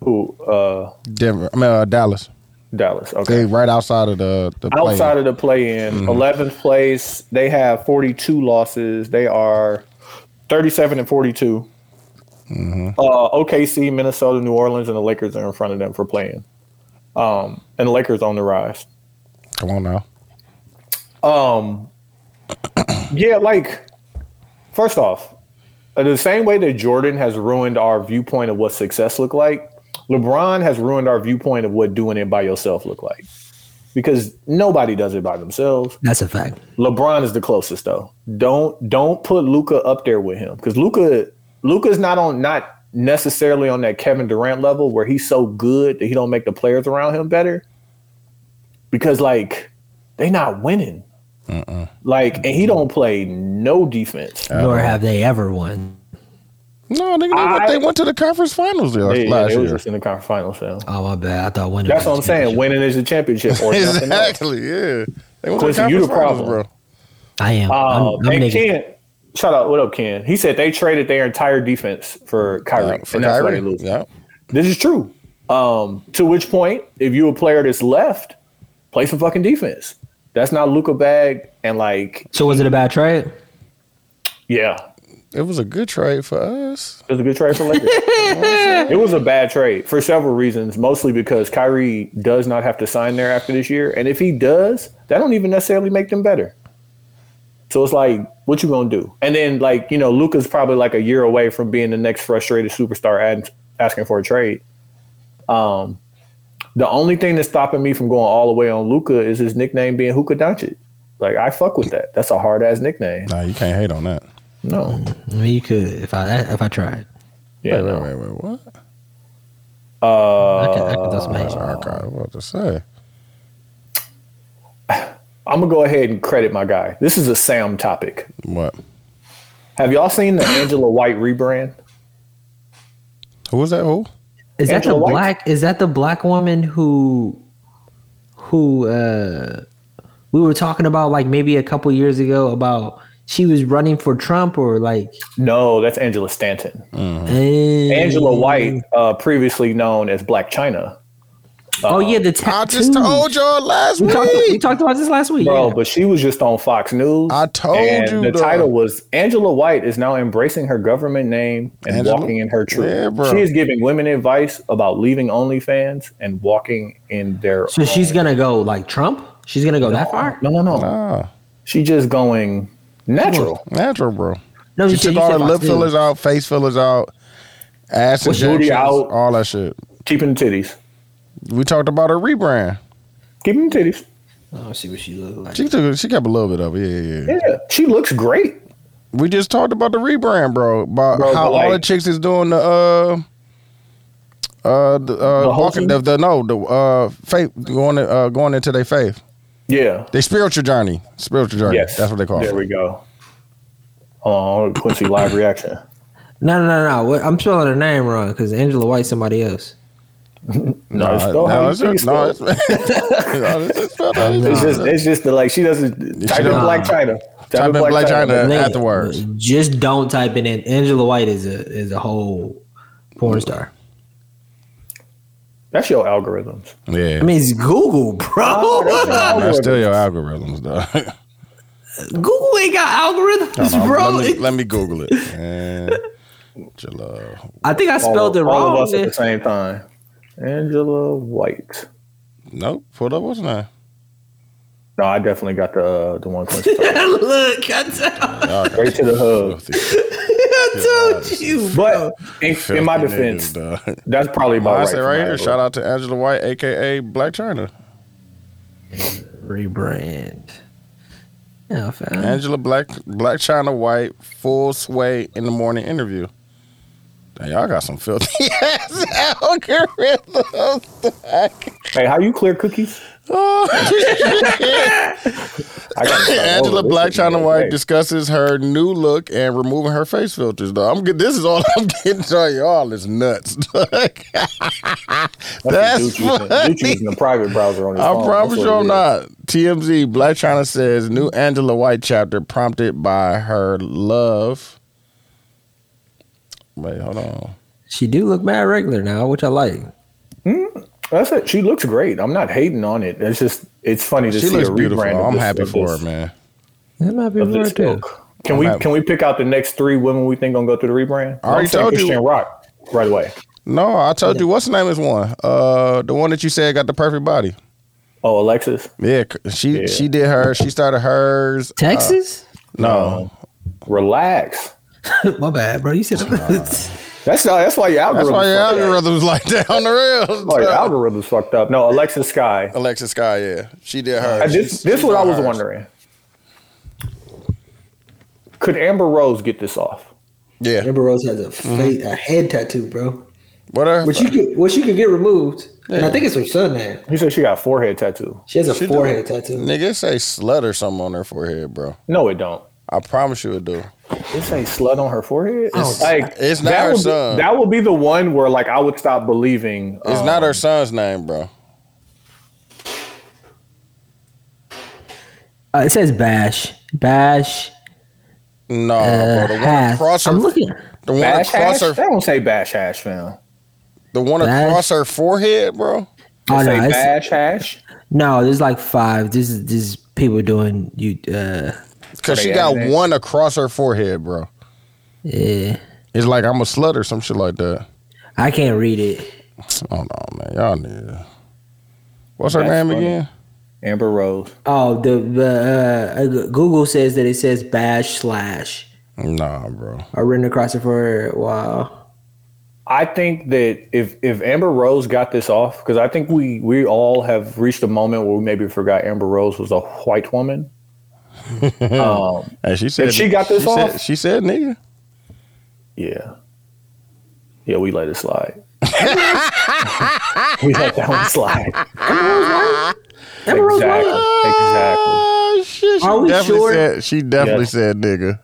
Speaker 2: Who? Uh,
Speaker 1: Denver. I mean uh, Dallas.
Speaker 2: Dallas.
Speaker 1: They
Speaker 2: Okay.
Speaker 1: right outside of the the play.
Speaker 2: Outside of the play in, 11th place. They have 42 losses. They are 37 and 42. Uh, OKC, Minnesota, New Orleans, and the Lakers are in front of them for playing. Um, and the Lakers on the rise.
Speaker 1: Come on now.
Speaker 2: Um, yeah, like first off, uh, the same way that Jordan has ruined our viewpoint of what success look like, LeBron has ruined our viewpoint of what doing it by yourself look like. Because nobody does it by themselves.
Speaker 3: That's a fact.
Speaker 2: LeBron is the closest though. Don't don't put Luca up there with him because Luca Luca's not on not necessarily on that Kevin Durant level where he's so good that he don't make the players around him better. Because like they not winning. Like and he don't play no defense.
Speaker 3: Nor have they ever won.
Speaker 1: No, nigga, they, went,
Speaker 2: I-
Speaker 1: they went to the conference finals there
Speaker 2: They,
Speaker 1: last
Speaker 2: they was
Speaker 1: year.
Speaker 2: just in the conference finals now.
Speaker 3: Oh my bad. I thought winning.
Speaker 2: That's
Speaker 3: was
Speaker 2: what I'm saying.
Speaker 3: championship.
Speaker 2: Winning is the championship or nothing else.
Speaker 1: Exactly, yeah. They went
Speaker 2: Quincy, you the problem.
Speaker 3: I am.
Speaker 2: Uh,
Speaker 3: I'm, I'm
Speaker 2: and
Speaker 3: nigga.
Speaker 2: Ken, shout out, what up, Ken? He said they traded their entire defense for Kyrie,
Speaker 1: Yeah, for
Speaker 2: and that's why
Speaker 1: Kyrie.
Speaker 2: they lose.
Speaker 1: Yeah.
Speaker 2: This is true. Um, to which point, if you a player that's left, play some fucking defense. That's not Luca bag, and like,
Speaker 3: So was it a bad trade?
Speaker 2: yeah,
Speaker 1: It was a good trade for us.
Speaker 2: It was a good trade for Lakers. it was a bad trade for several reasons, mostly because Kyrie does not have to sign there after this year, and if he does, that don't even necessarily make them better. So it's like, what you gonna do? And then like you know, Luca's probably like a year away from being the next frustrated superstar ad- asking for a trade. Um, the only thing that's stopping me from going all the way on Luca is his nickname being Hookah Doncic. Like I fuck with that. That's a hard ass nickname.
Speaker 1: Nah, you can't hate on that.
Speaker 2: No,
Speaker 3: I mean, you could if I if I tried.
Speaker 2: yeah,
Speaker 1: Mm. Wait,
Speaker 2: no.
Speaker 1: wait, wait, what?
Speaker 3: I could. I could just imagine.
Speaker 1: I got what to say.
Speaker 2: I'm gonna go ahead and credit my guy. This is a Sam topic.
Speaker 1: What?
Speaker 2: Have y'all seen the Angela White rebrand?
Speaker 1: Who was that? Who?
Speaker 3: Is that the
Speaker 2: Angela White?
Speaker 3: black? Is that the black woman who, who uh, we were talking about like maybe a couple years ago about she was running for Trump or like
Speaker 2: No, that's Angela Stanton.
Speaker 3: eh.
Speaker 2: Angela White, uh, previously known as Black China,
Speaker 3: Oh yeah, the
Speaker 1: I
Speaker 3: tattoo.
Speaker 1: just told y'all last
Speaker 3: we, talked, we
Speaker 1: week.
Speaker 3: talked about this last week.
Speaker 2: bro.
Speaker 3: yeah.
Speaker 2: But she was just on Fox News.
Speaker 1: I told
Speaker 2: and
Speaker 1: you
Speaker 2: The
Speaker 1: though.
Speaker 2: title was Angela White is now embracing her government name and
Speaker 1: Angela-
Speaker 2: walking in her truth.
Speaker 1: Yeah, bro.
Speaker 2: she is giving women advice about leaving OnlyFans and walking in their.
Speaker 3: so she's gonna go like Trump. She's gonna go that far.
Speaker 2: no, no, no.
Speaker 1: Ah,
Speaker 2: She just going natural.
Speaker 1: natural, bro.
Speaker 2: Oh,
Speaker 3: No,
Speaker 1: She
Speaker 3: you said-
Speaker 1: took
Speaker 3: you
Speaker 1: all
Speaker 3: said
Speaker 1: the lip
Speaker 3: Fox News.
Speaker 1: fillers out, face fillers out, ass
Speaker 2: What's your-
Speaker 1: injections,
Speaker 2: Booty out.
Speaker 1: all that shit.
Speaker 2: Keeping the titties.
Speaker 1: We talked about her rebrand.
Speaker 2: Keeping the titties.
Speaker 3: I don't see what she look like.
Speaker 1: She took. She kept a little bit of it. Yeah, yeah, yeah.
Speaker 2: Yeah, she looks great.
Speaker 1: We just talked about the rebrand, bro. About
Speaker 2: Bro,
Speaker 1: how
Speaker 2: but
Speaker 1: all the
Speaker 2: like-
Speaker 1: chicks is doing the uh. Uh, the, uh,
Speaker 2: The whole
Speaker 1: walking
Speaker 2: thing?
Speaker 1: the, the no the uh faith going uh going into their faith,
Speaker 2: Yeah,
Speaker 1: their spiritual journey, spiritual journey.
Speaker 2: Yes,
Speaker 1: That's what they call
Speaker 2: There
Speaker 1: it.
Speaker 2: we go. Oh, Quincy live reaction.
Speaker 3: No, no, no, no. What, I'm spelling her name wrong because Angela White's somebody else.
Speaker 2: No, it's
Speaker 1: Uh,
Speaker 2: still how
Speaker 1: no,
Speaker 2: you
Speaker 1: it's
Speaker 2: think
Speaker 1: just- no,
Speaker 2: it's,
Speaker 1: it's- no, it's just- no, it's
Speaker 2: it's
Speaker 1: just-
Speaker 2: just it's just the like she doesn't type in
Speaker 1: don't-
Speaker 2: Black China.
Speaker 1: Type in Black China
Speaker 3: Nigga,
Speaker 1: afterwards.
Speaker 3: Just don't type it in. Angela White is a is a whole porn star.
Speaker 2: That's your algorithms.
Speaker 1: Yeah,
Speaker 3: I mean, it's Google, bro.
Speaker 1: that's still your algorithms, though.
Speaker 3: Google ain't got algorithms,
Speaker 1: Hold on,
Speaker 3: bro.
Speaker 1: let, me, let me Google it. And Jalo.
Speaker 3: I think I
Speaker 2: All,
Speaker 3: spelled it
Speaker 2: all of
Speaker 3: wrong.
Speaker 2: us at the
Speaker 3: man.
Speaker 2: same time. Angela White.
Speaker 1: Nope, pulled up what's name?
Speaker 2: No, I definitely got the uh, the one Quincy. talked about.
Speaker 3: Look, I told,
Speaker 2: Straight to the hub.
Speaker 3: I told you, bro.
Speaker 2: But in, in my defense, that's probably about
Speaker 1: I
Speaker 2: right.
Speaker 1: say right here, shout out to Angela White, aka Black China.
Speaker 3: Rebrand. Yeah, I found it.
Speaker 1: Angela Black Black China White, full sway in the morning interview. Now, y'all got some filthy ass algorithms.
Speaker 2: Hey, how you clear cookies? I got
Speaker 1: Angela Black China White
Speaker 2: Hey,
Speaker 1: discusses her new look and removing her face filters. Though I'm get- this is all I'm getting to y'all is nuts. That's
Speaker 2: Dude using, Dude
Speaker 1: funny.
Speaker 2: using a private browser on his
Speaker 1: I
Speaker 2: phone.
Speaker 1: promise
Speaker 2: That's
Speaker 1: you I'm
Speaker 2: what it is.
Speaker 1: not. TMZ Black China says new Angela White chapter prompted by her love. Wait, hold on.
Speaker 3: she do look mad regular now, which I like.
Speaker 2: That's it. She looks great. I'm not hating on it. It's just it's funny to
Speaker 1: She
Speaker 2: see
Speaker 1: looks
Speaker 2: a
Speaker 1: beautiful.
Speaker 2: rebrand. of
Speaker 1: I'm
Speaker 2: this-
Speaker 1: happy
Speaker 2: of
Speaker 1: for
Speaker 2: this-
Speaker 1: her, man.
Speaker 3: That might be
Speaker 2: of
Speaker 3: real
Speaker 2: this
Speaker 3: too.
Speaker 2: look. Can we
Speaker 1: Alright.
Speaker 2: can we pick out the next three women we think gonna go through the rebrand?
Speaker 1: I already
Speaker 2: I'm saying
Speaker 1: told you.
Speaker 2: Christian Rock right away.
Speaker 1: No, I told you what's the name is one. Uh, the one that you said got the perfect body.
Speaker 2: Oh, Alexis,
Speaker 1: Yeah, c- she
Speaker 2: Yeah.
Speaker 1: she did her. She started hers.
Speaker 3: Texas?
Speaker 1: No,
Speaker 2: relax.
Speaker 3: Uh, My bad, bro. You said
Speaker 2: That's that's why your
Speaker 1: that's
Speaker 2: algorithm.
Speaker 1: why your
Speaker 2: fucked up.
Speaker 1: algorithm was like that on the rails.
Speaker 2: That's why Oh, your
Speaker 1: dog.
Speaker 2: algorithm's fucked up. No, Alexis Sky.
Speaker 1: Alexis Sky, yeah, she did her.
Speaker 2: Uh, this this what I was wondering. Could Amber Rose get this off?
Speaker 1: Yeah,
Speaker 3: Amber Rose has a
Speaker 2: Mm-hmm.
Speaker 3: face, a head tattoo, bro.
Speaker 1: what her?
Speaker 3: Which you could, which you could get removed. And I think it's her son now.
Speaker 2: He said she got a forehead tattoo.
Speaker 3: She has a
Speaker 1: She do.
Speaker 3: forehead tattoo.
Speaker 1: Nigga, it say slut or something on her forehead, bro.
Speaker 2: No, it don't.
Speaker 1: I promise you it do.
Speaker 2: It say slut on her forehead.
Speaker 3: It's-
Speaker 2: like
Speaker 1: Oh, it's not
Speaker 2: that
Speaker 1: her
Speaker 2: would be-
Speaker 1: son.
Speaker 2: that would be the one where like I would stop believing.
Speaker 1: It's
Speaker 2: um,
Speaker 1: not her son's name, bro.
Speaker 3: Uh, it says Bash, Bash,
Speaker 1: No,
Speaker 2: Oh,
Speaker 1: bro.
Speaker 3: uh,
Speaker 1: The one
Speaker 3: Hash.
Speaker 1: across her,
Speaker 3: I'm looking.
Speaker 1: the one
Speaker 2: Bash
Speaker 1: across
Speaker 2: hash. That
Speaker 1: her,
Speaker 2: don't say bash hash, fam.
Speaker 1: the one
Speaker 3: Bash.
Speaker 1: across her forehead, bro.
Speaker 3: Oh
Speaker 2: It
Speaker 3: no,
Speaker 2: say
Speaker 3: it's,
Speaker 2: bash hash.
Speaker 3: no, there's like five. This is this is people doing you. Uh,
Speaker 1: Because
Speaker 2: Are
Speaker 1: she
Speaker 2: they
Speaker 1: got
Speaker 2: adding that?
Speaker 1: one across her forehead, bro.
Speaker 3: yeah,
Speaker 1: It's like I'm a slut or some shit like that.
Speaker 3: I can't read it.
Speaker 1: Oh no, man, y'all need. What's her
Speaker 2: That's
Speaker 1: name
Speaker 2: funny.
Speaker 1: again?
Speaker 2: Amber Rose.
Speaker 3: Oh, the the uh, Google says that it says Bash slash
Speaker 1: Nah, bro.
Speaker 3: or written across it for wow.
Speaker 2: I think that if if Amber Rose got this off, because I think we we all have reached a moment where we maybe forgot Amber Rose was a white woman. um,
Speaker 1: Hey, she said
Speaker 2: she got this
Speaker 1: she said-
Speaker 2: off-
Speaker 1: she said, "Nigga,
Speaker 2: yeah, yeah, we let it slide. we let that one slide.
Speaker 3: Amber Rose
Speaker 2: exactly, exactly.
Speaker 1: Oh shit, she
Speaker 3: Are we
Speaker 1: definitely
Speaker 3: sure?
Speaker 1: said she definitely
Speaker 2: Yes.
Speaker 1: said nigga.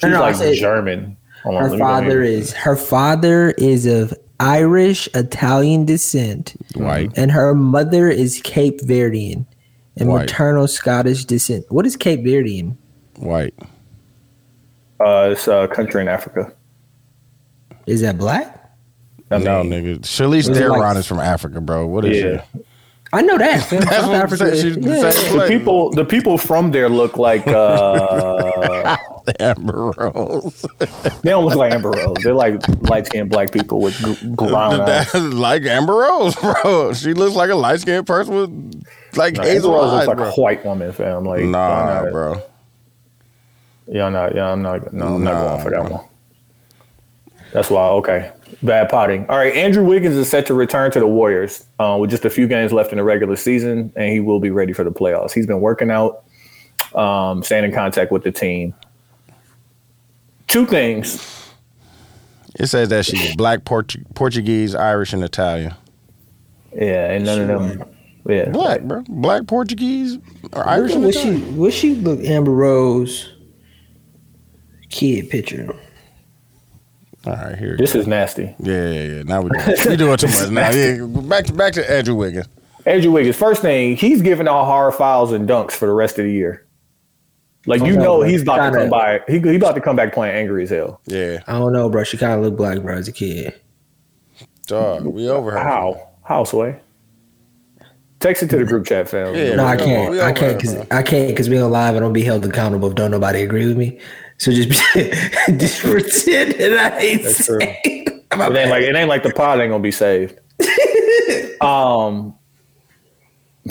Speaker 2: She's
Speaker 3: no, I
Speaker 2: like
Speaker 3: said-
Speaker 2: German. Hold on, let
Speaker 3: Her
Speaker 2: me go
Speaker 3: father
Speaker 2: here.
Speaker 3: is her father is of Irish Italian descent,
Speaker 1: White.
Speaker 3: and her mother is Cape Verdean and
Speaker 1: White.
Speaker 3: maternal Scottish descent. What is Cape Verdean?
Speaker 1: White.
Speaker 2: Uh, it's a country in Africa.
Speaker 3: Is that black?
Speaker 2: I
Speaker 1: no,
Speaker 2: mean,
Speaker 1: nigga. Charlize
Speaker 3: Those are
Speaker 1: Theron
Speaker 3: whites.
Speaker 1: is from Africa, bro. What is
Speaker 2: Yeah.
Speaker 1: she?
Speaker 3: I know that. South
Speaker 1: That's what I'm
Speaker 3: Africa.
Speaker 1: saying. She's the
Speaker 3: yeah.
Speaker 1: same
Speaker 2: the
Speaker 1: place.
Speaker 2: people the people from there look like uh,
Speaker 1: Amber Rose.
Speaker 2: they don't look like Amber Rose. They're like light skinned black people with gl- brown eyes.
Speaker 1: That's like Amber Rose, bro. She looks like a light skinned person with like
Speaker 2: Nah, Amber
Speaker 1: hazel
Speaker 2: Rose looks
Speaker 1: eyes,
Speaker 2: like
Speaker 1: bro.
Speaker 2: a white woman, fam. Like y'all
Speaker 1: Nah,
Speaker 2: not-
Speaker 1: bro.
Speaker 2: Y'all not. Yeah, I'm not. No, I'm
Speaker 1: Nah,
Speaker 2: not going for that
Speaker 1: bro.
Speaker 2: one. That's why. Okay, bad potting. All right, Andrew Wiggins is set to return to the Warriors uh, with just a few games left in the regular season, and he will be ready for the playoffs. He's been working out, um, staying in contact with the team. Two things.
Speaker 1: It says that she's black, Portu- Portuguese, Irish, and Italian.
Speaker 2: Yeah, and none of them. Yeah,
Speaker 1: Black, bro. Black, Portuguese, or Irish, and
Speaker 3: What she?
Speaker 1: Italian.
Speaker 3: What she look? Amber Rose kid picture.
Speaker 1: All right, here.
Speaker 2: this is nasty.
Speaker 1: Yeah, yeah, yeah. Now we doing, we doing too much. Now, yeah. Back to back to Andrew Wiggins.
Speaker 2: Andrew Wiggins, first thing, he's giving out hard fouls and dunks for the rest of the year. Like you
Speaker 3: no,
Speaker 2: know,
Speaker 3: man.
Speaker 2: he's about to
Speaker 3: Kinda.
Speaker 2: come by. He, he about to come back playing angry as hell.
Speaker 1: Yeah,
Speaker 3: I don't know, bro. She kind of looked black, bro, as a kid.
Speaker 1: dog. We over her.
Speaker 2: How? How sway? Text it to the group chat, fam.
Speaker 1: Yeah.
Speaker 3: No, I
Speaker 1: we
Speaker 3: can't.
Speaker 1: all- we
Speaker 3: I
Speaker 1: all
Speaker 3: can't.
Speaker 1: right,
Speaker 3: Cause,
Speaker 1: bro.
Speaker 3: I can't because we on live and don't be held accountable if don't nobody agree with me. So just just pretend that I ain't
Speaker 2: That's true.
Speaker 3: saying.
Speaker 2: It ain't like it ain't like the pod ain't gonna be saved. um,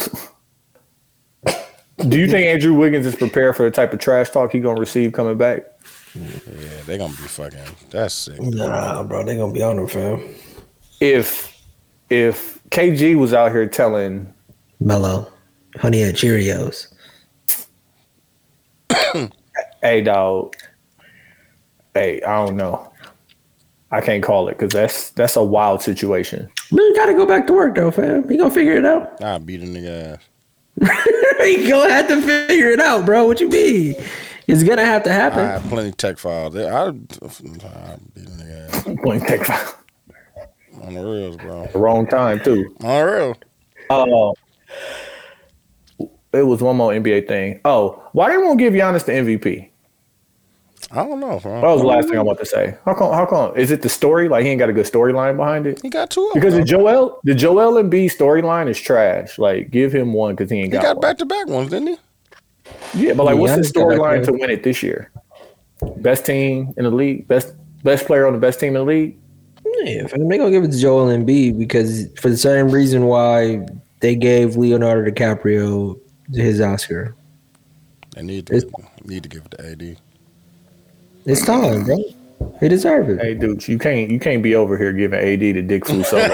Speaker 2: do you think Andrew Wiggins is prepared for the type of trash talk he gonna receive coming back?
Speaker 1: Yeah, they gonna be fucking. That's sick.
Speaker 3: Nah, bro, they gonna be on her fam.
Speaker 2: If if KG was out here telling
Speaker 3: Mellow, honey and Cheerios.
Speaker 2: Hey, dog. Hey, I don't know. I can't call it because that's that's a wild situation.
Speaker 3: Man, you gotta go back to work though, fam. He gonna figure it out.
Speaker 1: I beat a nigga ass.
Speaker 3: he gonna have to figure it out, bro. What you mean? It's gonna have to
Speaker 1: I
Speaker 3: happen.
Speaker 1: have plenty of tech files. I, I, I beat a nigga ass
Speaker 2: Blink take five.
Speaker 1: on the reels, bro.
Speaker 2: Wrong time too.
Speaker 1: On the real.
Speaker 2: Oh, it was one more NBA thing. Oh, why they won't give Giannis the MVP?
Speaker 1: I don't know, bro.
Speaker 2: That was the last thing I want to say. How come? How come? Is it the story? Like he ain't got a good storyline behind it?
Speaker 1: He got two of
Speaker 2: Because the
Speaker 1: them.
Speaker 2: Joel, the Joel and B storyline is trash. Like give him one because he ain't
Speaker 1: He
Speaker 2: got,
Speaker 1: got
Speaker 2: one.
Speaker 1: back to back ones, didn't he?
Speaker 2: Yeah, but like, what's the
Speaker 3: Giannis got back
Speaker 2: storyline to
Speaker 3: there.
Speaker 2: win it this year? Best team in the league, best best player on the best team in the league.
Speaker 3: Yeah, they're gonna give it to Joel Embiid because for the same reason why they gave Leonardo DiCaprio his Oscar.
Speaker 1: They need to
Speaker 3: It's-
Speaker 1: need to give it to AD.
Speaker 3: It's time, bro. He deserved it.
Speaker 2: Hey, dude, you can't you can't be over here giving AD the dick food solo.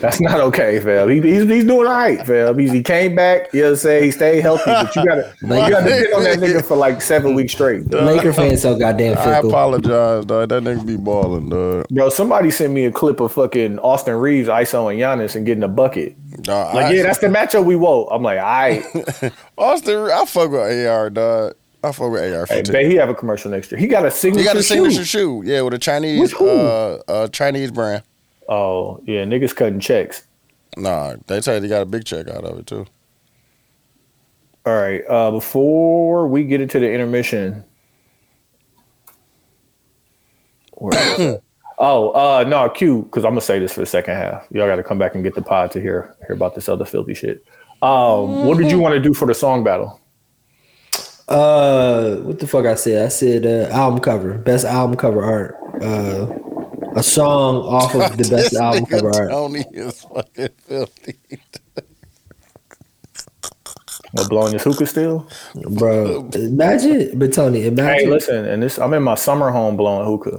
Speaker 2: That's not okay, fam. He, he's, he's doing all right, fam. He's, he came back. You know what I'm saying? He stayed healthy, but you gotta you gotta depend on that nigga for like seven weeks straight.
Speaker 3: Laker fans so goddamn
Speaker 1: I
Speaker 3: fickle.
Speaker 1: apologize, dog. That nigga be balling, dog.
Speaker 2: Bro, somebody sent me a clip of fucking Austin Reeves isoing Giannis and getting a bucket.
Speaker 1: Dog,
Speaker 2: Like,
Speaker 1: I-
Speaker 2: yeah, that's the matchup we want. I'm like, all right.
Speaker 1: Austin. I fuck with AR, dog. I fuck with AR.
Speaker 2: Hey,
Speaker 1: for two.
Speaker 2: bet he have a commercial next year. He got a signature.
Speaker 1: You got a signature shoe,
Speaker 2: shoe.
Speaker 1: yeah, with a Chinese,
Speaker 2: With who?
Speaker 1: uh, uh, Chinese brand.
Speaker 2: Oh yeah, niggas cutting checks.
Speaker 1: Nah, they say they got a big check out of it too.
Speaker 2: All right. Uh, before we get into the intermission. Where was it? oh, uh, no, Q, because I'm gonna say this for the second half. Y'all gotta come back and get the pod to hear hear about this other filthy shit. Um, what did you want to do for the song battle?
Speaker 3: Uh, what the fuck I said? I said uh, album cover, best album cover art. Uh, a song off of the best
Speaker 1: This
Speaker 3: album
Speaker 1: nigga
Speaker 3: cover art.
Speaker 1: Tony is fucking filthy,
Speaker 2: What, blowing this hookah still?
Speaker 3: bro. Imagine, but Tony,
Speaker 2: Hey,
Speaker 3: imagine,
Speaker 2: listen, and this I'm in my summer home blowing hookah.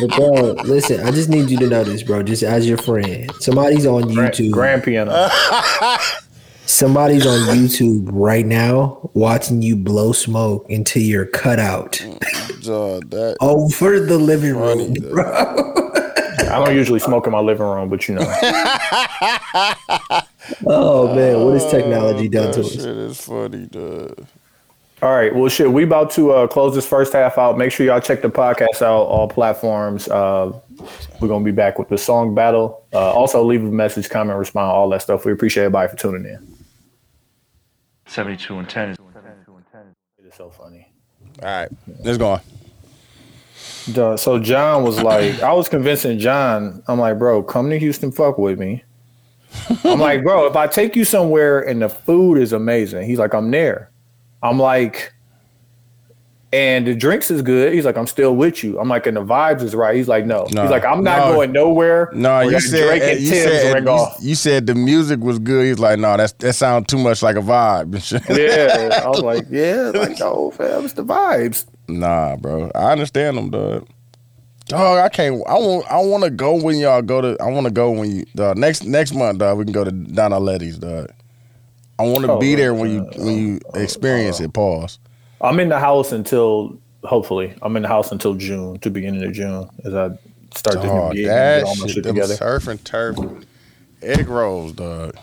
Speaker 3: but bro, listen. I just need you to know this, bro. Just as your friend, somebody's on YouTube.
Speaker 2: Grand, grand piano.
Speaker 3: Somebody's on YouTube right now watching you blow smoke into your cutout
Speaker 1: dog. That
Speaker 3: over the living room.
Speaker 1: funny, dog.
Speaker 2: I don't usually smoke in my living room, but you know.
Speaker 3: Oh man, what has technology done
Speaker 1: Oh, That
Speaker 3: to
Speaker 1: shit
Speaker 3: us?
Speaker 1: is funny, dog.
Speaker 2: All right. Well, shit, we about to uh, close this first half out. Make sure y'all check the podcast out, all platforms. Uh, we're going to be back with the song battle. Uh, also, leave a message, comment, respond, all that stuff. We appreciate everybody for tuning in.
Speaker 6: 72 and 10 is
Speaker 2: It is so funny.
Speaker 1: All right, it's going.
Speaker 2: Duh, so John was like, I was convincing John, I'm like, bro, come to Houston, fuck with me. I'm like, bro, if I take you somewhere and the food is amazing, he's like, I'm there. I'm like, and the drinks is good. He's like, I'm still with you. I'm like, and the vibes is right. He's like, no.
Speaker 1: No.
Speaker 2: He's like, I'm not
Speaker 1: No.
Speaker 2: going nowhere.
Speaker 1: No,
Speaker 2: where
Speaker 1: you
Speaker 2: that
Speaker 1: said, eh,
Speaker 2: Drake and
Speaker 1: you,
Speaker 2: Tim's
Speaker 1: said
Speaker 2: ring
Speaker 1: you,
Speaker 2: off.
Speaker 1: you said the music was good. He's like, no, that's that sounds too much like a vibe and shit.
Speaker 2: yeah. I was like, yeah, like, no, fam, it's the vibes.
Speaker 1: Nah, bro. I understand them, dog. Dog, I can't. I want. I want to go when y'all go to. I want to go when you. Dog, next next month, dog. We can go to Donna Letty's, dog. I want to
Speaker 2: Oh, uh,
Speaker 1: be there when you when you experience it. Pause.
Speaker 2: I'm in the house until hopefully I'm in the house until June, to beginning of June, as I start this new
Speaker 1: Dog,
Speaker 2: gig and get
Speaker 1: that
Speaker 2: all my
Speaker 1: shit.
Speaker 2: shit
Speaker 1: Them
Speaker 2: together.
Speaker 1: surf and turf, egg rolls, dog.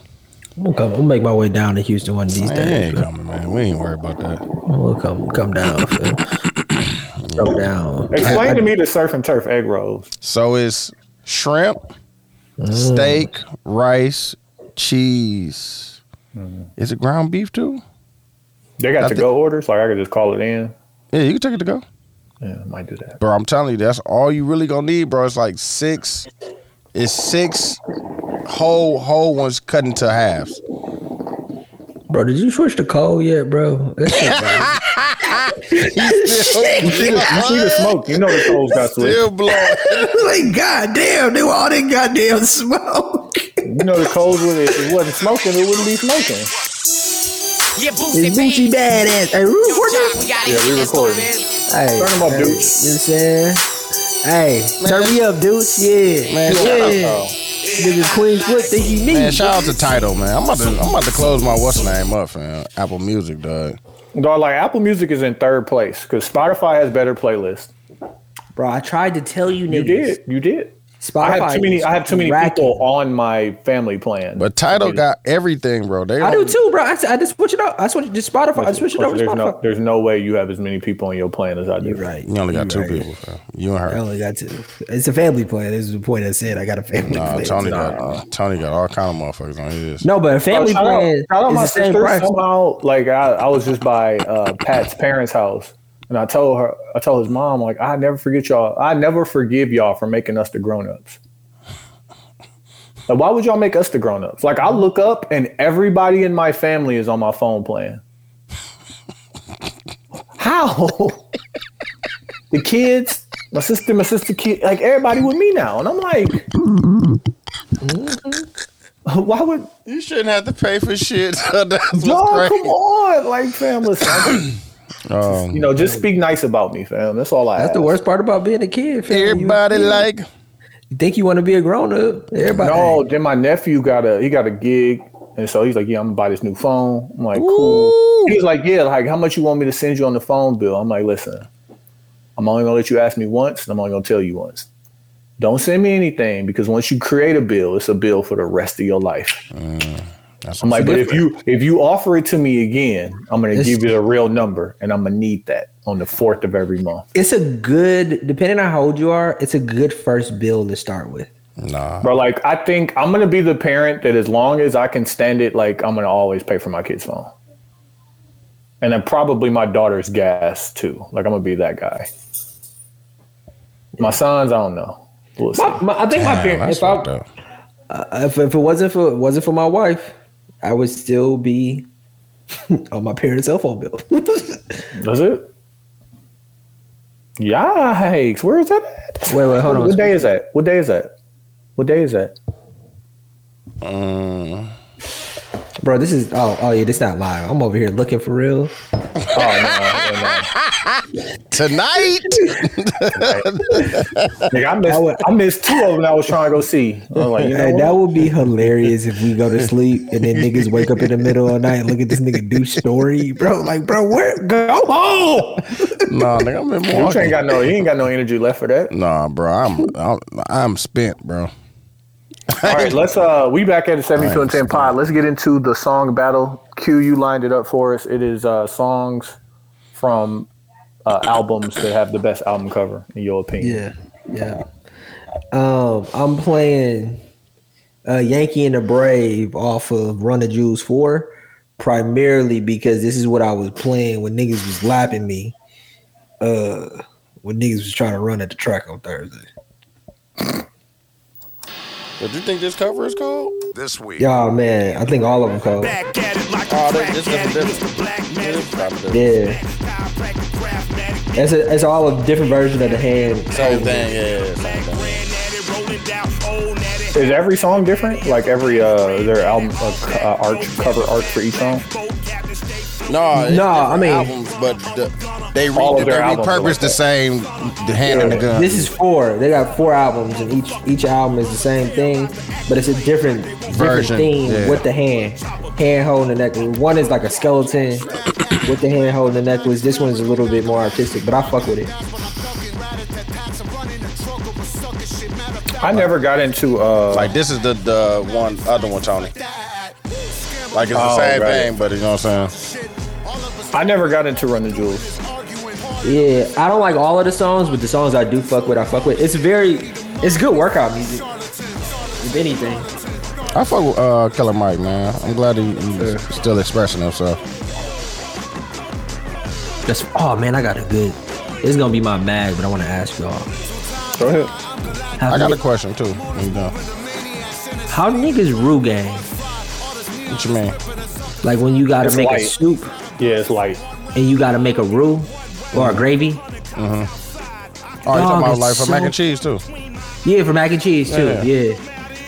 Speaker 3: I'm gonna, come, I'm gonna make my way down to Houston one of these
Speaker 1: Man,
Speaker 3: days.
Speaker 1: they ain't coming, man. We ain't worried about that.
Speaker 3: Well, come come down, Phil. come down.
Speaker 2: Explain to me the surf and turf egg rolls.
Speaker 1: So it's shrimp, steak, rice, cheese.
Speaker 2: Mm-hmm.
Speaker 1: Is it ground beef too?
Speaker 2: They got
Speaker 1: I
Speaker 2: to
Speaker 1: thi-
Speaker 2: go orders. Like I could just call it in.
Speaker 1: Yeah, you can take it to go.
Speaker 2: Yeah, I might do that.
Speaker 1: bro. I'm telling you, that's all you really gonna need, bro. It's like six, it's six whole whole ones cut into halves.
Speaker 3: Bro, did you switch to cold yet, bro? That shit, bro.
Speaker 2: You see, the, you see the smoke. You know the souls got switched.
Speaker 1: Still blowing.
Speaker 3: like, goddamn, they were all that goddamn smoke.
Speaker 2: You know the cold with it. It wasn't smoking. It wouldn't be smoking.
Speaker 7: Yeah, Boosie
Speaker 3: It's Gucci
Speaker 7: Bang.
Speaker 3: badass. Hey, Ruth,
Speaker 7: Good
Speaker 3: what
Speaker 7: job, we got it.
Speaker 2: Yeah, we
Speaker 7: That's what it
Speaker 2: recording.
Speaker 7: is.
Speaker 3: the- Hey,
Speaker 2: Turn them up,
Speaker 3: hey,
Speaker 2: dude.
Speaker 3: You know what I'm saying? Hey, turn me up, dudes. Yeah, man. Yeah. Nigga, Queen Foot think he
Speaker 1: Man,
Speaker 3: needs.
Speaker 1: shout out to Title, man. I'm about to I'm about to close my what's name up, man. Apple Music, dog.
Speaker 2: Dog, like Apple Music is in third place because Spotify has better playlists.
Speaker 3: Bro, I tried to tell you, niggas.
Speaker 2: You did. You did. I
Speaker 3: Spotify
Speaker 2: have too many.
Speaker 3: is
Speaker 2: I have too many
Speaker 3: racking.
Speaker 2: people on my family plan.
Speaker 1: But Title got everything, bro. They
Speaker 3: I do
Speaker 1: don't-
Speaker 3: too, bro. I, I just switch it up. I switch to Spotify. I switch it over to
Speaker 2: there's no,
Speaker 3: Spotify.
Speaker 2: there's no way you have as many people on your plan as I do.
Speaker 3: You're right.
Speaker 1: You only got two
Speaker 3: You're right.
Speaker 1: people, bro. You and
Speaker 3: I
Speaker 1: her.
Speaker 3: only got two. It's a family plan. This is the point I said. I got a family
Speaker 1: Nah,
Speaker 3: plan.
Speaker 1: Tony got Tony got all kind of motherfuckers on his.
Speaker 3: No, but a
Speaker 2: Oh,
Speaker 3: family
Speaker 2: shout out,
Speaker 3: plan
Speaker 2: shout out
Speaker 3: is
Speaker 2: my
Speaker 3: the same
Speaker 2: sister.
Speaker 3: price.
Speaker 2: Somehow, like I, I was just by uh, Pat's parents' house, and I told her, I told his mom, like I never forget y'all. I never forgive y'all for making us the grown-ups. Like, why would y'all make us the grown-ups? Like I look up and everybody in my family is on my phone plan. How? the kids, my sister, my sister, kid, like everybody with me now, and I'm like, why would
Speaker 8: You shouldn't have to pay for shit. That's what's
Speaker 2: dog?
Speaker 8: crazy.
Speaker 2: Come on, like fam, listen, I'm-
Speaker 8: Um,
Speaker 2: you know, just speak nice about me, fam. That's all I.
Speaker 3: That's the
Speaker 2: ask.
Speaker 3: worst part about being a kid. fam. You-
Speaker 8: everybody like
Speaker 3: you think you want to be a grown up. Everybody.
Speaker 2: No, then my nephew got a he got a gig, and so he's like, "Yeah, I'm gonna buy this new phone." I'm like, "Cool." He was like, "Yeah, like how much you want me to send you on the phone bill?" I'm like, "Listen, I'm only gonna let you ask me once, and I'm only gonna tell you once. Don't send me anything because once you create a bill, it's a bill for the rest of your life." I'm like, "But if you if you offer it to me again, I'm gonna
Speaker 3: It's-
Speaker 2: give you the real number, and I'm gonna need that on the fourth of every month."
Speaker 3: It's a good, depending on how old you are, it's a good first bill to start with.
Speaker 8: nah.
Speaker 2: Bro, like I think I'm gonna be the parent that as long as I can stand it, like I'm gonna always pay for my kid's phone. And then probably my daughter's gas too. Like I'm gonna be that guy. My sons, I don't know. We'll see.
Speaker 3: My, my, I think my
Speaker 8: Damn,
Speaker 3: parents.
Speaker 8: that's
Speaker 3: If, I,
Speaker 8: fucked up.
Speaker 3: uh, if, if it wasn't for wasn't for my wife, I would still be on my parents' cell phone bill. wait,
Speaker 2: Does it? Yikes! Where is that? At?
Speaker 3: wait, hold on.
Speaker 2: What day is that? What day is that? What day is that?
Speaker 3: Bro, this is oh oh yeah, this not live. I'm over here looking for real.
Speaker 2: Oh no! no, no.
Speaker 8: Tonight,
Speaker 3: Uh,
Speaker 2: Nigga, I missed. I missed two of them. I was trying to go see. I was like, you know
Speaker 3: Hey,
Speaker 2: what?
Speaker 3: that would be hilarious if we go to sleep and then niggas wake up in the middle of the night and look at this nigga do story, bro. Like, bro, where go home?
Speaker 8: nah, nigga, I'm in
Speaker 2: you ain't
Speaker 8: Milwaukee.
Speaker 2: got no. You ain't got no energy left for that.
Speaker 8: Nah, bro, I'm I'm, I'm spent, bro.
Speaker 2: All right, let's uh we back at the 72 and 10 pod. Let's get into the song battle. Q you lined it up for us. It is uh songs from uh albums that have the best album cover in your opinion.
Speaker 3: Yeah, yeah. Um, I'm playing uh, Yankee and the Brave off of Run the Jewels 4, primarily because this is what I was playing when niggas was lapping me. Uh, when niggas was trying to run at the track on Thursday.
Speaker 8: But you think this cover is cold?
Speaker 9: This week.
Speaker 3: Y'all, man, I think all of them called.
Speaker 10: Back at it like
Speaker 8: Oh,
Speaker 10: a
Speaker 8: this-
Speaker 10: crack
Speaker 8: this is
Speaker 10: addict, Mr.
Speaker 8: different.
Speaker 10: Black Magic.
Speaker 8: Yeah.
Speaker 3: Yeah,
Speaker 10: Chiropractic, graphmatic,
Speaker 3: it's a, it's all a different version of the hand.
Speaker 8: Same thing, yeah, same thing.
Speaker 10: ran at it, rolling down, old at it.
Speaker 2: Is every song different? Like every uh their album uh, c- uh, arch cover arch for each song?
Speaker 8: No, it's
Speaker 3: No, I
Speaker 8: different
Speaker 3: mean-
Speaker 8: albums, but the, they re-
Speaker 2: All of
Speaker 8: they
Speaker 2: their albums are like
Speaker 8: repurpose the
Speaker 2: that.
Speaker 8: same the hand and the gun.
Speaker 3: This is four. They got four albums, and each each album is the same thing, but it's a different different
Speaker 8: Version,
Speaker 3: theme
Speaker 8: yeah.
Speaker 3: with the hand, hand holding the necklace. One is like a skeleton with the hand holding the necklace. This one's a little bit more artistic, but I fuck with it.
Speaker 2: I never got into uh
Speaker 8: like this is the the one other one, Tony. Like it's the
Speaker 2: Oh,
Speaker 8: same
Speaker 2: right.
Speaker 8: thing, but you know what I'm saying.
Speaker 2: I never got into Run the Jewels.
Speaker 3: Yeah, I don't like all of the songs, but the songs I do fuck with, I fuck with. It's very, it's good workout music. If anything,
Speaker 8: I fuck with uh, Killer Mike, man. I'm glad he, he's still expressing himself.
Speaker 3: that's oh man, I got a good. It's gonna be my mag, but I want to ask y'all.
Speaker 2: Go ahead.
Speaker 3: How,
Speaker 8: I got a
Speaker 3: ni-
Speaker 8: question too. when you done.
Speaker 3: how niggas rue game?
Speaker 8: What you mean?
Speaker 3: Like when you gotta
Speaker 2: It's
Speaker 3: make
Speaker 2: light.
Speaker 3: a soup.
Speaker 2: Yeah, it's light.
Speaker 3: and you gotta make a roux or a gravy.
Speaker 8: Oh, you
Speaker 3: Dog,
Speaker 8: talking about
Speaker 3: it's
Speaker 8: like for
Speaker 3: so-
Speaker 8: mac and cheese too?
Speaker 3: Yeah, for mac and cheese too.
Speaker 8: Yeah.
Speaker 3: Yeah.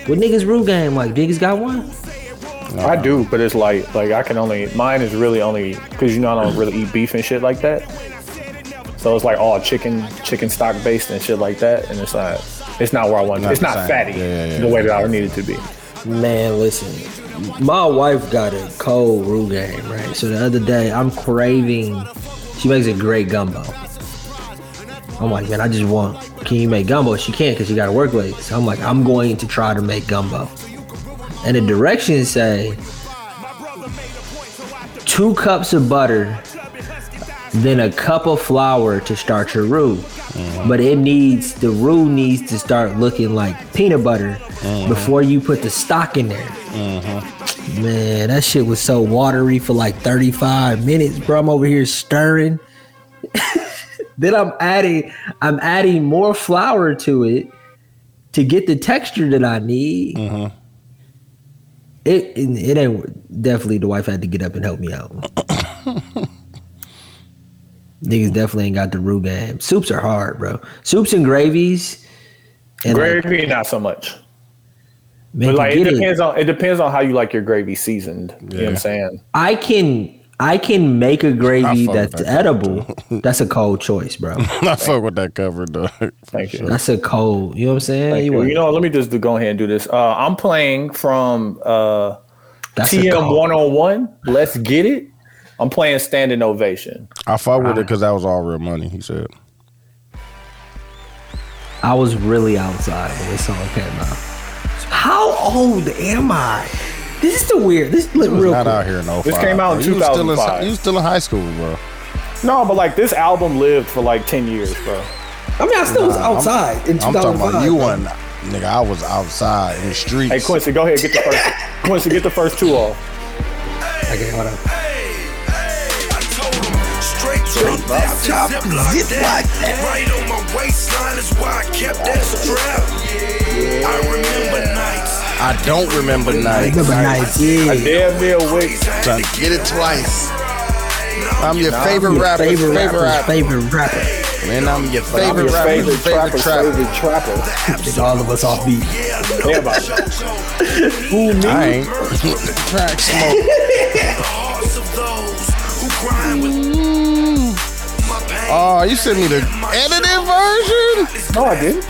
Speaker 3: With niggas roux game, like niggas got one.
Speaker 2: I do, but it's light. Like I can only mine is really only because you know I don't really eat beef and shit like that. So it's like all chicken, chicken stock based and shit like that, and it's not, it's not where I want.
Speaker 8: Not
Speaker 2: to It's
Speaker 8: the
Speaker 2: not
Speaker 8: same.
Speaker 2: fatty
Speaker 8: Yeah, yeah, yeah.
Speaker 2: the way that I would need it to be.
Speaker 3: Man, listen. My wife got a cold roux game, right? So the other day I'm craving she makes a great gumbo. I'm like, man, I just want can you make gumbo? She can't because she gotta work late. So I'm like, I'm going to try to make gumbo. And the directions say two cups of butter, then a cup of flour to start your roux. But it needs the roux needs to start looking like peanut butter before you put the stock in there. Man, that shit was so watery for like 35 minutes, bro. I'm over here stirring. then I'm adding I'm adding more flour to it to get the texture that I need.
Speaker 2: Uh-huh.
Speaker 3: It, it it ain't definitely the wife had to get up and help me out. Niggas definitely ain't got the roux game. Soups are hard, bro. Soups and gravies. And like,
Speaker 2: Gravy, not so much.
Speaker 3: man,
Speaker 2: But like it
Speaker 3: forget it.
Speaker 2: depends on it depends on how you like your gravy seasoned. You know what I'm saying?
Speaker 3: I can I can make a gravy
Speaker 1: I fuck with
Speaker 3: that's
Speaker 1: that
Speaker 3: edible. That's a cold choice, bro.
Speaker 1: I fuck with that cover, dog.
Speaker 2: Thank you.
Speaker 3: That's a cold. You know what I'm saying?
Speaker 2: Thank
Speaker 3: You
Speaker 2: you.
Speaker 3: want-
Speaker 2: You know, let me just do, go ahead and do this. Uh, I'm playing from uh,
Speaker 3: that's a
Speaker 2: TM
Speaker 3: cold.
Speaker 2: one on one. Let's get it. I'm playing standing ovation.
Speaker 1: I fuck with it because that was all real money. He said.
Speaker 3: I was really outside when this song came out. How old am I? This is the weird. This look real
Speaker 1: Not
Speaker 3: quick.
Speaker 1: out here in 05.
Speaker 2: This came out in
Speaker 1: bro. You was still in-
Speaker 2: 2005.
Speaker 1: You was still in high school, bro.
Speaker 2: No, but like this album lived for like ten years, bro.
Speaker 3: I mean, I still was outside in
Speaker 1: I'm
Speaker 3: 2005.
Speaker 1: talking about you
Speaker 3: bro.
Speaker 1: wasn't, nigga. I was outside in the streets.
Speaker 2: Hey Quincy, go ahead get the first. Quincy, get the first two off.
Speaker 3: Okay, hold on.
Speaker 4: I told him straight drop that
Speaker 3: drop,
Speaker 4: zip like
Speaker 3: zip
Speaker 4: that.
Speaker 3: like that.
Speaker 4: Right on my waistline is why I kept that strap. I remember nights.
Speaker 1: I don't remember nights.
Speaker 3: Number nine,
Speaker 2: I
Speaker 3: yeah.
Speaker 2: damn near wait.
Speaker 1: Trying to get it twice. I'm your favorite
Speaker 3: Your
Speaker 1: rapper,
Speaker 3: favorite
Speaker 1: favorite,
Speaker 3: rapper's
Speaker 1: rapper,
Speaker 3: favorite rapper.
Speaker 1: and I'm your
Speaker 2: I'm
Speaker 1: favorite
Speaker 2: your
Speaker 1: rapper,
Speaker 2: favorite
Speaker 1: favorite,
Speaker 2: trapper,
Speaker 1: trapper.
Speaker 2: favorite trapper.
Speaker 3: Nigga, all of us off beat.
Speaker 2: Everybody. Who
Speaker 1: I
Speaker 2: me?
Speaker 1: ain't crack smoke.
Speaker 4: Hearts of those who grind with
Speaker 1: Mm-hmm.
Speaker 4: my pain.
Speaker 1: Oh, you sent me the edited version.
Speaker 2: No, I didn't.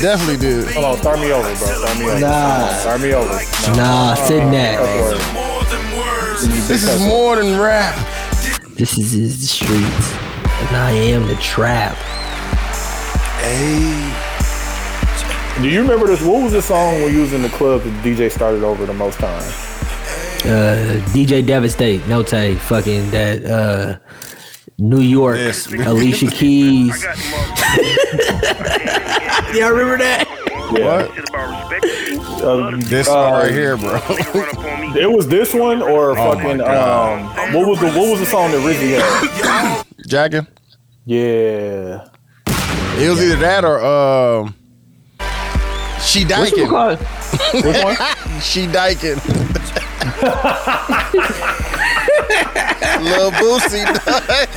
Speaker 1: Definitely did.
Speaker 2: Hold on, start me over, bro. Start me over.
Speaker 3: Nah.
Speaker 2: Start me over. No.
Speaker 3: Nah, sit
Speaker 2: Don't
Speaker 3: that.
Speaker 2: worry.
Speaker 4: More than words.
Speaker 1: This is more than rap.
Speaker 3: This is is the streets, and I am the trap.
Speaker 2: Do you remember this? What was the song we used in the club that DJ started over the most time?
Speaker 3: Uh, DJ Devastate, No Tay, fucking that. Uh, New York, Alicia Keys. Y'all remember that?
Speaker 2: Yeah. Uh,
Speaker 1: This
Speaker 2: Uh,
Speaker 1: song right here, Oh bro.
Speaker 2: it was this one or fucking um what was the what was the song that Rizzy had?
Speaker 1: Jackin.
Speaker 2: Yeah.
Speaker 1: It was either that or um. She dyking.
Speaker 3: Called?
Speaker 2: Which one?
Speaker 1: She dyking. Lil Boosie. dog.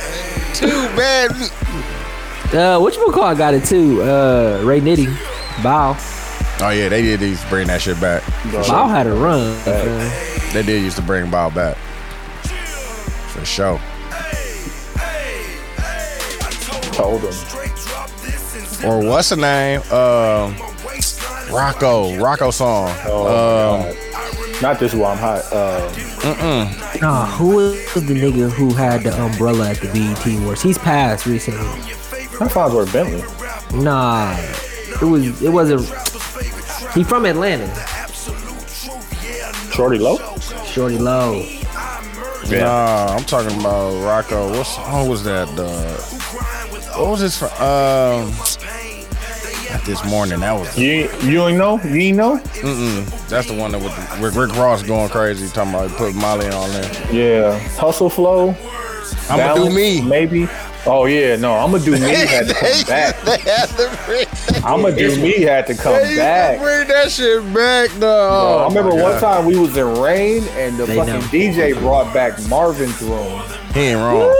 Speaker 1: Too bad.
Speaker 3: Uh, which one called got it too? Uh, Ray Nitty, Bow.
Speaker 1: Oh yeah, they did used to bring that shit back.
Speaker 3: Bow had a run. bro.
Speaker 1: They did used to bring Bow back. For sure.
Speaker 2: Told him.
Speaker 1: Or what's the name? Um, Rocco. Rocco song. um,
Speaker 2: Not this one. I'm hot. Uh,
Speaker 3: Nah, who was the nigga who had the umbrella at the BET Awards? He's passed recently.
Speaker 2: not Farnsworth Bentley.
Speaker 3: Nah, it was it wasn't. He from Atlanta,
Speaker 2: Shorty Low.
Speaker 3: Shorty Low.
Speaker 1: Nah, I'm talking about Rocco. What song was that? Uh, what was this? From? Um, not this morning. That was
Speaker 2: You you ain't know? You ain't know?
Speaker 1: that's the one that with, with Rick Ross going crazy, talking about he put Molly on there.
Speaker 2: Yeah. Hustle Flow.
Speaker 1: I'ma do
Speaker 2: Balance,
Speaker 1: me.
Speaker 2: Maybe. Oh yeah, no. I'ma do me had to come back.
Speaker 1: they had to bring,
Speaker 2: I'ma do me had to come
Speaker 1: they used to
Speaker 2: back.
Speaker 1: bring that shit back,
Speaker 2: Bro,
Speaker 1: though.
Speaker 2: I remember one time we was in rain and the
Speaker 3: They
Speaker 2: fucking
Speaker 3: know.
Speaker 2: DJ brought back Marvin's room.
Speaker 1: He ain't wrong.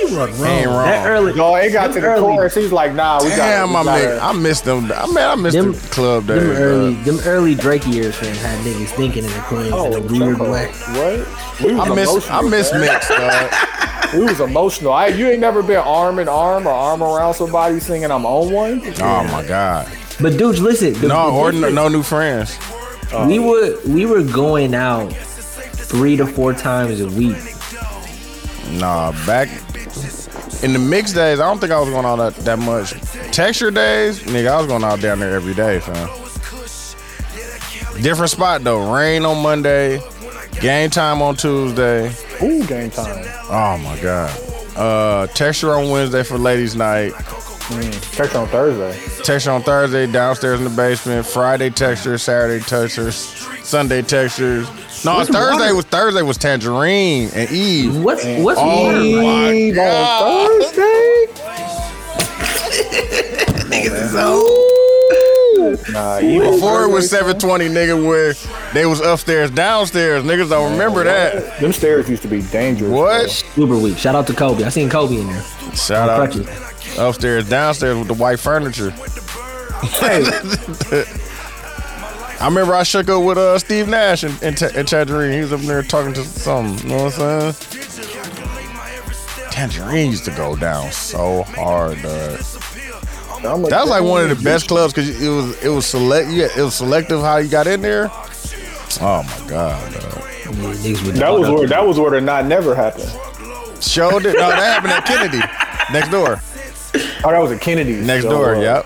Speaker 1: He ain't wrong.
Speaker 3: That early,
Speaker 2: No, it got to the
Speaker 3: Early.
Speaker 2: chorus. He's like, nah, we got
Speaker 1: Damn,
Speaker 2: we
Speaker 1: my
Speaker 2: gotta-
Speaker 1: nigga. I missed them. I mean, I missed
Speaker 3: Them-
Speaker 1: the club days.
Speaker 3: them early,
Speaker 1: dog.
Speaker 3: them early Drake years, man, had niggas thinking in the club
Speaker 2: Oh,
Speaker 3: in a weird
Speaker 2: Choco.
Speaker 3: way.
Speaker 2: What? We was
Speaker 1: I miss, I
Speaker 2: emotional,
Speaker 1: miss
Speaker 2: man.
Speaker 1: mix, dog.
Speaker 2: We was emotional. I, you ain't never been arm in arm or arm around somebody singing I'm on one.
Speaker 1: Oh my god.
Speaker 3: But dudes, listen, the-
Speaker 1: No,
Speaker 3: the
Speaker 1: or no,
Speaker 3: difference-
Speaker 1: no new friends.
Speaker 3: we were we were going out three to four times a week.
Speaker 1: Nah, back in the mix days, I don't think I was going out that, that much. Texture days, nigga, I was going out down there every day, fam. Different spot though. Rain on Monday, game time on Tuesday.
Speaker 2: Ooh, game time.
Speaker 1: Oh my god. Uh, texture on Wednesday for ladies' night.
Speaker 2: Church on Thursday.
Speaker 1: Texture on Thursday, downstairs in the basement. Friday texture, Saturday textures, Sunday textures. No, Thursday was Thursday was tangerine and Eve.
Speaker 3: What's what's
Speaker 1: Oh
Speaker 3: more-
Speaker 1: my
Speaker 2: Eve
Speaker 1: god.
Speaker 2: on Thursday.
Speaker 3: Ooh,
Speaker 2: is not. Even
Speaker 8: Before it was 720, nigga, where they was upstairs, downstairs. Niggas don't remember that.
Speaker 2: them stairs used to be dangerous.
Speaker 8: What?
Speaker 3: Uber week. Shout out to Kobe. I seen Kobe in there.
Speaker 8: Shout out
Speaker 3: Crutches.
Speaker 8: upstairs, downstairs with the white furniture. I remember I shook up with uh, Steve Nash and, and, T- and Tangerine. He was up there talking to something. You know what I'm saying? Tangerine used to go down so hard, dog.
Speaker 2: Though. I'm
Speaker 8: That was like one of the best clubs because it was it was select yeah it was selective how you got in there. Oh my god, dog.
Speaker 3: Yeah, niggas with
Speaker 2: That was where that was where the not never happened.
Speaker 8: showed it. No, that happened at Kennedy next door.
Speaker 2: Oh, that was at Kennedy. uh,
Speaker 8: Next door, yep.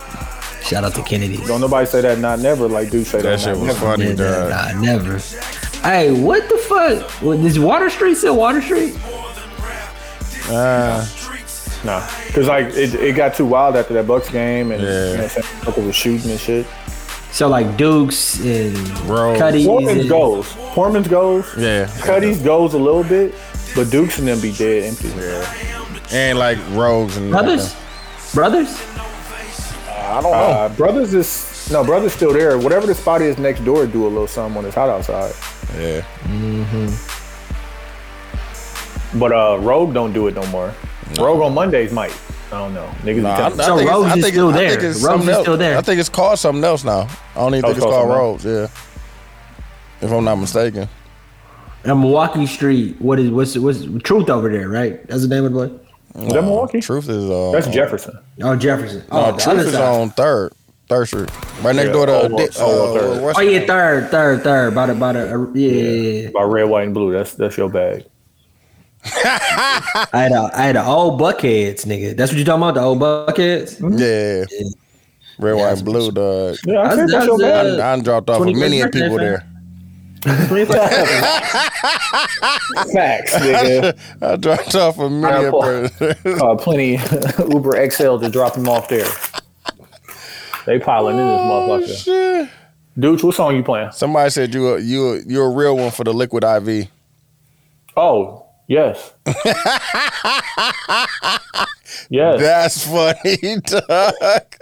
Speaker 3: Shout out to Kennedy.
Speaker 2: Don't nobody say that not never like do say that.
Speaker 8: That shit
Speaker 2: not
Speaker 8: was
Speaker 2: never.
Speaker 8: funny,
Speaker 3: Yeah, nah,
Speaker 8: dog.
Speaker 3: never. Hey, what the fuck? What, is Water Street still Water Street?
Speaker 8: Uh,
Speaker 2: Nah, because like it, it got too wild after that Bucks game and
Speaker 8: Yeah.
Speaker 2: you know, San Francisco was shooting and shit.
Speaker 3: So like Dukes and
Speaker 8: Bro.
Speaker 3: Cuddy's
Speaker 2: Foreman's
Speaker 3: and
Speaker 2: goes. Foreman's goes.
Speaker 8: Yeah.
Speaker 2: Cuddy's goes a little bit, but Dukes and them be dead empty.
Speaker 8: and like rogues and
Speaker 3: brothers, brothers.
Speaker 2: I don't know. Uh, brothers is no brothers still there. Whatever the spot is next door, do a little something when it's hot outside.
Speaker 8: Yeah.
Speaker 2: But uh, Rogue don't do it no more. Rogue on Mondays might. I don't know. Niggas
Speaker 8: Nah, I, I
Speaker 2: be
Speaker 8: think
Speaker 3: So
Speaker 8: it's-
Speaker 3: Rogues is
Speaker 8: I think
Speaker 3: still
Speaker 8: it- I
Speaker 3: there.
Speaker 8: think it's
Speaker 3: Rogues
Speaker 8: something
Speaker 3: is
Speaker 8: else.
Speaker 3: still there.
Speaker 8: I think it's called something else now. I don't even
Speaker 2: Oh, it's
Speaker 8: think it's called
Speaker 2: called
Speaker 8: Rogues. Yeah, if I'm not mistaken.
Speaker 3: And Milwaukee Street. What is what's what's Truth over there? Right? That's the name of the boy.
Speaker 2: Is that Milwaukee?
Speaker 8: Truth is uh,
Speaker 2: That's
Speaker 8: on-
Speaker 2: Jefferson.
Speaker 3: Oh Jefferson.
Speaker 8: No,
Speaker 3: Oh, the
Speaker 8: Truth
Speaker 3: other
Speaker 8: is
Speaker 3: side.
Speaker 8: on third, third street, right next
Speaker 2: Yeah,
Speaker 8: door to
Speaker 2: Old World-
Speaker 8: Dick-
Speaker 2: Old World
Speaker 8: uh,
Speaker 2: Third.
Speaker 8: West-
Speaker 3: Oh yeah, third, third, third. By the by the uh, yeah. yeah, yeah.
Speaker 2: By red, white, and blue. That's that's your bag.
Speaker 3: I had a I had a old buckheads nigga. That's what you talking about? The old buckheads.
Speaker 8: Yeah. Red,
Speaker 3: Yeah,
Speaker 8: white,
Speaker 3: that's-
Speaker 8: and blue, dog.
Speaker 2: Yeah, I said that's,
Speaker 3: That's-
Speaker 2: your
Speaker 3: that's,
Speaker 2: bag.
Speaker 3: uh,
Speaker 8: I, I dropped off a
Speaker 3: 21st
Speaker 8: million
Speaker 3: birthday,
Speaker 8: people
Speaker 3: fam.
Speaker 8: there.
Speaker 2: Facts, nigga.
Speaker 8: I dropped off a million.
Speaker 2: Apple.
Speaker 8: per-
Speaker 2: Uh, plenty Uber XL to drop them off there. They piling in this motherfucker.
Speaker 8: Oh, Shit.
Speaker 2: Dude, what song you playing?
Speaker 8: Somebody said you a, you a, you're a real one for the liquid IV.
Speaker 2: Oh, yes. yes.
Speaker 8: That's funny, Doc.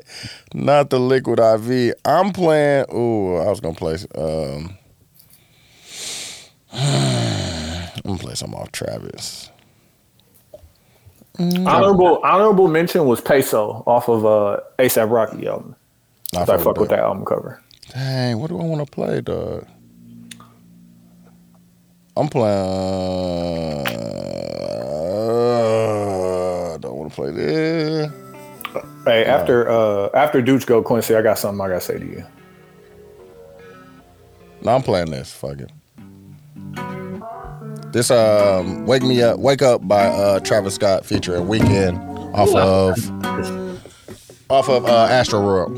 Speaker 8: Not the liquid IV. I'm playing. Ooh, I was gonna play. Um, I'm gonna play some off Travis.
Speaker 2: honorable honorable mention was Peso off of uh ASAP Rocky album.
Speaker 8: Not
Speaker 2: I
Speaker 8: fucking
Speaker 2: fuck with
Speaker 8: dope.
Speaker 2: that album cover.
Speaker 8: Dang, what do I want to play, dog? I'm playing. Uh, don't want to play this.
Speaker 2: Hey, after uh after Dooch go Quincy, I got something I gotta say to you.
Speaker 8: No, I'm playing this. Fuck it. This um, wake me up, wake up by uh, Travis Scott featuring Weekend off of off of uh, Astro World.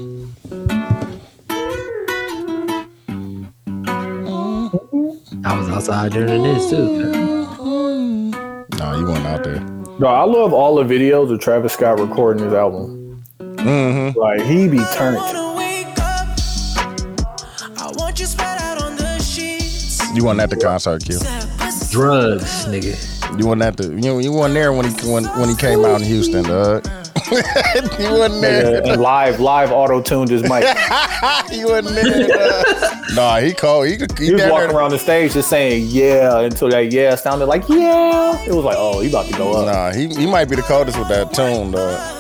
Speaker 3: I was outside during this too.
Speaker 8: No, you weren't out there.
Speaker 2: No, I love all the videos of Travis Scott recording his album. Like he be turned.
Speaker 8: You weren't at the concert, Q.
Speaker 3: Drugs, nigga.
Speaker 8: You weren't at the you, you weren't there when he when, when he came out in Houston, dog. you weren't there.
Speaker 2: Nigga, and live live auto tuned his mic.
Speaker 8: you wasn't there. dog. nah, he called. He could. He,
Speaker 2: He was
Speaker 8: down
Speaker 2: walking
Speaker 8: there-
Speaker 2: around the stage just saying yeah until that yeah sounded like yeah. It was like oh he about to go up.
Speaker 8: Nah, he, he might be the coldest with that tune, dog.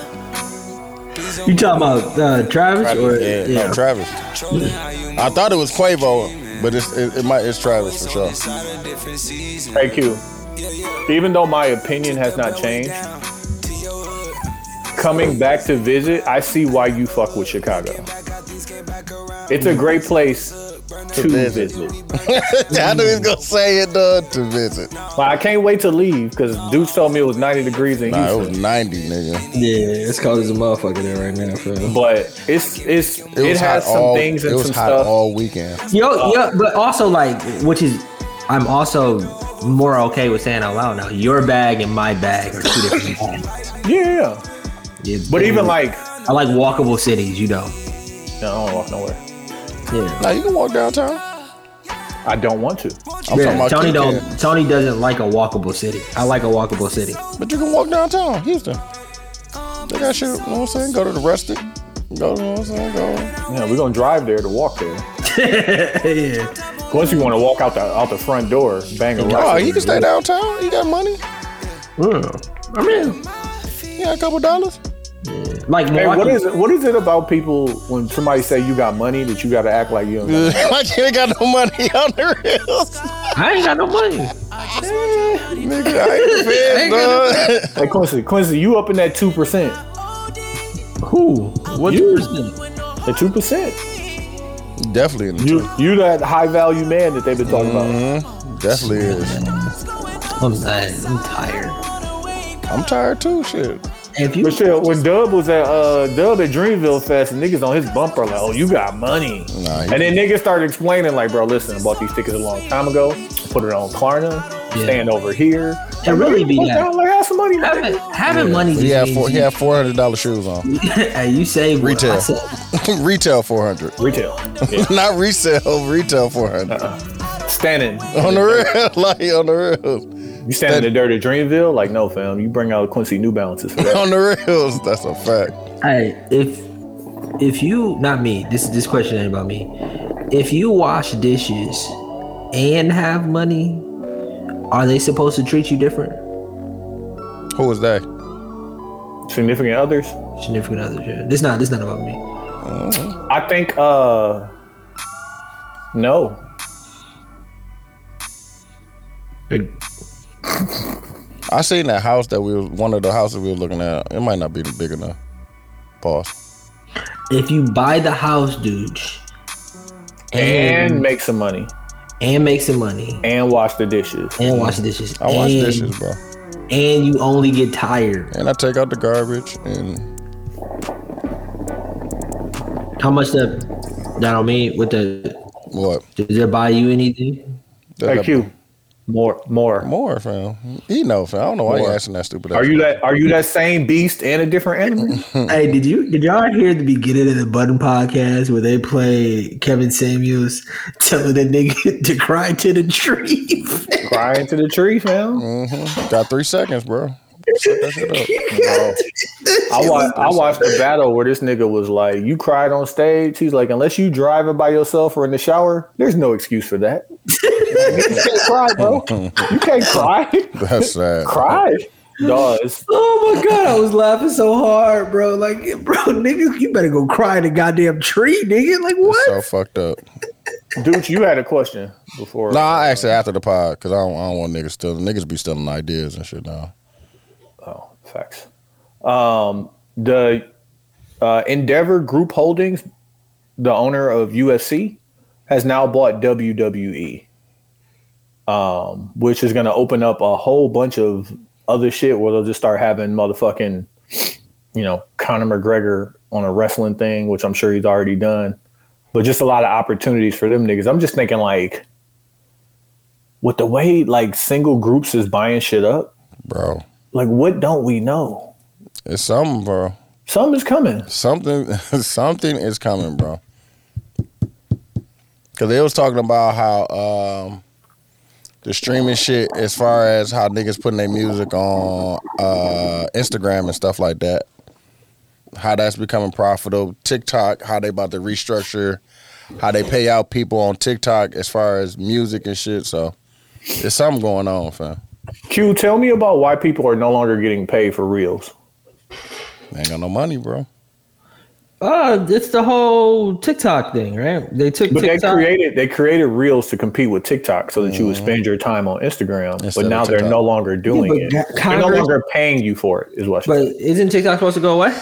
Speaker 3: You talking about uh, Travis or
Speaker 8: Yeah, no, Travis. I thought it was Quavo, but it's it, it might it's Travis for sure.
Speaker 2: Hey Q, even though my opinion has not changed, coming back to visit, I see why you fuck with Chicago. It's a great place to
Speaker 8: visit.
Speaker 2: visit.
Speaker 8: I knew he was gonna say it uh, to visit. Nah,
Speaker 2: Like, I can't wait to leave because dude told me it was 90 degrees in
Speaker 8: it
Speaker 2: Houston.
Speaker 8: was ninety, nigga.
Speaker 3: Yeah, it's cold as a motherfucker there right now, fam.
Speaker 2: But it's it's it,
Speaker 8: It, was
Speaker 2: has
Speaker 8: hot
Speaker 2: some
Speaker 8: all,
Speaker 2: things
Speaker 8: It
Speaker 2: and
Speaker 8: was
Speaker 2: some
Speaker 8: hot
Speaker 2: stuff.
Speaker 8: all weekend.
Speaker 3: Yo,
Speaker 2: Uh,
Speaker 3: yeah, but also like, which is, I'm also more okay with saying out loud now. Your bag and my bag are two different bags.
Speaker 2: yeah,
Speaker 3: Yeah,
Speaker 2: but even like
Speaker 3: I like walkable cities, you know.
Speaker 2: no, I don't walk nowhere.
Speaker 3: Yeah.
Speaker 8: Nah, you can walk downtown.
Speaker 2: I don't want to.
Speaker 8: I'm talking about
Speaker 3: Tony
Speaker 8: Kid
Speaker 3: don't.
Speaker 8: Kat,
Speaker 3: Tony doesn't like a walkable city. I like a walkable city.
Speaker 8: but you can walk downtown, Houston. They got shit. You know what I'm saying? Go to the restaurant. Go, you know what I'm saying? Go.
Speaker 2: Yeah, we're gonna drive there to walk there.
Speaker 3: yeah.
Speaker 2: Plus, you want to walk out the out the front door, bang a
Speaker 8: Oh,
Speaker 2: right.
Speaker 8: he can stay downtown. He got money.
Speaker 3: Mm. I mean,
Speaker 8: He got a couple dollars.
Speaker 3: like
Speaker 2: Hey,
Speaker 3: Milwaukee.
Speaker 2: what is it, what is it about people when somebody say you got money that you got to act like you? Don't got
Speaker 8: like he ain't got no money on the rails.
Speaker 3: I ain't got no money.
Speaker 8: Nigga, I ain't fed, dog.
Speaker 2: money? Like Quincy, Quincy, you up in that two percent?
Speaker 3: Who? What
Speaker 2: You.
Speaker 3: percent?
Speaker 2: The two percent.
Speaker 8: Definitely in the
Speaker 2: You you that high value man that they've been talking about.
Speaker 8: Definitely is.
Speaker 3: I'm tired. I'm tired.
Speaker 8: I'm tired too, shit.
Speaker 3: If you
Speaker 2: But shit, when Dub was at uh, Dub at Dreamville Fest, and niggas on his bumper like, "Oh, you got money,"
Speaker 8: Nah, he-
Speaker 2: and then niggas started explaining like, "Bro, listen, I bought these tickets a long time ago. Put it on Klarna.
Speaker 3: Yeah.
Speaker 2: Stand over here.
Speaker 3: It really be
Speaker 2: Fuck
Speaker 3: that.
Speaker 2: down, Like, have some money. my
Speaker 3: having
Speaker 2: nigga.
Speaker 3: having money,
Speaker 8: He had
Speaker 3: these
Speaker 8: four,
Speaker 3: days,
Speaker 8: he had four hundred dollar shoes on.
Speaker 3: hey, you say what
Speaker 8: Retail.
Speaker 3: I said.
Speaker 8: retail four hundred,
Speaker 2: Retail. Yeah.
Speaker 8: not resale. Retail four hundred
Speaker 2: standing
Speaker 8: on the real, like on the
Speaker 2: You standing in the dirt at Dreamville? Like, no, fam. You bring out Quincy New Balances for
Speaker 8: real,
Speaker 2: that.
Speaker 8: on the reals. That's a fact.
Speaker 3: Hey, if if you not me, this this question ain't about me. If you wash dishes and have money, are they supposed to treat you different?
Speaker 8: Who was that?
Speaker 2: Significant others.
Speaker 3: Significant other. yeah. This not this not about me.
Speaker 2: I think. uh No.
Speaker 8: I seen that house that we was one of the houses we were looking at. It might not be big enough. Pause.
Speaker 3: If you buy the house, dude,
Speaker 2: And make some money.
Speaker 3: and make some money
Speaker 2: And wash the dishes.
Speaker 3: and wash the dishes,
Speaker 8: I wash
Speaker 3: and,
Speaker 8: dishes, bro,
Speaker 3: and you only get tired.
Speaker 8: and I take out the garbage and
Speaker 3: How much that that on me with the
Speaker 8: what?
Speaker 3: did they buy you anything?
Speaker 2: Like you. More, more.
Speaker 8: More, fam. He know, fam. I don't know why you
Speaker 2: More.
Speaker 8: asking that stupid.
Speaker 2: Are you that? Are you that same beast and a different animal?
Speaker 3: Hey, did you did y'all hear the beginning of the Button podcast where they play Kevin Samuels telling the nigga to cry to the tree?
Speaker 2: Crying to the tree, fam.
Speaker 8: Got three seconds, bro. Shut that shit up.
Speaker 2: I watched. I watched the battle where this nigga was like, "You cried on stage." He's like, "Unless you driving by yourself or in the shower, there's no excuse for that." you can't cry, bro. You can't cry.
Speaker 8: That's sad.
Speaker 2: Cry. Does
Speaker 3: oh my god, I was laughing so hard, bro. Like, bro, nigga, you better go cry in the goddamn tree, nigga. Like, what?
Speaker 8: So fucked up.
Speaker 2: dude, you had a question before?
Speaker 8: No, I asked it after the pod because I don't, I don't want niggas stealing. Niggas be stealing ideas and shit now.
Speaker 2: Oh, facts. Um, the uh, Endeavor Group Holdings, the owner of UFC, has now bought WWE, um, which is going to open up a whole bunch of other shit where they'll just start having motherfucking, you know, Conor McGregor on a wrestling thing, which I'm sure he's already done, but just a lot of opportunities for them niggas. I'm just thinking like, with the way like single groups is buying shit up
Speaker 8: Bro,
Speaker 2: like what don't we know
Speaker 8: it's something, bro.
Speaker 2: something is coming
Speaker 8: Something something is coming, bro. Cause they was talking about how um the streaming shit as far as how niggas putting their music on uh Instagram and stuff like that. How that's becoming profitable. TikTok, how they about to restructure, how they pay out people on TikTok as far as music and shit. So there's something going on, fam.
Speaker 2: q tell me about why people are no longer getting paid for reels
Speaker 8: They ain't got no money, bro.
Speaker 3: Uh, it's the whole TikTok thing, right? They took
Speaker 2: but they
Speaker 3: TikTok.
Speaker 2: created they created reels to compete with tiktok so that you would spend your time on instagram
Speaker 8: Instead
Speaker 2: but
Speaker 8: of
Speaker 2: now they're
Speaker 8: TikTok.
Speaker 2: no longer doing
Speaker 3: Yeah, but
Speaker 2: it
Speaker 3: Con-
Speaker 2: they're no
Speaker 3: Congress-
Speaker 2: longer paying you for it is what
Speaker 3: but
Speaker 2: but,
Speaker 3: isn't TikTok supposed to go away?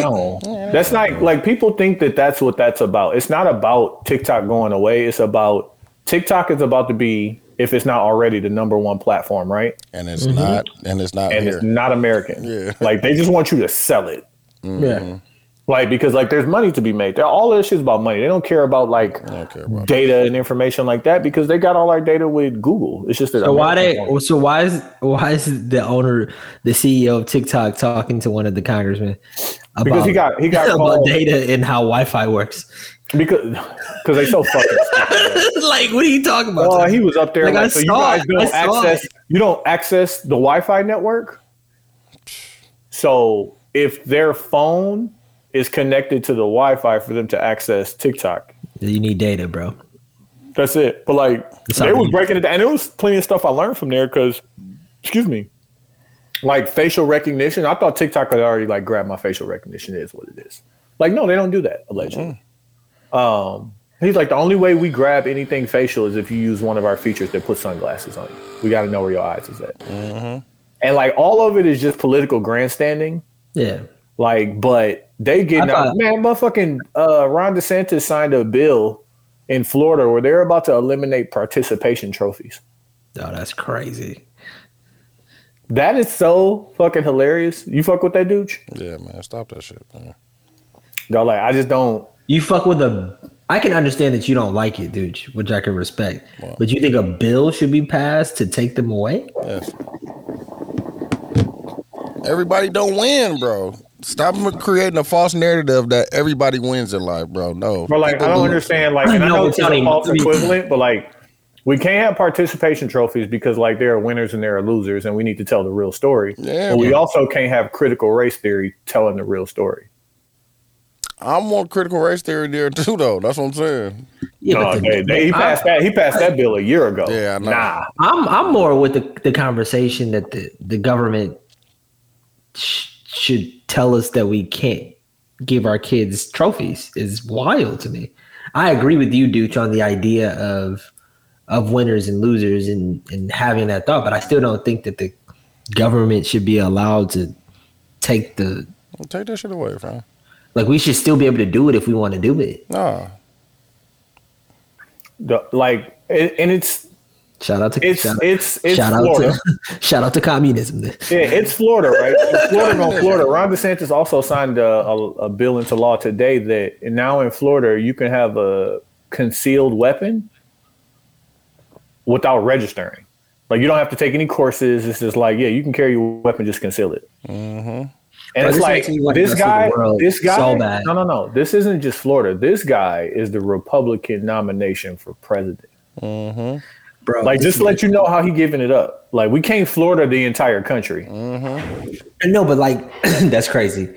Speaker 2: no that's not like people think that that's what that's about it's not about tiktok going away it's about tiktok is about to be if it's not already the number one platform right
Speaker 8: And it's not and it's not
Speaker 2: Mm-hmm. and
Speaker 8: here.
Speaker 2: it's not american
Speaker 8: Yeah.
Speaker 2: like they just want you to sell it
Speaker 3: Yeah.
Speaker 2: Like because like there's money to be made. They're- All of this shit is about money. They don't care about like
Speaker 8: I don't care about
Speaker 2: data and information like that because they got all our data with Google. It's just that
Speaker 3: So why
Speaker 2: Americans
Speaker 3: they?
Speaker 2: want-
Speaker 3: So why is why is the owner, the CEO of TikTok, talking to one of the congressmen about
Speaker 2: because he got he got
Speaker 3: about
Speaker 2: called
Speaker 3: data and how Wi-Fi works?
Speaker 2: because because they so fucking. stupid.
Speaker 3: like, what are you talking about?
Speaker 2: Oh, he was up there.
Speaker 3: Like,
Speaker 2: Like,
Speaker 3: I
Speaker 2: so you
Speaker 3: saw
Speaker 2: guys
Speaker 3: it.
Speaker 2: don't
Speaker 3: I saw
Speaker 2: access
Speaker 3: it.
Speaker 2: you don't access the Wi-Fi network. So if their phone is connected to the Wi-Fi for them to access TikTok.
Speaker 3: You need data, bro.
Speaker 2: That's it. But like
Speaker 3: It's
Speaker 2: they
Speaker 3: not
Speaker 2: was
Speaker 3: easy.
Speaker 2: breaking it down, and there was plenty of stuff I learned from there. Because, excuse me, like facial recognition. I thought TikTok had already like grabbed my facial recognition. It Is what it is. Like no, they don't do that allegedly.
Speaker 3: Mm-hmm.
Speaker 2: Um, he's like the only way we grab anything facial is if you use one of our features that put sunglasses on you. We got to know where your eyes is at.
Speaker 3: Mm-hmm.
Speaker 2: And like all of it is just political grandstanding.
Speaker 3: Yeah.
Speaker 2: Like, but they get
Speaker 3: I
Speaker 2: now,
Speaker 3: thought-
Speaker 2: man, motherfucking uh, Ron DeSantis signed a bill in Florida where they're about to eliminate participation trophies.
Speaker 3: Oh, that's crazy.
Speaker 2: That is so fucking hilarious. You fuck with that dude?
Speaker 8: Yeah, man, stop that shit, man.
Speaker 2: Y'all like, I just don't.
Speaker 3: You fuck with a. I can understand that you don't like it, dude, which I can respect. But you think a bill should be passed to take them away?
Speaker 8: Yes. Everybody don't win, bro. Stop m- creating a false narrative that everybody wins in life, bro. No.
Speaker 2: But like, I don't understand. Like,
Speaker 3: I
Speaker 2: and I
Speaker 3: know
Speaker 2: know
Speaker 3: it's
Speaker 2: it's
Speaker 3: not
Speaker 2: a
Speaker 3: even-
Speaker 2: false equivalent, but like, we can't have participation trophies because like there are winners and there are losers, and we need to tell the real story.
Speaker 8: Yeah,
Speaker 2: but we
Speaker 8: man.
Speaker 2: also can't have critical race theory telling the real story.
Speaker 8: I want critical race theory there too, though. That's what I'm saying.
Speaker 3: Yeah,
Speaker 2: No,
Speaker 3: but the-
Speaker 2: they, they, he
Speaker 3: I-
Speaker 2: passed that. He passed that bill a year ago.
Speaker 8: Yeah, I know.
Speaker 2: nah.
Speaker 3: I'm I'm more with the, the conversation that the the government sh- should tell us that we can't give our kids trophies is wild to me. I agree with you, Dooch, on the idea of of winners and losers and and having that thought, but I still don't think that the government should be allowed to take the
Speaker 8: Take that shit away, fam.
Speaker 3: like we should still be able to do it if we want to do it.
Speaker 8: Nah.
Speaker 2: The, like, it, and it's
Speaker 3: Shout out to
Speaker 2: it's
Speaker 3: shout,
Speaker 2: it's it's
Speaker 3: shout out
Speaker 2: Florida.
Speaker 3: to shout out to communism.
Speaker 2: Yeah, it's Florida, right? It's Florida on Florida. Ron DeSantis also signed a, a, a bill into law today that now in Florida you can have a concealed weapon without registering. Like you don't have to take any courses. It's just like, yeah, you can carry your weapon, just conceal it. And
Speaker 3: Bro,
Speaker 2: it's
Speaker 3: this
Speaker 2: like
Speaker 3: makes me wanna
Speaker 2: this
Speaker 3: mess with the
Speaker 2: guy,
Speaker 3: world
Speaker 2: this guy,
Speaker 3: so bad.
Speaker 2: no, no, no. This isn't just Florida. This guy is the Republican nomination for president.
Speaker 3: Bro,
Speaker 2: Like, just to let you know how he giving it up. Like, we can't Florida the entire country.
Speaker 3: No, but like that's crazy.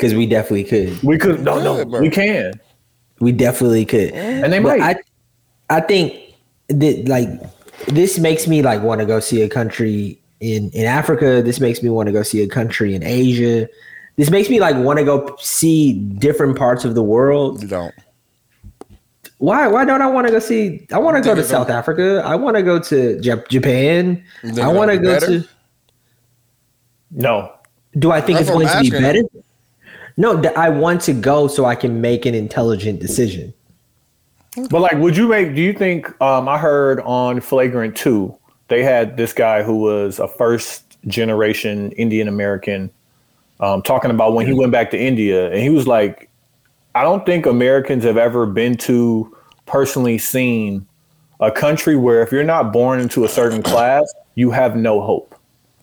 Speaker 3: Cause we definitely could.
Speaker 2: We could no no
Speaker 8: Yeah, bro.
Speaker 2: we can.
Speaker 3: We definitely could.
Speaker 2: And they
Speaker 3: But
Speaker 2: might
Speaker 3: I I think that like this makes me like want to go see a country in in Africa. This makes me want to go see a country in Asia. This makes me like want to go see different parts of the world.
Speaker 8: You don't.
Speaker 3: Why why don't I want to go see I want to go to South Africa. I want to go to Jap- Japan.
Speaker 8: You think
Speaker 3: I want to
Speaker 8: it'll be
Speaker 3: go
Speaker 8: better?
Speaker 3: to
Speaker 2: no.
Speaker 3: Do I think
Speaker 8: That's
Speaker 3: it's
Speaker 8: what
Speaker 3: going
Speaker 8: I'm
Speaker 3: to be better?
Speaker 8: asking.
Speaker 3: No, th- I want to go so I can make an intelligent decision.
Speaker 2: But like would you make do you think um I heard on Flagrant 2 they had this guy who was a first generation Indian American um talking about when he went back to India and he was like I don't think Americans have ever been to personally seen a country where if you're not born into a certain class you have no hope.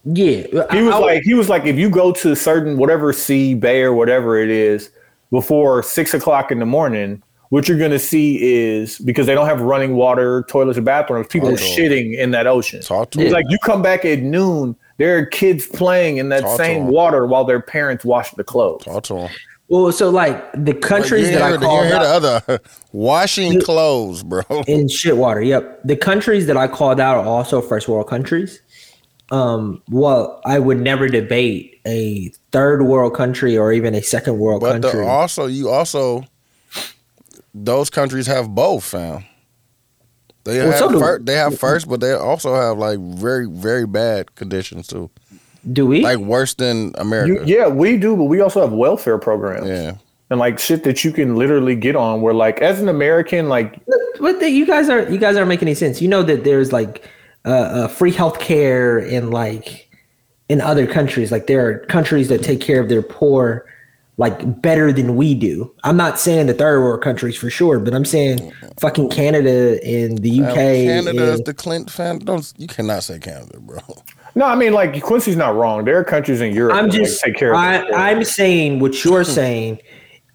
Speaker 3: Yeah,
Speaker 2: He was like, he was like, if you go to certain whatever sea bay or whatever it is before six o'clock in the morning, what you're gonna see is because they don't have running water, toilets, or bathrooms, people
Speaker 8: Oh,
Speaker 2: shitting in that ocean.
Speaker 8: Talk to
Speaker 2: He's
Speaker 8: him.
Speaker 2: like, you come back at noon, there are kids playing in that
Speaker 8: Talk to
Speaker 2: same
Speaker 8: him.
Speaker 2: water while their parents wash the clothes.
Speaker 8: Talk to him.
Speaker 3: well, so like the countries
Speaker 8: you
Speaker 3: that I
Speaker 8: hear, the- you
Speaker 3: called
Speaker 8: hear the
Speaker 3: out
Speaker 8: other washing clothes, bro.
Speaker 3: in shit water. Yep, the countries that I called out are also first world countries. Um, well, I would never debate a third world country or even a second world
Speaker 8: But the,
Speaker 3: country.
Speaker 8: also, you also those countries have both, fam. They
Speaker 3: Well,
Speaker 8: have
Speaker 3: so do-
Speaker 8: fir- they have first, but they also have like very very bad conditions too,
Speaker 3: Do we?
Speaker 8: like worse than
Speaker 2: You-
Speaker 8: America.
Speaker 2: yeah, we do, but we also have welfare programs
Speaker 8: yeah,
Speaker 2: and like shit that you can literally get on. Where like, as an American, like
Speaker 3: But the, you guys are you guys aren't making any sense. You know that there's like uh, uh, free health care in like in other countries. Like there are countries that take care of their poor like better than we do. I'm not saying the third world countries for sure, but I'm saying fucking Canada and the UK.
Speaker 8: Now, Canada is
Speaker 3: and-
Speaker 8: the Clint fan. Don't you cannot say Canada, bro.
Speaker 2: no, I mean like Quincy's not wrong. There are countries in Europe.
Speaker 3: I'm
Speaker 2: that, like,
Speaker 3: just
Speaker 2: take care of.
Speaker 3: I,
Speaker 2: themselves.
Speaker 3: I'm saying what you're saying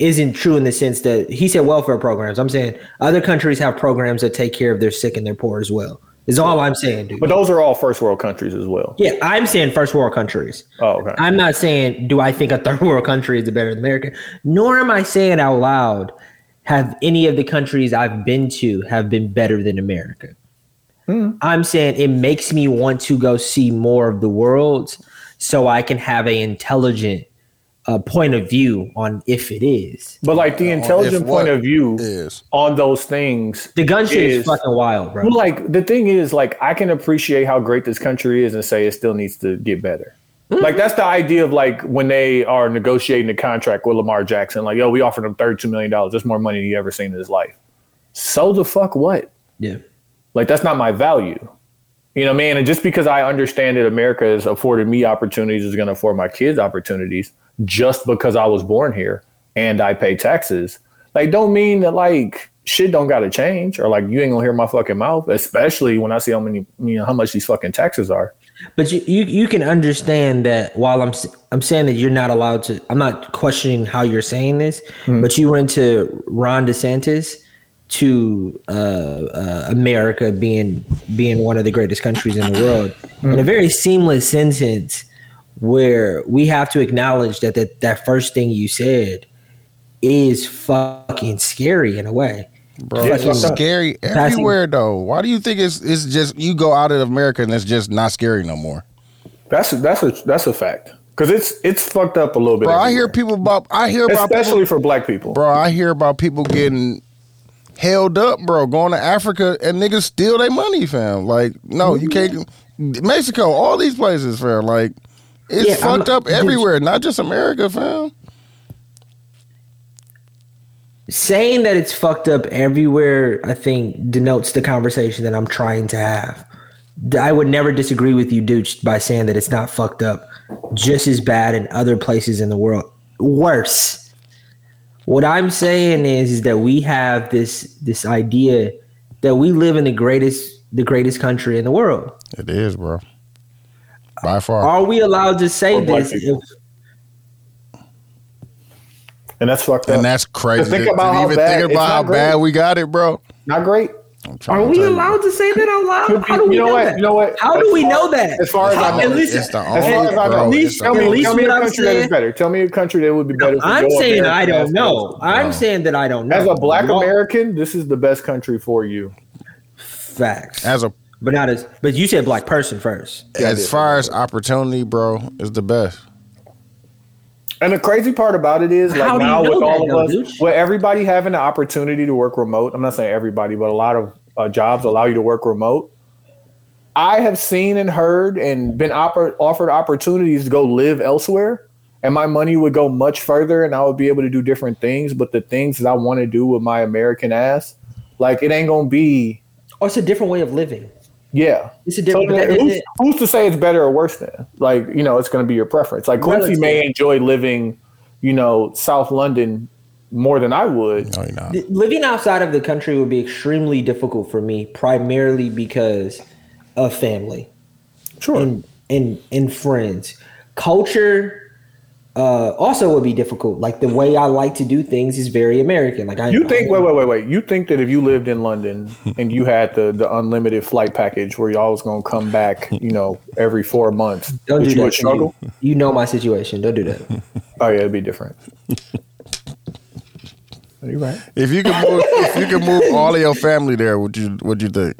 Speaker 3: isn't true in the sense that he said welfare programs. I'm saying other countries have programs that take care of their sick and their poor as well. Is all I'm saying, dude.
Speaker 2: But those are all first world countries as well.
Speaker 3: Yeah, I'm saying first world countries.
Speaker 2: Oh, okay.
Speaker 3: I'm not saying do I think a third world country is better than America, nor am I saying out loud have any of the countries I've been to have been better than America.
Speaker 2: Hmm.
Speaker 3: I'm saying it makes me want to go see more of the world so I can have an intelligent uh, point of view on if it is.
Speaker 2: But like the intelligent
Speaker 8: what
Speaker 2: point of view
Speaker 8: is.
Speaker 2: on those things
Speaker 3: The gun shit is
Speaker 2: Is-
Speaker 3: fucking wild, bro.
Speaker 2: Well, like the thing is, like I can appreciate how great this country is and say it still needs to get better. Like that's the idea of like when they are negotiating a contract with Lamar Jackson, like yo, we offered him thirty-two million dollars. That's more money than he ever seen in his life. So the fuck what?
Speaker 3: Yeah.
Speaker 2: Like that's not my value. You know, what I mean? And just because I understand that America has afforded me opportunities is going to afford my kids opportunities just because I was born here and I pay taxes. Like, don't mean that like shit don't got to change or like you ain't gonna hear my fucking mouth, especially when I see how many, you know, how much these fucking taxes are.
Speaker 3: But you, you you can understand that while I'm s- I'm saying that you're not allowed to I'm not questioning how you're saying this, but you went to Ron DeSantis to uh, uh, America being being one of the greatest countries in the world in a very seamless sentence where we have to acknowledge that that, that first thing you said is fucking scary in a way.
Speaker 8: Bro,
Speaker 2: Yeah,
Speaker 8: it's
Speaker 2: it's fucked up.
Speaker 8: scary
Speaker 3: Passing-
Speaker 8: everywhere though. Why do you think it's it's just you go out of America and it's just not scary no more?
Speaker 2: That's that's a that's a fact because it's it's fucked up a little bit.
Speaker 8: Bro, I
Speaker 2: everywhere.
Speaker 8: hear people about I hear about people-
Speaker 2: especially for black people.
Speaker 8: bro, I hear about people getting held up, bro, going to Africa and niggas steal their money, fam. Like, no, you can't Mexico, all these places, fam. Like it's
Speaker 3: Yeah, I'm-
Speaker 8: fucked up everywhere, not just America, fam.
Speaker 3: saying that it's fucked up everywhere i think denotes the conversation that i'm trying to have D- i would never disagree with you Dooch, by saying that it's not fucked up just as bad in other places in the world worse what i'm saying is, is that we have this this idea that we live in the greatest the greatest country in the world
Speaker 8: It is, bro. By far.
Speaker 3: are we allowed to say
Speaker 2: Or black
Speaker 3: this
Speaker 2: people.
Speaker 3: if-
Speaker 2: and that's fucked up.
Speaker 8: And that's crazy.
Speaker 2: Uh, think
Speaker 8: to- to
Speaker 2: about how
Speaker 8: even
Speaker 2: bad-
Speaker 8: think
Speaker 2: it's
Speaker 8: about
Speaker 2: not
Speaker 8: how bad
Speaker 2: great.
Speaker 8: we got it, bro.
Speaker 2: not great.
Speaker 8: I'm trying
Speaker 3: are
Speaker 8: to
Speaker 3: we
Speaker 8: tell you.
Speaker 3: allowed to say that out loud how do we
Speaker 2: you know
Speaker 3: know
Speaker 2: what?
Speaker 3: that
Speaker 2: You know what?
Speaker 3: how do
Speaker 2: As
Speaker 3: we
Speaker 2: far-
Speaker 3: know that
Speaker 2: As far as I
Speaker 3: How-
Speaker 2: know,
Speaker 3: and listen,
Speaker 8: It's the
Speaker 2: As far
Speaker 8: only-
Speaker 2: as I know,
Speaker 8: bro,
Speaker 3: at
Speaker 8: it's
Speaker 3: least-
Speaker 8: the
Speaker 2: tell me,
Speaker 3: at least
Speaker 2: tell me
Speaker 3: what
Speaker 2: a
Speaker 3: I'm
Speaker 2: country that is
Speaker 3: saying-
Speaker 2: better. Tell me a country that would be better.
Speaker 3: No,
Speaker 2: for
Speaker 3: I'm
Speaker 2: your
Speaker 3: saying I
Speaker 2: American
Speaker 3: don't
Speaker 2: ass
Speaker 3: know.
Speaker 2: folks.
Speaker 3: I'm saying that I don't know.
Speaker 2: As a black
Speaker 3: Y'all-
Speaker 2: American, this is the best country for you.
Speaker 3: facts,
Speaker 8: as a
Speaker 3: but not as. But you said black person first.
Speaker 8: as far as opportunity, bro, is the best.
Speaker 2: And the crazy part about it is, like
Speaker 3: How do you
Speaker 2: now
Speaker 3: know
Speaker 2: with
Speaker 3: that,
Speaker 2: all
Speaker 3: though,
Speaker 2: of
Speaker 3: dude?
Speaker 2: us, with everybody having the opportunity to work remote. I'm not saying everybody, but a lot of uh, jobs allow you to work remote. I have seen and heard and been oppor- offered opportunities to go live elsewhere, and my money would go much further, and I would be able to do different things. But the things that I want to do with my American ass, like it ain't gonna be,
Speaker 3: Oh, it's a different way of living.
Speaker 2: yeah.
Speaker 3: It's a
Speaker 2: So
Speaker 3: different.
Speaker 2: then
Speaker 3: that-
Speaker 2: who's,
Speaker 3: that-
Speaker 2: who's to say it's better or worse than? Like, you know, it's going to be your preference. Like, Quincy may enjoy living, you know, South London more than I would.
Speaker 8: No, you're not.
Speaker 3: that- living outside of the country would be extremely difficult for me, primarily because of family
Speaker 2: Sure.
Speaker 3: and and and friends. Culture uh, also would be difficult. Like the way I like to do things is very American. Like I
Speaker 2: You think, wait, wait, wait, wait. You think that if you lived in London and you had the, the unlimited flight package where y'all was going to come back, you know, every four months, that
Speaker 3: Don't do
Speaker 2: you
Speaker 3: that.
Speaker 2: would
Speaker 3: to
Speaker 2: struggle?
Speaker 3: me. You know my situation. Don't do that.
Speaker 2: Oh, yeah, it'd be different. Are you right?
Speaker 8: If you could move, if you could move all of your family there, would you would you think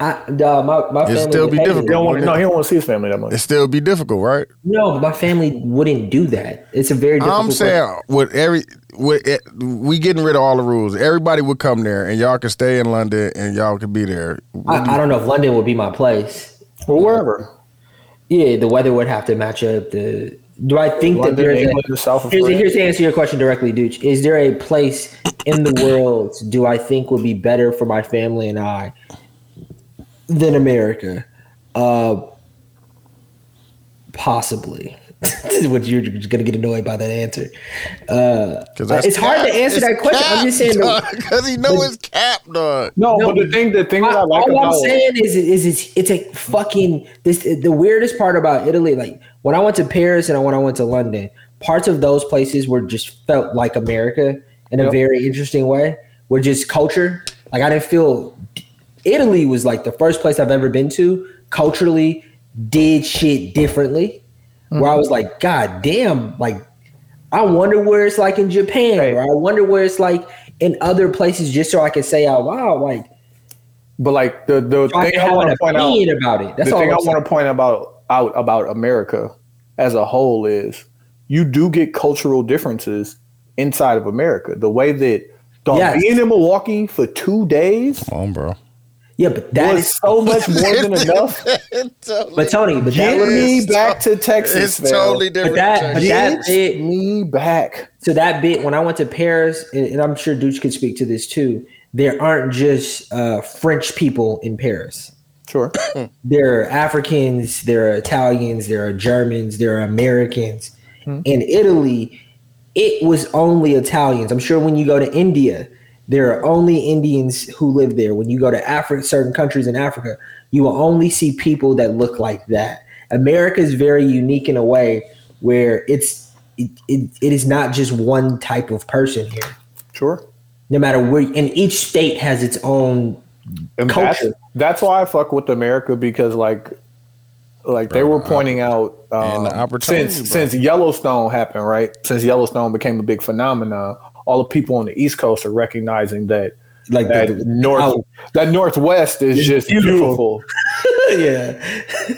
Speaker 3: I, duh, my, my
Speaker 8: It'd
Speaker 3: family
Speaker 8: still
Speaker 3: would
Speaker 8: be
Speaker 3: hate
Speaker 8: difficult.
Speaker 2: He
Speaker 3: it.
Speaker 2: don't want, no, he don't want to see his family that much.
Speaker 8: it still be difficult, right?
Speaker 3: No, but my family wouldn't do that. It's a very difficult
Speaker 8: I'm saying with every with it, we getting rid of all the rules. Everybody would come there, and y'all could stay in London, and y'all could be there.
Speaker 3: I, I don't know if London would be my place.
Speaker 2: Well, wherever.
Speaker 3: Yeah, the weather would have to match up. The do I think that
Speaker 2: London,
Speaker 3: there's
Speaker 2: England, the
Speaker 3: a,
Speaker 2: South of
Speaker 3: here's,
Speaker 2: France.
Speaker 3: here's to answer your question directly, Dooch. Is there a place in the world do I think would be better for my family and I than America? Uh, possibly. What you're just gonna get annoyed by that answer. Uh, it's hard to answer that question. I'm just saying the-
Speaker 8: because he know it's cap, dog.
Speaker 2: No, but the thing, the thing that I like
Speaker 3: all
Speaker 2: about
Speaker 3: I'm saying is, is it's it's a fucking this the weirdest part about Italy. Like when I went to Paris and when I went to London, parts of those places were just felt like America in a
Speaker 2: Yep.
Speaker 3: very interesting way. Were just culture. Like I didn't feel Italy was like the first place I've ever been to culturally did shit differently. Where I
Speaker 2: Mm-hmm.
Speaker 3: was like, God damn, like I wonder where it's like in Japan,
Speaker 2: Right.
Speaker 3: or I wonder where it's like in other places, just so I can say out loud, like
Speaker 2: But like the the
Speaker 3: so I
Speaker 2: thing
Speaker 3: can
Speaker 2: I
Speaker 3: have
Speaker 2: want
Speaker 3: an
Speaker 2: to point out,
Speaker 3: opinion about it. That's
Speaker 2: the
Speaker 3: all
Speaker 2: thing I
Speaker 3: I'm
Speaker 2: want
Speaker 3: saying.
Speaker 2: to point about out about America as a whole is you do get cultural differences inside of America. The way that dog,
Speaker 3: Yes.
Speaker 2: being in Milwaukee for two days
Speaker 8: Come on, bro.
Speaker 3: Yeah, but that
Speaker 2: was
Speaker 3: is.
Speaker 2: so much more than enough.
Speaker 3: But Tony, but that
Speaker 2: Get
Speaker 3: would be
Speaker 2: me back to Texas.
Speaker 8: It's
Speaker 2: fam.
Speaker 8: totally
Speaker 3: but
Speaker 8: different.
Speaker 3: that but
Speaker 2: Get
Speaker 3: that bit
Speaker 2: me back.
Speaker 3: so that bit when I went to Paris, and, and I'm sure Dooch could speak to this too. There aren't just uh, French people in Paris.
Speaker 2: Sure.
Speaker 3: There are Africans, there are Italians, there are Germans, there are Americans. In Italy, it was only Italians. I'm sure when you go to India, there are only Indians who live there. When you go to Africa, certain countries in Africa, you will only see people that look like that. America is very unique in a way where it's it, it, it is not just one type of person here.
Speaker 2: Sure.
Speaker 3: No matter where, and each state has its own.
Speaker 2: And
Speaker 3: Culture.
Speaker 2: That's, that's why I fuck with America because like like they were pointing out um,
Speaker 8: And the opportunity,
Speaker 2: since
Speaker 8: bro.
Speaker 2: since Yellowstone happened, right? Since Yellowstone became a big phenomenon, all the people on the East Coast are recognizing that
Speaker 3: Like the-
Speaker 2: that
Speaker 3: the-
Speaker 2: north
Speaker 3: out.
Speaker 2: that northwest is just beautiful.
Speaker 3: yeah,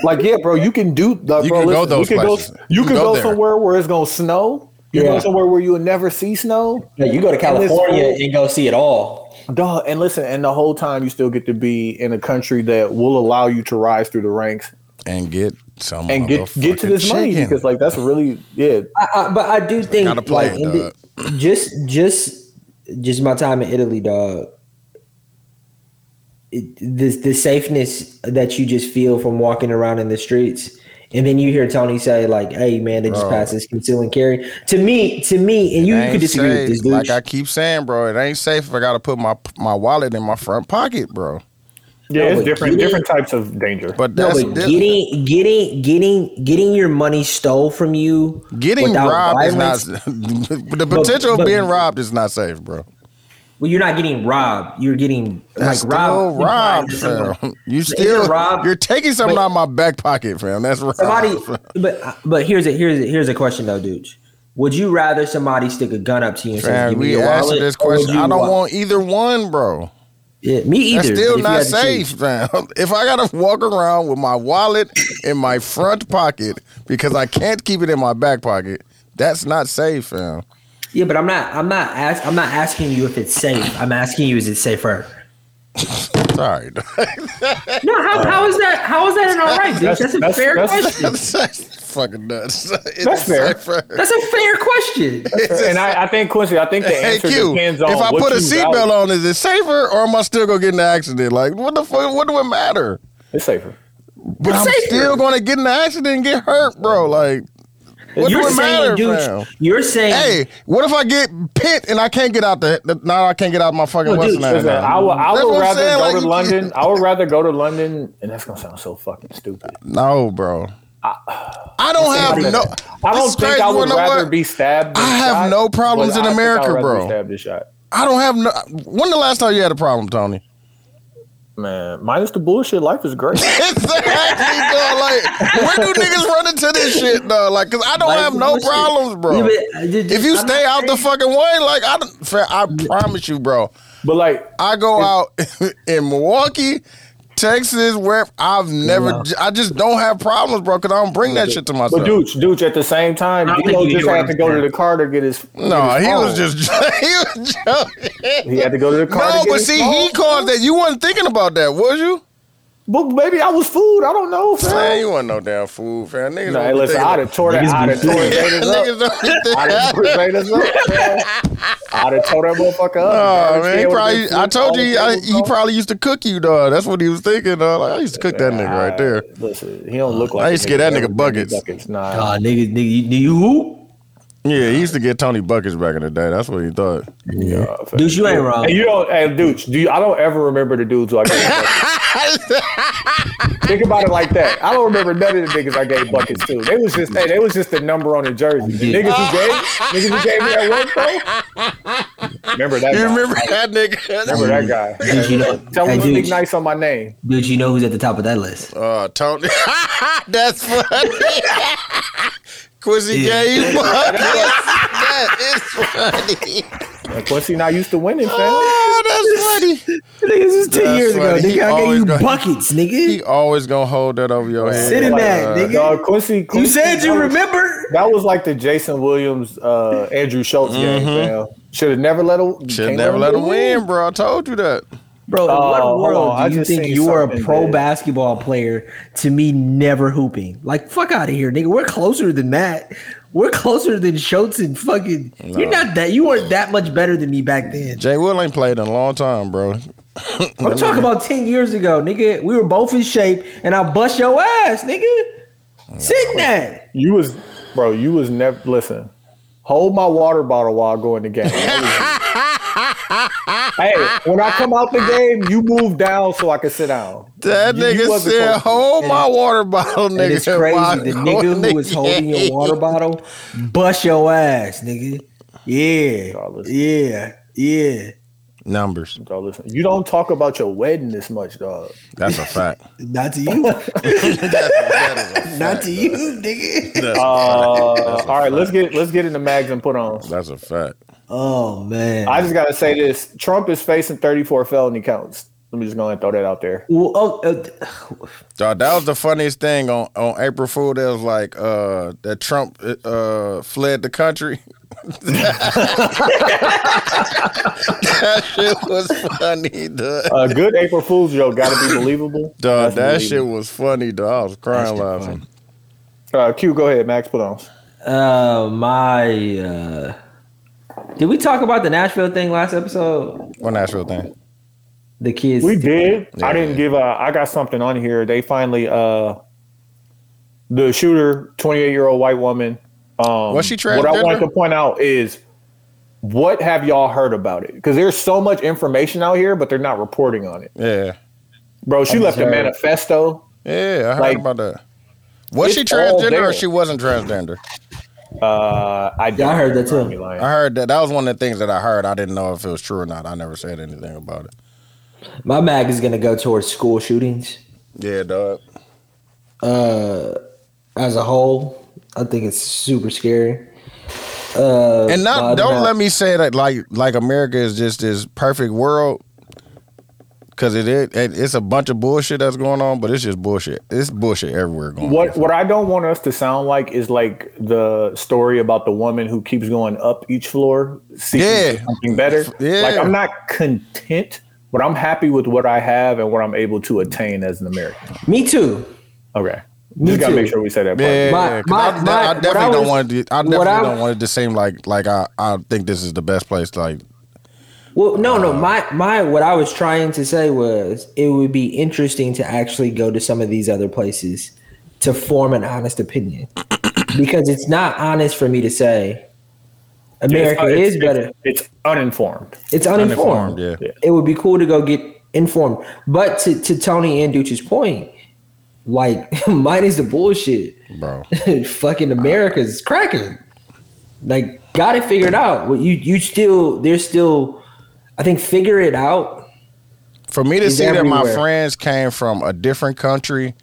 Speaker 2: like yeah, bro, you can do like,
Speaker 8: You
Speaker 2: bro,
Speaker 8: can go
Speaker 2: listen,
Speaker 8: those
Speaker 2: you can go,
Speaker 8: places.
Speaker 2: you can go
Speaker 8: there.
Speaker 2: somewhere where it's gonna snow. You
Speaker 3: Yeah.
Speaker 2: go somewhere where you'll never see snow.
Speaker 3: Yeah, you go to
Speaker 2: And it's-
Speaker 3: California and go see it all.
Speaker 2: Duh, and listen, and the whole time you still get to be in a country that will allow you to rise through the ranks
Speaker 8: and get some
Speaker 2: and get get to
Speaker 8: motherfucking
Speaker 2: this money
Speaker 8: chicken.
Speaker 2: because like that's really yeah.
Speaker 3: I, I, but I do think
Speaker 8: Gotta play
Speaker 3: like
Speaker 8: it,
Speaker 3: in the- just just just my time in Italy, dog. It, the the safeness that you just feel from walking around in the streets, and then you hear Tony say like, "Hey man, they just passed this conceal and carry." To me, to me, and you, you
Speaker 8: Ain't
Speaker 3: could disagree
Speaker 8: safe.
Speaker 3: with this, dude.
Speaker 8: Like I keep saying, bro, it ain't safe if I gotta put my my wallet in my front pocket, bro.
Speaker 2: Yeah,
Speaker 3: No,
Speaker 2: it's
Speaker 3: but
Speaker 2: different
Speaker 3: get it.
Speaker 2: different types of danger.
Speaker 8: But
Speaker 3: no,
Speaker 8: that's
Speaker 3: but
Speaker 8: different.
Speaker 3: getting getting getting getting your money stole from you,
Speaker 8: Getting
Speaker 3: without
Speaker 8: robbed
Speaker 3: violence-
Speaker 8: is not the potential
Speaker 3: but-
Speaker 8: of being robbed is not safe, bro.
Speaker 3: Well, you're not getting robbed. You're getting
Speaker 8: That's
Speaker 3: like
Speaker 8: still
Speaker 3: robbed.
Speaker 8: robbed, fam. You still
Speaker 3: robbed?
Speaker 8: you're taking something
Speaker 3: But-
Speaker 8: out of my back pocket, fam. That's robbed.
Speaker 3: Somebody,
Speaker 8: fam.
Speaker 3: but but here's a here's a, here's a question though, dude. Would you rather somebody stick a gun up to you and say,
Speaker 8: Fam,
Speaker 3: "Give me
Speaker 8: we
Speaker 3: your
Speaker 8: answered
Speaker 3: wallet"?
Speaker 8: this
Speaker 3: or would
Speaker 8: question.
Speaker 3: you
Speaker 8: I don't want either one, bro.
Speaker 3: Yeah, me either.
Speaker 8: That's still
Speaker 3: if you
Speaker 8: not
Speaker 3: had to choose.
Speaker 8: safe, man. If I gotta walk around with my wallet in my front pocket because I can't keep it in my back pocket, that's not safe, fam.
Speaker 3: Yeah, but I'm not. I'm not. Ask, I'm not asking you if it's safe. I'm asking you, is it safer?
Speaker 8: Sorry.
Speaker 3: No. How, how is that? How is that an all right, dude? That's, a
Speaker 2: that's-
Speaker 3: fair
Speaker 2: that's-
Speaker 3: question.
Speaker 8: that's fucking nuts. It's
Speaker 2: That's fair.
Speaker 8: safer.
Speaker 3: That's a fair question.
Speaker 2: and I, I think Quincy, I think the
Speaker 8: Hey
Speaker 2: answer
Speaker 8: Q,
Speaker 2: depends
Speaker 8: if
Speaker 2: on
Speaker 8: I
Speaker 2: what
Speaker 8: put
Speaker 2: you
Speaker 8: a seatbelt
Speaker 2: value.
Speaker 8: on, is it safer or am I still gonna get in an accident? Like, what the fuck? What do it matter?
Speaker 2: It's safer.
Speaker 8: But I'm
Speaker 3: safer.
Speaker 8: still gonna get in an accident and get hurt, bro. Like, what
Speaker 3: you're
Speaker 8: do it
Speaker 3: saying,
Speaker 8: matter,
Speaker 3: dude.
Speaker 8: fam?
Speaker 3: You're saying,
Speaker 8: Hey, what if I get pit and I can't get out the? the now I can't get out my fucking
Speaker 3: Well, dude,
Speaker 8: Western.
Speaker 2: Listen, I would I
Speaker 8: That's
Speaker 2: would
Speaker 8: what I'm
Speaker 2: rather
Speaker 8: saying,
Speaker 2: go
Speaker 8: like,
Speaker 2: to
Speaker 8: you-
Speaker 2: London. I would rather go to London, and that's gonna sound so fucking stupid.
Speaker 8: No, bro. I don't have no.
Speaker 2: I
Speaker 8: this
Speaker 2: don't
Speaker 8: is
Speaker 2: think
Speaker 8: crazy,
Speaker 2: I
Speaker 8: you
Speaker 2: would
Speaker 8: wanna know
Speaker 2: rather
Speaker 8: what?
Speaker 2: be stabbed.
Speaker 8: I
Speaker 2: than
Speaker 8: have
Speaker 2: shot,
Speaker 8: no problems
Speaker 2: but
Speaker 8: in
Speaker 2: I think I would
Speaker 8: America,
Speaker 2: rather be
Speaker 8: bro.
Speaker 2: Stabbed than shot.
Speaker 8: I don't have no. When the last time you had a problem, Tony?
Speaker 2: Man, minus the bullshit, life is great.
Speaker 8: It's actually dog, like where do niggas run into this shit though? Like, cause I don't have no
Speaker 3: bullshit.
Speaker 8: problems, bro.
Speaker 3: Yeah, but, uh, dude,
Speaker 8: If you
Speaker 3: I'm
Speaker 8: stay
Speaker 3: not
Speaker 8: out the
Speaker 3: saying-
Speaker 8: fucking way, like I, don't- fam, I promise you, bro.
Speaker 2: But like,
Speaker 8: I go out in Milwaukee, Texas, where I've never.
Speaker 3: Yeah.
Speaker 8: I just don't have problems, bro. Cause I don't bring that shit to myself.
Speaker 2: but Dooch, Dooch, at the same time,
Speaker 3: I don't
Speaker 2: D'Lo
Speaker 3: think you
Speaker 2: just
Speaker 3: hear
Speaker 2: had to
Speaker 3: what I'm
Speaker 2: go to
Speaker 3: saying.
Speaker 2: the car to get his.
Speaker 8: No,
Speaker 2: get his
Speaker 8: he was
Speaker 2: phone.
Speaker 8: just he was joking.
Speaker 2: He had to go to the car.
Speaker 8: No,
Speaker 2: to get
Speaker 8: but
Speaker 2: his
Speaker 8: see,
Speaker 2: phone.
Speaker 8: he caused that. You wasn't thinking about that, was you?
Speaker 2: But maybe I was fooled. I don't know, fam.
Speaker 8: Man, you wasn't no damn fool, fam. Niggas
Speaker 2: Nah,
Speaker 8: don't be
Speaker 2: listen,
Speaker 8: thinking
Speaker 2: I'd
Speaker 8: about-
Speaker 2: have tore that. I'd have tore
Speaker 8: Niggas
Speaker 2: that.
Speaker 8: don't be thinking-
Speaker 2: I'd have tore that up. I'd have tore that motherfucker up.
Speaker 8: Oh man, he probably. I told you, I, he probably used to cook you, dog. That's what he was thinking, dog. Like, I used to cook that nigga right there.
Speaker 2: Listen, he don't look like.
Speaker 8: used to
Speaker 2: a
Speaker 8: get that nigga
Speaker 2: that would
Speaker 8: buckets.
Speaker 2: buckets. Nah,
Speaker 3: Aw, nigga, nigga, you, you who?
Speaker 8: Yeah, he used to get Tony buckets back in the day. That's what he thought.
Speaker 3: Dude, you ain't wrong.
Speaker 2: And you don't, hey, dudes, do you, I don't ever remember the dudes who I gave buckets. Think about it like that. I don't remember none of the niggas I gave buckets to. They was just, hey, they was just the number on the jersey. The niggas who gave, niggas who gave me that work though. Remember that?
Speaker 8: You
Speaker 2: guy.
Speaker 8: remember that nigga?
Speaker 2: Remember that guy?
Speaker 3: Did you know?
Speaker 2: Tell
Speaker 3: hey,
Speaker 2: him
Speaker 3: dude,
Speaker 2: Nick Nice on my name.
Speaker 3: dude, you know who's at the top of that list?
Speaker 8: Oh, Tony. That's funny. Quincy
Speaker 3: Yeah.
Speaker 8: Gay, you fuck. That is funny.
Speaker 2: And Quincy not used to winning, fam.
Speaker 8: Oh, that's funny.
Speaker 3: Niggas was ten
Speaker 8: That's
Speaker 3: years
Speaker 8: funny.
Speaker 3: ago. Nigga,
Speaker 8: He
Speaker 3: I gave
Speaker 8: always
Speaker 3: you
Speaker 8: go-
Speaker 3: buckets, nigga.
Speaker 8: He always gonna hold that over your head.
Speaker 3: Sit in that, nigga.
Speaker 2: No, uh, Quincy,
Speaker 3: You
Speaker 2: Quincy-
Speaker 3: said you
Speaker 2: that was-
Speaker 3: remember.
Speaker 2: That was like the Jason Williams, uh, Andrew Schultz game,
Speaker 3: Mm-hmm.
Speaker 2: fam. Should have never let him.
Speaker 8: Should never let him win, bro. I told you that.
Speaker 3: Bro, in
Speaker 2: Oh,
Speaker 3: what
Speaker 2: hold
Speaker 3: world
Speaker 2: on, I
Speaker 3: do you
Speaker 2: just
Speaker 3: think
Speaker 2: seen
Speaker 3: you are a
Speaker 2: something,
Speaker 3: pro
Speaker 2: man.
Speaker 3: basketball player to me never hooping? Like, fuck out of here, nigga. We're closer than that. We're closer than Schultz and fucking. You're not that. You weren't that much better than me back then.
Speaker 8: Jay Will ain't played in a long time, bro.
Speaker 3: I'm talking about 10 years ago, nigga. We were both in shape, and I bust your ass, nigga. Sit in that.
Speaker 2: You was, bro. You was never. Listen, hold my water bottle while I go in the game. That was- hey, when I come out the game, you move down so I can sit down.
Speaker 8: That
Speaker 2: You- you
Speaker 8: nigga
Speaker 2: wasn't
Speaker 8: said,
Speaker 2: close.
Speaker 8: "Hold my water bottle, nigga."
Speaker 3: And it's crazy.
Speaker 8: while
Speaker 3: The
Speaker 8: I'm
Speaker 3: nigga
Speaker 8: going
Speaker 3: who was
Speaker 8: to
Speaker 3: holding your
Speaker 8: game."
Speaker 3: water bottle bust your ass, nigga. Yeah. Yeah. Yeah.
Speaker 8: numbers.
Speaker 2: Dog, listen, you don't talk about your wedding this much, dog.
Speaker 8: That's a fact.
Speaker 3: Not to you.
Speaker 8: That is a
Speaker 3: Not to you, nigga.
Speaker 8: That's,
Speaker 2: Uh, all right, let's get let's get in the mags and put on.
Speaker 8: that's a fact.
Speaker 3: Oh man.
Speaker 2: I just gotta say this: Trump is facing 34 felony counts. Let me just go ahead and throw that out there.
Speaker 3: Well, oh, uh,
Speaker 8: Dog, that was the funniest thing on, on April Fool. That was like uh, that Trump uh, fled the country. that shit was funny, dog.
Speaker 2: A Uh, good April Fool's joke gotta be believable.
Speaker 8: Dog, that
Speaker 2: That's
Speaker 8: shit was funny, dog. I was crying
Speaker 3: That's
Speaker 8: laughing.
Speaker 2: Uh, Q, go ahead, Max. Put on.
Speaker 3: uh, my. Uh, did we talk about the Nashville thing last episode?
Speaker 8: One Nashville thing.
Speaker 3: The kids.
Speaker 2: We did.
Speaker 8: Yeah.
Speaker 2: I didn't give. A, I got something on here. They finally, uh the shooter, twenty-eight year old white woman. Um,
Speaker 8: Was she
Speaker 2: What I wanted
Speaker 8: transgender?
Speaker 2: to point out is, what have y'all heard about it? Because there's so much information out here, but they're not reporting on it.
Speaker 8: Yeah.
Speaker 2: Bro, she left a
Speaker 3: Observe.
Speaker 2: manifesto.
Speaker 8: Yeah, I heard
Speaker 2: Like,
Speaker 8: about that. Was
Speaker 2: it's
Speaker 8: she
Speaker 2: all
Speaker 8: transgender or
Speaker 2: there.
Speaker 8: she wasn't transgender?
Speaker 2: Uh, I
Speaker 3: Yeah, I heard that too.
Speaker 8: I heard that. That was one of the things that I heard. I didn't know if it was true or not. I never said anything about it.
Speaker 3: My mag is gonna go towards school shootings
Speaker 8: Yeah, dog.
Speaker 3: as a whole. I think it's super scary.
Speaker 8: and
Speaker 3: Why
Speaker 8: not don't
Speaker 3: not?
Speaker 8: let me say that like like America is just this perfect world because it, is- it it's a bunch of bullshit that's going on, but it's just bullshit. It's bullshit everywhere going.
Speaker 2: What
Speaker 8: on.
Speaker 2: what I don't want us to sound like is like the story about the woman who keeps going up each floor seeking
Speaker 8: Yeah.
Speaker 2: for something better.
Speaker 8: Yeah.
Speaker 2: Like I'm not content, but I'm happy with what I have and what I'm able to attain as an American.
Speaker 3: Me too.
Speaker 2: Okay.
Speaker 3: Me
Speaker 2: Just gotta
Speaker 3: too.
Speaker 2: make sure we say that part.
Speaker 8: Yeah,
Speaker 3: My-
Speaker 8: yeah, 'cause
Speaker 3: my-
Speaker 8: I, de-
Speaker 3: my-
Speaker 8: I
Speaker 3: what
Speaker 8: definitely
Speaker 3: I
Speaker 8: don't
Speaker 3: was-
Speaker 8: want it. To, I
Speaker 3: what
Speaker 8: definitely
Speaker 3: I-
Speaker 8: don't want it to seem like like I I think this is the best place. Like
Speaker 3: Well, no, no. My my what I was trying to say was it would be interesting to actually go to some of these other places to form an honest opinion because it's not honest for me to say America
Speaker 2: It's-
Speaker 3: is
Speaker 2: it's-
Speaker 3: better.
Speaker 2: It's, it's uninformed.
Speaker 3: It's uninformed.
Speaker 8: Uninformed, yeah.
Speaker 2: Yeah.
Speaker 3: It would be cool to go get informed. But to, to Tony and Duch's point, like mine is the bullshit.
Speaker 8: bro,
Speaker 3: Fucking America's cracking. Like, got it figured out. Well, you you still there's still I think figure it out.
Speaker 8: for me to
Speaker 3: It's
Speaker 8: see that my
Speaker 3: everywhere.
Speaker 8: friends came from a different country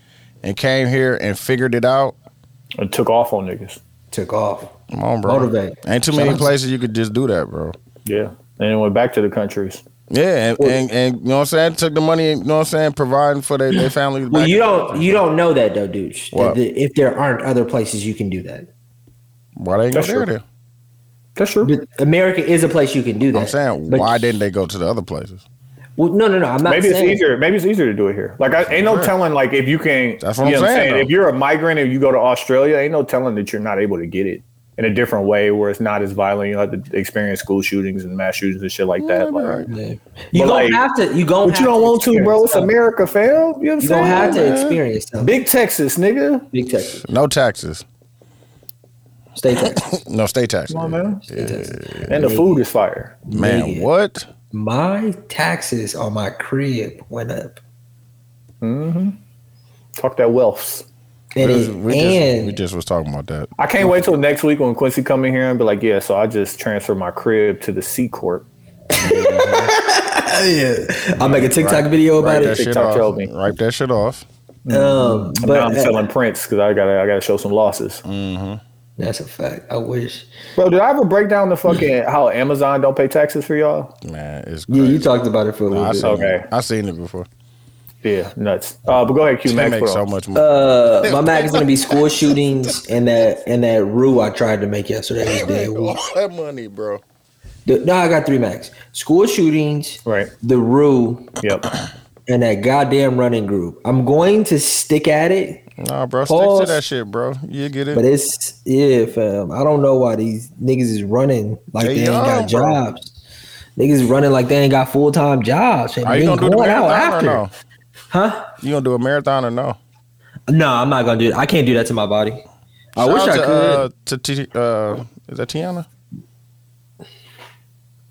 Speaker 8: and came here and figured it out.
Speaker 2: It took off on niggas.
Speaker 3: Took off.
Speaker 8: Come on, bro.
Speaker 3: Motivate.
Speaker 8: Ain't too many places you could just do that, bro.
Speaker 2: Yeah. And it went back to the countries.
Speaker 8: Yeah, and, and, and you know what I'm saying? Took the money, you know what I'm saying, providing for their, their families.
Speaker 3: Well,
Speaker 8: back.
Speaker 3: you don't you don't know that though, Duch.
Speaker 8: What?
Speaker 3: that- that if there aren't other places you can do that.
Speaker 8: Why they ain't go
Speaker 2: That's
Speaker 8: there?
Speaker 2: true.
Speaker 8: then?
Speaker 2: That's true.
Speaker 3: But America is a place you can do that.
Speaker 8: I'm saying,
Speaker 3: But-
Speaker 8: why didn't they go to the other places?
Speaker 3: Well, no, no, no. I'm not
Speaker 2: Maybe it's
Speaker 3: saying
Speaker 2: easier. Maybe it's easier to do it here. Like, I, ain't no telling. Like, if you can,
Speaker 8: That's what I'm
Speaker 2: you know
Speaker 8: saying, though.
Speaker 2: If you're a migrant and you go to Australia, ain't no telling that you're not able to get it in a different way where it's not as violent. You don't have to experience school shootings and mass shootings and shit like that. Like,
Speaker 3: You
Speaker 2: But,
Speaker 3: don't
Speaker 2: like,
Speaker 3: have to. You don't.
Speaker 2: but you don't want to, bro. It's America, fam. You know what I'm
Speaker 3: You
Speaker 2: saying?
Speaker 3: don't have to
Speaker 2: man?
Speaker 3: experience something.
Speaker 2: Big Texas, nigga.
Speaker 3: Big Texas,
Speaker 8: No taxes,
Speaker 3: state Texas,
Speaker 8: no state taxes.
Speaker 2: Come on,
Speaker 8: man,
Speaker 2: man.
Speaker 3: state Texas.
Speaker 2: And the food is fire.
Speaker 3: Nigga.
Speaker 8: what?
Speaker 3: My taxes on my crib went up,
Speaker 2: Talk that wealth.
Speaker 3: and
Speaker 8: We
Speaker 3: it,
Speaker 8: just, we just we
Speaker 3: and
Speaker 8: just was talking about that.
Speaker 2: I can't wait till next week when Quincy come in here and be like, yeah, so I just transferred my crib to the C Corp.
Speaker 3: yeah. I'll make a TikTok video about
Speaker 8: Write that
Speaker 3: it.
Speaker 8: shit
Speaker 2: TikTok
Speaker 8: off.
Speaker 2: told me.
Speaker 8: Write that shit off.
Speaker 3: Um,
Speaker 2: now I'm
Speaker 3: but uh,
Speaker 2: selling prints because I gotta I gotta show some losses.
Speaker 3: that's a fact. I wish.
Speaker 2: Bro, did I ever break down the fucking how Amazon don't pay taxes for y'all?
Speaker 8: Man, it's
Speaker 3: Yeah, you
Speaker 8: crazy.
Speaker 3: talked about it for a little
Speaker 8: I
Speaker 3: bit.
Speaker 8: seen
Speaker 2: Okay.
Speaker 8: it. I seen it before.
Speaker 2: Yeah, nuts. Uh, but go ahead, Q
Speaker 8: They
Speaker 2: Max.
Speaker 8: make
Speaker 2: put
Speaker 8: so
Speaker 2: on.
Speaker 8: much money.
Speaker 3: Uh, my Mac is gonna be school shootings and that and that rule I tried to make yesterday was dead.
Speaker 8: All that money, bro.
Speaker 3: The- No, I got three Macs. School shootings,
Speaker 2: Right.
Speaker 3: the rule,
Speaker 2: Yep.
Speaker 3: and that goddamn running group. I'm going to stick at it,
Speaker 8: Nah, bro, stick
Speaker 3: Pause.
Speaker 8: to that shit, bro. You get it.
Speaker 3: but it's yeah, fam. I don't know why these niggas is running like
Speaker 8: They
Speaker 3: they, ain't got
Speaker 8: young, bro.
Speaker 3: jobs. Niggas running like they ain't got full time jobs. fam.
Speaker 8: Are
Speaker 3: They
Speaker 8: you gonna do the
Speaker 3: going out
Speaker 8: marathon
Speaker 3: after.
Speaker 8: or no?
Speaker 3: Huh?
Speaker 8: You gonna do a marathon or no?
Speaker 3: No, I'm not gonna do it. I can't do that to my body. I
Speaker 8: Shout
Speaker 3: wish
Speaker 8: out
Speaker 3: I
Speaker 8: to,
Speaker 3: could.
Speaker 8: Uh, to T, uh, is that Tiana?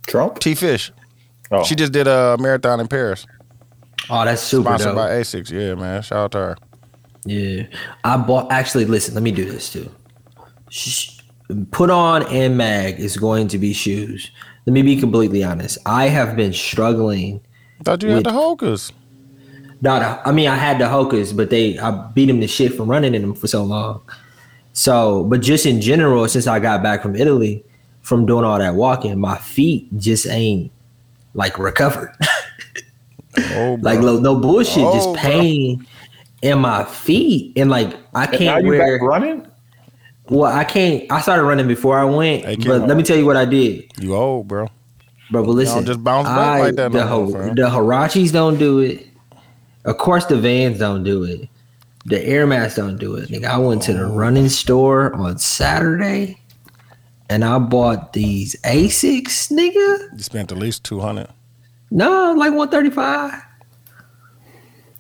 Speaker 2: Trump.
Speaker 8: T Fish.
Speaker 2: Oh.
Speaker 8: She just did a marathon in Paris,
Speaker 3: oh, that's super
Speaker 8: sponsored
Speaker 3: dope.
Speaker 8: by Asics. Yeah, man. Shout out to her.
Speaker 3: Yeah, I bought. Actually, listen. Let me do this too. Sh- Put on and mag is going to be shoes. Let me be completely honest. I have been struggling.
Speaker 8: Thought you had the Hokas.
Speaker 3: Not. I mean, I had the Hokas, but they I beat them to shit from running in them for so long. So, but just in general, since I got back from Italy from doing all that walking, my feet just ain't like recovered.
Speaker 8: Oh, bro.
Speaker 3: like no, no bullshit,
Speaker 8: Oh,
Speaker 3: just
Speaker 8: bro.
Speaker 3: pain in my feet, and like I
Speaker 2: And now
Speaker 3: can't
Speaker 2: you
Speaker 3: wear.
Speaker 2: back running?
Speaker 3: Well, I can't. I started running before I went,
Speaker 8: Hey, kid.
Speaker 3: but let me tell you what I did,
Speaker 8: you old, bro.
Speaker 3: bro. But listen,
Speaker 8: just bounce back like that
Speaker 3: The,
Speaker 8: no more,
Speaker 3: Ho-
Speaker 8: fam.
Speaker 3: the Hirachis don't do it. Of course, the Vans don't do it. The Air Max don't do it. Nigga, I went to the
Speaker 8: Oh.
Speaker 3: running store on Saturday, and I bought these Asics, nigga.
Speaker 8: You spent at least two hundred.
Speaker 3: No, like one thirty five.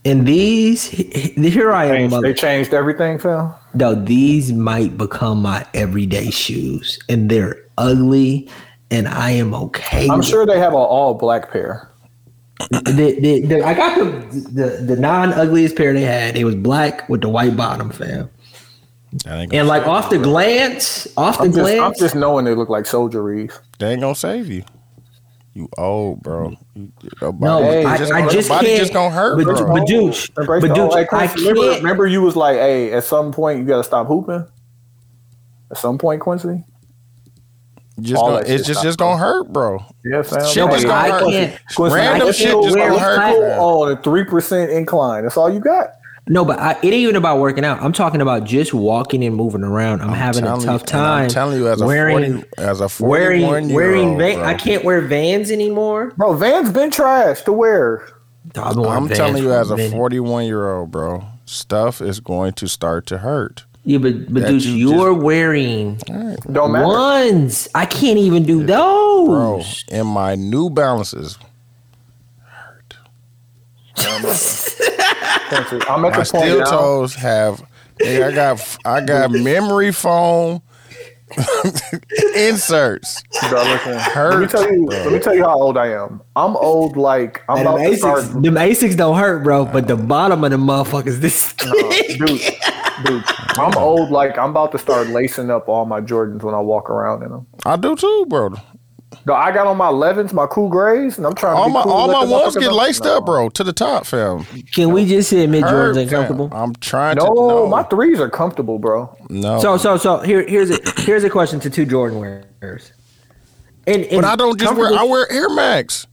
Speaker 3: And these, here I am,
Speaker 2: Changed-
Speaker 3: mother-
Speaker 2: They changed everything, Phil.
Speaker 3: No, these might become my everyday shoes, and they're ugly, and I am okay.
Speaker 2: I'm
Speaker 3: with
Speaker 2: sure they have an all black pair.
Speaker 3: it. The- the- the- I got the the, the non ugliest pair they had. It was black with the white bottom, fam.
Speaker 8: That ain't gonna,
Speaker 3: And like off the glance, off the
Speaker 2: I'm just, I'm
Speaker 3: glance,
Speaker 2: just knowing they look like soldieries.
Speaker 8: they ain't gonna save you. You old, bro. You-
Speaker 3: no,
Speaker 8: your body-
Speaker 3: I
Speaker 8: your
Speaker 3: just, I just
Speaker 8: body
Speaker 3: can't.
Speaker 8: just gonna hurt,
Speaker 3: but,
Speaker 8: bro.
Speaker 3: but douche,
Speaker 2: Embrace
Speaker 3: but
Speaker 2: the all
Speaker 3: douche,
Speaker 2: black
Speaker 3: I
Speaker 2: Quincy. remember,
Speaker 3: can't.
Speaker 2: remember you was like, hey, at some point you gotta stop hooping. At some point, Quincy.
Speaker 8: just
Speaker 2: all
Speaker 8: gonna,
Speaker 2: that shit
Speaker 8: it's just
Speaker 2: stop.
Speaker 8: just gonna hurt, bro.
Speaker 2: Yeah, fam.
Speaker 8: Shit
Speaker 3: but
Speaker 8: just
Speaker 3: I
Speaker 8: gonna hurt.
Speaker 3: can't-
Speaker 2: Quincy,
Speaker 8: Random
Speaker 2: I
Speaker 8: shit
Speaker 2: feel
Speaker 8: just
Speaker 2: wear
Speaker 8: gonna
Speaker 2: a
Speaker 8: hurt.
Speaker 2: cycle
Speaker 8: man.
Speaker 2: On a three percent incline. That's all you got.
Speaker 3: No, but I, it ain't even about working out. I'm talking about just walking and moving around. I'm, having a
Speaker 8: telling you-
Speaker 3: tough
Speaker 8: and
Speaker 3: time.
Speaker 8: I'm telling you, as a
Speaker 3: wearing,
Speaker 8: forty, as a forty-one
Speaker 3: wearing,
Speaker 8: year
Speaker 3: wearing.
Speaker 8: old,
Speaker 3: Van, I can't wear Vans anymore.
Speaker 2: Bro, Van's been trash to wear.
Speaker 3: I've been wearing
Speaker 8: I'm
Speaker 3: Vans
Speaker 8: telling you,
Speaker 3: for
Speaker 8: as a
Speaker 3: minute.
Speaker 8: 41 year old, bro, stuff is going to start to hurt.
Speaker 3: Yeah, but but
Speaker 8: that
Speaker 3: dude,
Speaker 8: you
Speaker 3: you are wearing
Speaker 2: Don't matter.
Speaker 3: ones. I can't even do those.
Speaker 8: Bro, and my New Balances,
Speaker 2: Quincy. I'm at
Speaker 8: my
Speaker 2: the point
Speaker 8: steel
Speaker 2: now.
Speaker 8: toes have. Hey, I got I got memory foam inserts.
Speaker 2: Bro, listen, let me
Speaker 8: Hurt,
Speaker 2: tell you. Let me tell you how old I am. I'm old. Like I'm
Speaker 3: And them
Speaker 2: about to start.
Speaker 3: Asics, them Asics don't hurt, bro. But the
Speaker 8: Uh-huh.
Speaker 3: bottom of the motherfuckers, this.
Speaker 2: Dude, dude, I'm old. Like I'm about to start lacing up all my Jordans when I walk around in them.
Speaker 8: I do too, bro.
Speaker 2: No, I got on my 11s, my cool grays, and I'm trying.
Speaker 8: All
Speaker 2: to be
Speaker 8: my
Speaker 2: cool
Speaker 8: all
Speaker 2: with
Speaker 8: my
Speaker 2: the
Speaker 8: ones
Speaker 2: motherfuckers.
Speaker 8: get
Speaker 2: I'm-
Speaker 8: laced
Speaker 2: no.
Speaker 8: up, bro, to the top, fam.
Speaker 3: Can we just hit mid Jordans
Speaker 8: Hurt, fam.
Speaker 3: uncomfortable?
Speaker 8: I'm trying
Speaker 2: No,
Speaker 8: to. No,
Speaker 2: my threes are comfortable, bro.
Speaker 8: no.
Speaker 3: So so so here here's a here's a question to two Jordan wearers. And, and
Speaker 8: but I don't just wear. I wear Air Max.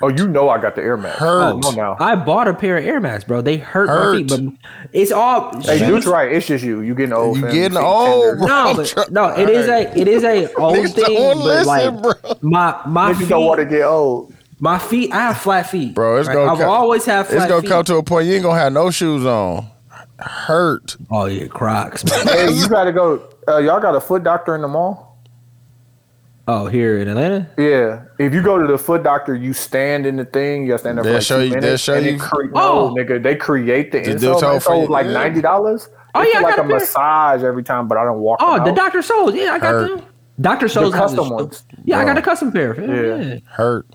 Speaker 2: Oh, you know I got the Air Max.
Speaker 8: Hurt.
Speaker 2: Come on now.
Speaker 3: I bought a pair of Air Max, bro. They hurt,
Speaker 8: Hurt.
Speaker 3: my feet, but it's all.
Speaker 2: Hey, dude's right. It's just you. You getting old.
Speaker 8: You
Speaker 2: fam.
Speaker 8: getting
Speaker 2: Feet
Speaker 8: old,
Speaker 2: tender.
Speaker 8: bro.
Speaker 3: No,
Speaker 8: I'm
Speaker 3: but,
Speaker 8: try-
Speaker 3: no, it is a it is a old
Speaker 8: Niggas
Speaker 3: thing.
Speaker 8: don't
Speaker 3: but
Speaker 8: listen,
Speaker 3: like,
Speaker 8: bro.
Speaker 3: My my
Speaker 2: Niggas don't want to
Speaker 3: feet,
Speaker 2: get old.
Speaker 3: my feet. I have flat feet,
Speaker 8: Bro, it's gonna
Speaker 3: I've
Speaker 8: come-
Speaker 3: always had flat
Speaker 8: It's gonna
Speaker 3: feet.
Speaker 8: come to a point you ain't gonna have no shoes on. Hurt.
Speaker 3: oh yeah, Crocs. man.
Speaker 2: Hey, you gotta go. Uh, y'all got a foot doctor in the mall?
Speaker 3: oh, here in Atlanta.
Speaker 2: Yeah, if you go to the foot doctor, you stand in the thing. You gotta stand there
Speaker 8: They'll
Speaker 2: for like
Speaker 8: show
Speaker 2: two
Speaker 8: you- they'll
Speaker 2: minutes.
Speaker 8: show
Speaker 2: and
Speaker 8: you-
Speaker 2: it Cre-
Speaker 3: Oh.
Speaker 2: No, nigga, they create the,
Speaker 8: dude
Speaker 2: insult.
Speaker 8: told
Speaker 2: They
Speaker 8: for you-
Speaker 2: sold like
Speaker 8: yeah.
Speaker 2: ninety dollars.
Speaker 3: Oh, yeah, I
Speaker 2: like
Speaker 3: got
Speaker 2: a
Speaker 3: that.
Speaker 2: massage every time, but I don't walk.
Speaker 3: Oh,
Speaker 2: them
Speaker 3: the
Speaker 2: out.
Speaker 3: Doctor Souls. Yeah, I got
Speaker 8: Hurt.
Speaker 3: them. Doctor Souls. has
Speaker 2: custom
Speaker 3: a-
Speaker 2: ones.
Speaker 3: Yeah, I
Speaker 8: Bro.
Speaker 3: got a custom pair. Yeah.
Speaker 2: Yeah.
Speaker 3: yeah.
Speaker 8: Hurt.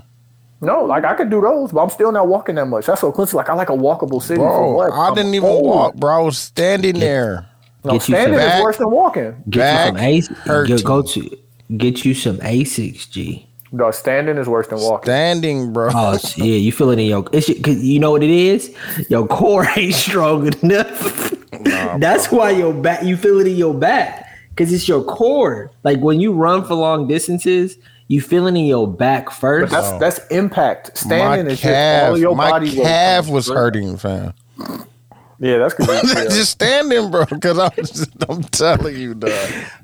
Speaker 2: No, like I could do those, but I'm still not walking that much. That's what Quincy like. I like a walkable city. for
Speaker 8: Bro,
Speaker 2: what?
Speaker 8: I
Speaker 2: I'm
Speaker 8: didn't even
Speaker 2: old.
Speaker 8: walk, bro. I was standing there.
Speaker 2: No,
Speaker 3: Get you
Speaker 2: standing
Speaker 8: some-
Speaker 2: is worse than walking.
Speaker 3: Get you some
Speaker 8: Back
Speaker 3: Ace.
Speaker 8: hurt.
Speaker 3: Go, go to get you some Asics, G.
Speaker 2: Dog, standing is worse than walking.
Speaker 8: Standing, bro.
Speaker 3: Oh sh- yeah, you feel it in your. It's your- cause you know what it is. Your core ain't strong enough. That's why your back. You feel it in your back because it's your core. Like when you run for long distances, you feel it in your back
Speaker 2: But
Speaker 3: first.
Speaker 2: that's that's impact. Standing
Speaker 8: my
Speaker 2: is just all
Speaker 8: calf,
Speaker 2: your
Speaker 8: my
Speaker 2: body weight.
Speaker 8: calf was hurting, fam.
Speaker 2: Yeah, that's good.
Speaker 8: just standing, bro. Because I'm, just, I'm telling you, dog.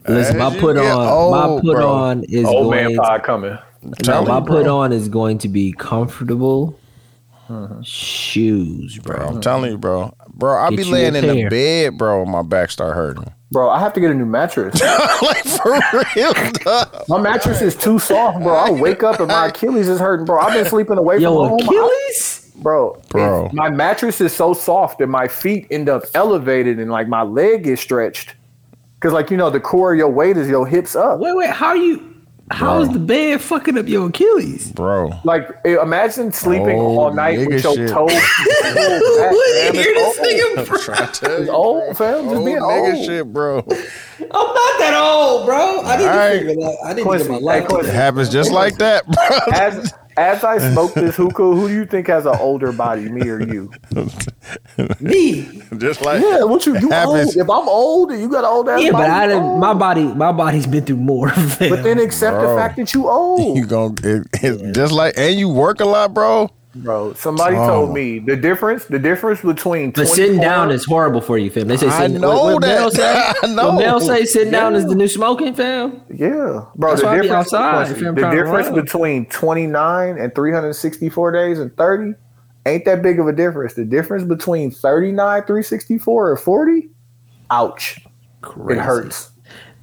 Speaker 3: Listen,
Speaker 8: As
Speaker 3: my
Speaker 8: you
Speaker 3: put
Speaker 8: get
Speaker 3: on,
Speaker 2: oh,
Speaker 8: old,
Speaker 3: my put
Speaker 8: bro.
Speaker 3: on is
Speaker 2: Old man
Speaker 3: going.
Speaker 2: pod coming.
Speaker 3: no,
Speaker 8: Telling
Speaker 3: my
Speaker 8: you, bro.
Speaker 3: put on is going to be comfortable
Speaker 2: Hmm.
Speaker 3: shoes, bro.
Speaker 2: Mm-hmm.
Speaker 8: I'm telling you, bro. Bro, I
Speaker 3: Get
Speaker 8: be
Speaker 3: you
Speaker 8: laying
Speaker 3: a
Speaker 8: in the
Speaker 3: pair.
Speaker 8: bed, bro, and my back start hurting.
Speaker 2: Bro, I have to get a new mattress.
Speaker 8: like for real, dog.
Speaker 2: My mattress is too soft, bro. I wake up and my Achilles is hurting, bro. I've been sleeping away from
Speaker 3: Yo,
Speaker 2: home.
Speaker 3: Achilles.
Speaker 2: bro.
Speaker 8: Bro.
Speaker 2: it's- My mattress is so soft that my feet end up elevated and like my leg is stretched. Cause like you know, the core of your weight is your hips up.
Speaker 3: Wait, wait. How you? How
Speaker 8: Bro.
Speaker 3: is the bed fucking up your Achilles?
Speaker 8: bro.
Speaker 2: Like i- imagine sleeping
Speaker 8: Oh,
Speaker 2: all night with
Speaker 8: nigga
Speaker 2: your
Speaker 8: shit.
Speaker 2: toes.
Speaker 3: What?
Speaker 2: Back, man,
Speaker 3: Hear this
Speaker 2: it's old.
Speaker 3: nigga, bro.
Speaker 2: It's old, fam. Just
Speaker 8: Old
Speaker 2: being
Speaker 8: Oh, nigga
Speaker 2: old.
Speaker 8: shit, bro.
Speaker 3: I'm not that old, bro. I need
Speaker 8: Alright.
Speaker 3: to figure out. I need to
Speaker 2: Quincy,
Speaker 3: get my
Speaker 2: hey,
Speaker 3: life.
Speaker 8: It
Speaker 2: Quincy,
Speaker 8: happens just like that, bro.
Speaker 2: as as I smoke this hookah, who do you think has an older body, me or you?
Speaker 3: Me.
Speaker 8: just like
Speaker 2: Yeah, what you you old?
Speaker 8: Happens.
Speaker 2: If I'm old and you got an old ass
Speaker 3: Yeah,
Speaker 2: body,
Speaker 3: but I
Speaker 2: you
Speaker 3: didn't.
Speaker 2: old.
Speaker 3: My body, my body's been through more.
Speaker 2: But then accept
Speaker 8: Bro.
Speaker 2: the fact that you old.
Speaker 8: you gon' it, it's just like and you work a lot, bro.
Speaker 2: Bro, somebody
Speaker 8: Oh.
Speaker 2: told me the difference. The difference between
Speaker 3: But sitting
Speaker 2: 24
Speaker 3: down is horrible for you, fam. They say
Speaker 8: I
Speaker 3: sitting,
Speaker 8: know
Speaker 3: what, what
Speaker 8: that.
Speaker 3: Mel say?
Speaker 8: I know.
Speaker 3: What Mel say sitting down is the new smoking, fam.
Speaker 2: yeah, bro.
Speaker 3: That's
Speaker 2: The
Speaker 3: why I be
Speaker 2: difference,
Speaker 3: outside if
Speaker 2: the
Speaker 3: I'm trying to
Speaker 2: difference
Speaker 3: run.
Speaker 2: between twenty nine and three hundred sixty four days and thirty ain't that big of a difference. The difference between thirty nine, three sixty four, and forty, ouch,
Speaker 3: Crazy.
Speaker 2: it hurts.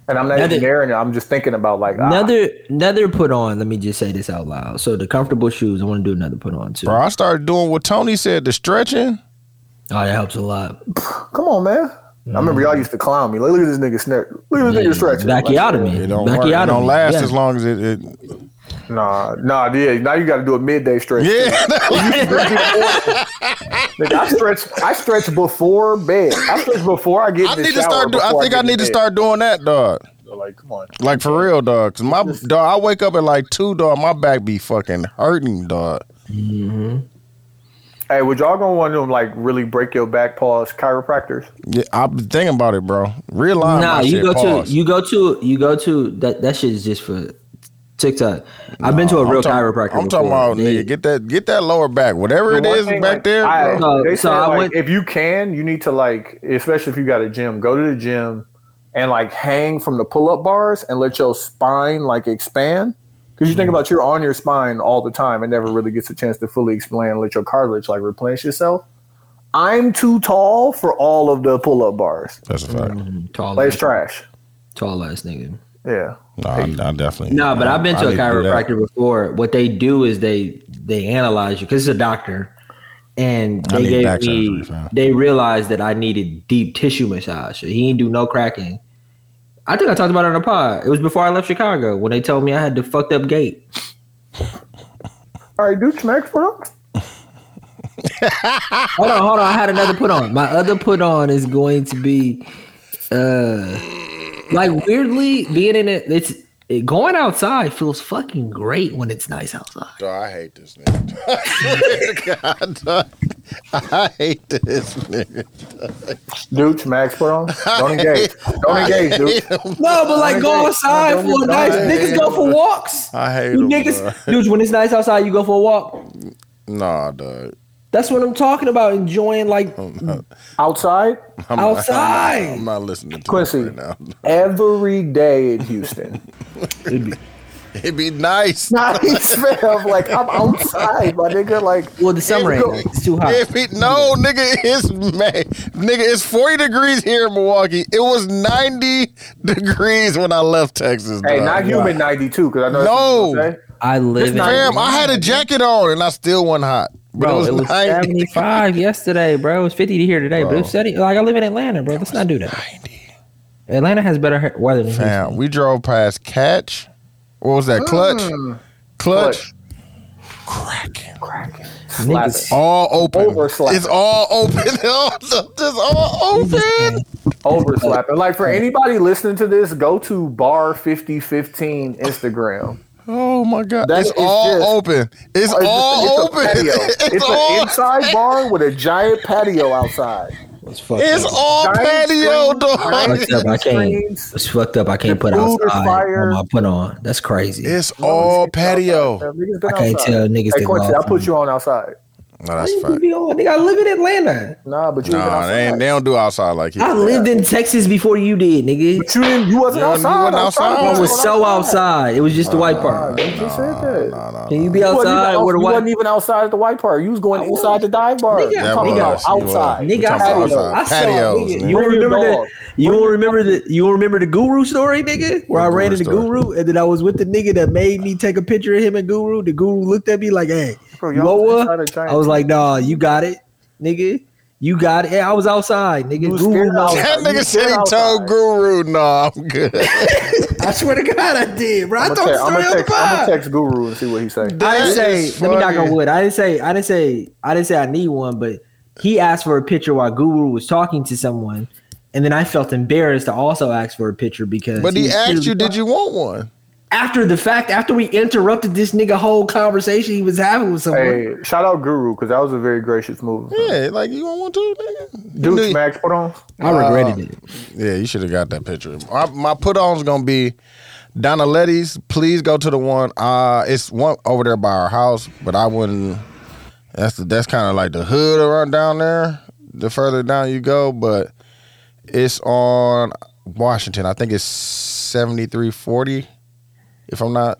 Speaker 2: And I'm not
Speaker 3: Another-
Speaker 2: even marrying it. I'm just thinking about like ah,
Speaker 3: Another, another put on. Let me just say this out loud. So the comfortable shoes. I want to do another put on too.
Speaker 8: Bro, I started doing what Tony said, the stretching.
Speaker 3: Oh, that helps a lot.
Speaker 2: Come on, man. I remember y'all used to clown me. Like, look at this nigga snare. Look at this
Speaker 3: Mm-hmm.
Speaker 2: nigga stretching.
Speaker 3: Bacchiotomy.
Speaker 8: It don't work. It
Speaker 3: Bacchiotomy.
Speaker 8: don't last
Speaker 3: yeah.
Speaker 8: as long as it. it
Speaker 2: Like, nah, nah, yeah. Now you got to do a midday stretch.
Speaker 8: yeah,
Speaker 2: Nigga, I stretch. I stretch before bed. I stretch before I get.
Speaker 8: I
Speaker 2: in the
Speaker 8: need to
Speaker 2: shower,
Speaker 8: start. Do, I
Speaker 2: before
Speaker 8: think
Speaker 2: get
Speaker 8: I
Speaker 2: in
Speaker 8: need to
Speaker 2: bed.
Speaker 8: start doing that, dog.
Speaker 2: Like, come on.
Speaker 8: Like for real, dog. 'Cause my dog, I wake up at like two, dog. My back be fucking hurting, dog.
Speaker 2: Hey, would y'all gonna want them like really break your back? Pause. Chiropractors.
Speaker 8: Yeah, I've been thinking about it, bro. Real life.
Speaker 3: Nah, you go
Speaker 8: pause.
Speaker 3: to you go to you go to that that shit is just for TikTok. I've been to a
Speaker 8: I'm
Speaker 3: real
Speaker 8: talk-
Speaker 3: chiropractor.
Speaker 8: I'm talking
Speaker 3: before.
Speaker 8: about
Speaker 3: They-
Speaker 8: nigga, get that get that lower back, whatever
Speaker 2: The
Speaker 8: it
Speaker 2: one
Speaker 8: is
Speaker 2: thing,
Speaker 8: back
Speaker 2: like,
Speaker 8: there.
Speaker 2: I,
Speaker 8: bro.
Speaker 3: No,
Speaker 2: they
Speaker 3: so
Speaker 2: say,
Speaker 3: I
Speaker 2: like,
Speaker 3: went-
Speaker 2: if you can, you need to like, especially if you got a gym, go to the gym and like hang from the pull-up bars and let your spine like expand. Because you think about you're on your spine all the time and never really gets a chance to fully expand and let your cartilage like replenish itself. I'm too tall for all of the pull-up bars.
Speaker 8: That's a fact.
Speaker 3: Mm-hmm. tall
Speaker 2: Like it's
Speaker 3: ass,
Speaker 2: trash.
Speaker 3: tall ass nigga.
Speaker 2: Yeah.
Speaker 8: No, I, I definitely.
Speaker 3: No, but I've been
Speaker 8: I
Speaker 3: to a
Speaker 8: need do that.
Speaker 3: chiropractor before. What they do is they they analyze you because it's a doctor, and they
Speaker 8: I need back
Speaker 3: gave
Speaker 8: surgery,
Speaker 3: me
Speaker 8: fam.
Speaker 3: they realized that I needed deep tissue massage. He didn't do no cracking. I think I talked about it on the pod. It was before I left Chicago when they told me I had the fucked up gait.
Speaker 2: All right, dude, smack for them.
Speaker 3: Hold on, hold on. I had another put on. My other put on is going to be, uh, like weirdly being in it. It's it, going outside feels fucking great when it's nice outside.
Speaker 8: Dog, I hate this nigga. God, dog. I hate this nigga.
Speaker 2: Dude, smack for them. Don't engage. Don't engage, dude.
Speaker 3: No, but like go outside for a nice. Niggas go for walks.
Speaker 8: I hate
Speaker 3: You
Speaker 8: him. dog.
Speaker 3: niggas, dude. When it's nice outside, you go for a walk.
Speaker 8: Nah, dog.
Speaker 3: That's what I'm talking about. Enjoying like
Speaker 2: Outside,
Speaker 8: Oh, I'm Not, I'm, not,
Speaker 3: outside.
Speaker 8: I'm not listening to
Speaker 2: Quincy.
Speaker 8: Quincy right now.
Speaker 2: every day in Houston.
Speaker 8: It'd be nice.
Speaker 2: nice, fam. Like I'm outside, my nigga. Like
Speaker 3: Well, the summer
Speaker 2: Here
Speaker 3: ain't
Speaker 2: we
Speaker 3: nice.
Speaker 2: go.
Speaker 3: it's too hot.
Speaker 8: If it, no, nigga, it's May. Nigga, it's 40 degrees here in Milwaukee. It was 90 degrees when I left Texas.
Speaker 2: hey,
Speaker 8: dog.
Speaker 2: not human ninety two because I know.
Speaker 8: Uh, No.
Speaker 2: that's what you
Speaker 3: I live in.
Speaker 2: not-
Speaker 8: Fam, I had a jacket on and I still wasn't hot. But
Speaker 3: Bro,
Speaker 8: it was, 90.
Speaker 3: 75 yesterday, bro. It was 50 here today, but it was 70. Like, I live in Atlanta, bro. Let's not do that. Atlanta has better he- weather than Houston.
Speaker 8: Fam, we drove past Catch. What was that? Clutch? Clutch. Cracking.
Speaker 2: Slap
Speaker 3: Niggas-
Speaker 2: it.
Speaker 8: All open.
Speaker 2: Over slap.
Speaker 8: It's all open. It's all open.
Speaker 2: over slapping. Like for anybody listening to this, go to bar fifty fifteen Instagram
Speaker 8: Oh my god.
Speaker 2: That
Speaker 8: it's
Speaker 2: is
Speaker 8: all
Speaker 2: just- Oh,
Speaker 8: open. It's,
Speaker 2: It's,
Speaker 8: all
Speaker 2: a- it's a
Speaker 8: open.
Speaker 2: patio.
Speaker 8: It's,
Speaker 2: It's,
Speaker 8: all
Speaker 2: an inside bar with a giant patio outside.
Speaker 3: It's fucked
Speaker 8: It's
Speaker 3: up.
Speaker 8: all
Speaker 2: Giant
Speaker 8: patio,
Speaker 2: screen,
Speaker 8: dog.
Speaker 2: giant-
Speaker 3: Fucked up. I can't.
Speaker 2: Screens.
Speaker 3: It's fucked up. I can't put
Speaker 2: Food is
Speaker 3: outside
Speaker 2: fire.
Speaker 3: on my put on. That's crazy.
Speaker 8: It's all patio.
Speaker 2: Have niggas been
Speaker 3: I can't
Speaker 2: outside?
Speaker 3: tell niggas
Speaker 2: Hey,
Speaker 3: to go
Speaker 2: Quincy,
Speaker 3: out.
Speaker 2: I'll put you on outside.
Speaker 8: No,
Speaker 3: I
Speaker 8: that's
Speaker 3: live
Speaker 8: fact.
Speaker 3: in Atlanta. Nigga, I live in Atlanta.
Speaker 2: Nah, but you ain't been
Speaker 8: Nah, they, ain't,
Speaker 2: outside.
Speaker 8: they don't do outside like you.
Speaker 3: I lived in Texas before you did, nigga.
Speaker 2: But you didn't. You wasn't
Speaker 8: You wasn't- you
Speaker 2: outside.
Speaker 8: wasn't
Speaker 2: I'm sorry,
Speaker 8: outside.
Speaker 2: you
Speaker 3: I
Speaker 8: I
Speaker 3: was
Speaker 2: wasn't
Speaker 3: so outside. It was just the white part.
Speaker 2: You just said that.
Speaker 8: Nah, nah,
Speaker 3: Can you be
Speaker 2: You wasn't even
Speaker 3: outside
Speaker 2: out-
Speaker 3: with a
Speaker 2: You wasn't
Speaker 3: white?
Speaker 2: even outside at the white part. You was going
Speaker 3: was.
Speaker 2: inside the dive bar.
Speaker 3: Nigga,
Speaker 2: You
Speaker 3: That
Speaker 2: talking
Speaker 3: was,
Speaker 2: about
Speaker 8: he was.
Speaker 2: outside.
Speaker 3: Nigga, I
Speaker 8: Talking
Speaker 3: saw,
Speaker 8: about
Speaker 2: Patio.
Speaker 3: I
Speaker 8: outside.
Speaker 3: saw nigga.
Speaker 8: Patios, nigga.
Speaker 3: You don't
Speaker 2: Bring your
Speaker 3: remember
Speaker 2: dog.
Speaker 3: the you don't remember the you don't remember the guru story, nigga? Where I
Speaker 8: What
Speaker 3: ran
Speaker 8: guru
Speaker 3: into
Speaker 8: story?
Speaker 3: guru and then I was with the nigga that made me take a picture of him and guru. The guru looked at me like, hey,
Speaker 2: Bro,
Speaker 3: you
Speaker 2: y'all
Speaker 3: know
Speaker 2: was inside
Speaker 3: what?
Speaker 2: a giant-
Speaker 3: I was like, nah, you got it, nigga. You got it. Hey, I was outside, nigga.
Speaker 2: You was
Speaker 3: guru
Speaker 2: scared
Speaker 3: knows.
Speaker 2: outside.
Speaker 8: That
Speaker 2: You
Speaker 8: nigga
Speaker 2: was
Speaker 8: said he
Speaker 2: scared
Speaker 8: told
Speaker 2: outside.
Speaker 8: Guru, nah, I'm good.
Speaker 3: I swear to God I did, bro. I
Speaker 2: I'm
Speaker 3: told the story
Speaker 2: gonna
Speaker 3: on the
Speaker 2: text, I'm
Speaker 3: pod.
Speaker 2: gonna text Guru and see what he say.
Speaker 3: I didn't
Speaker 8: That
Speaker 3: say.
Speaker 8: is
Speaker 3: Let me knock
Speaker 8: funny.
Speaker 3: on wood. I didn't say. I didn't say. I didn't say I need one. But he asked for a picture while Guru was talking to someone, and then I felt embarrassed to also ask for a picture because.
Speaker 8: But he
Speaker 3: was
Speaker 8: asked
Speaker 3: clearly-
Speaker 8: you, did you want one?
Speaker 3: after the fact? After we interrupted this nigga whole conversation he was having with someone.
Speaker 2: Hey, shout out Guru because that was a very gracious move.
Speaker 8: Yeah, like you want one too, nigga. You knew-
Speaker 2: Dude, Max, hold on.
Speaker 3: I
Speaker 2: uh,
Speaker 3: regretted it.
Speaker 8: Yeah, you should have got that picture. My, my put on's gonna be Letty's. Please go to the one. Uh, it's one over there by our house, but I wouldn't. That's the, that's kind of like the hood around down there. The further down you go, but it's on Washington. I think it's seventy three forty. If I'm not,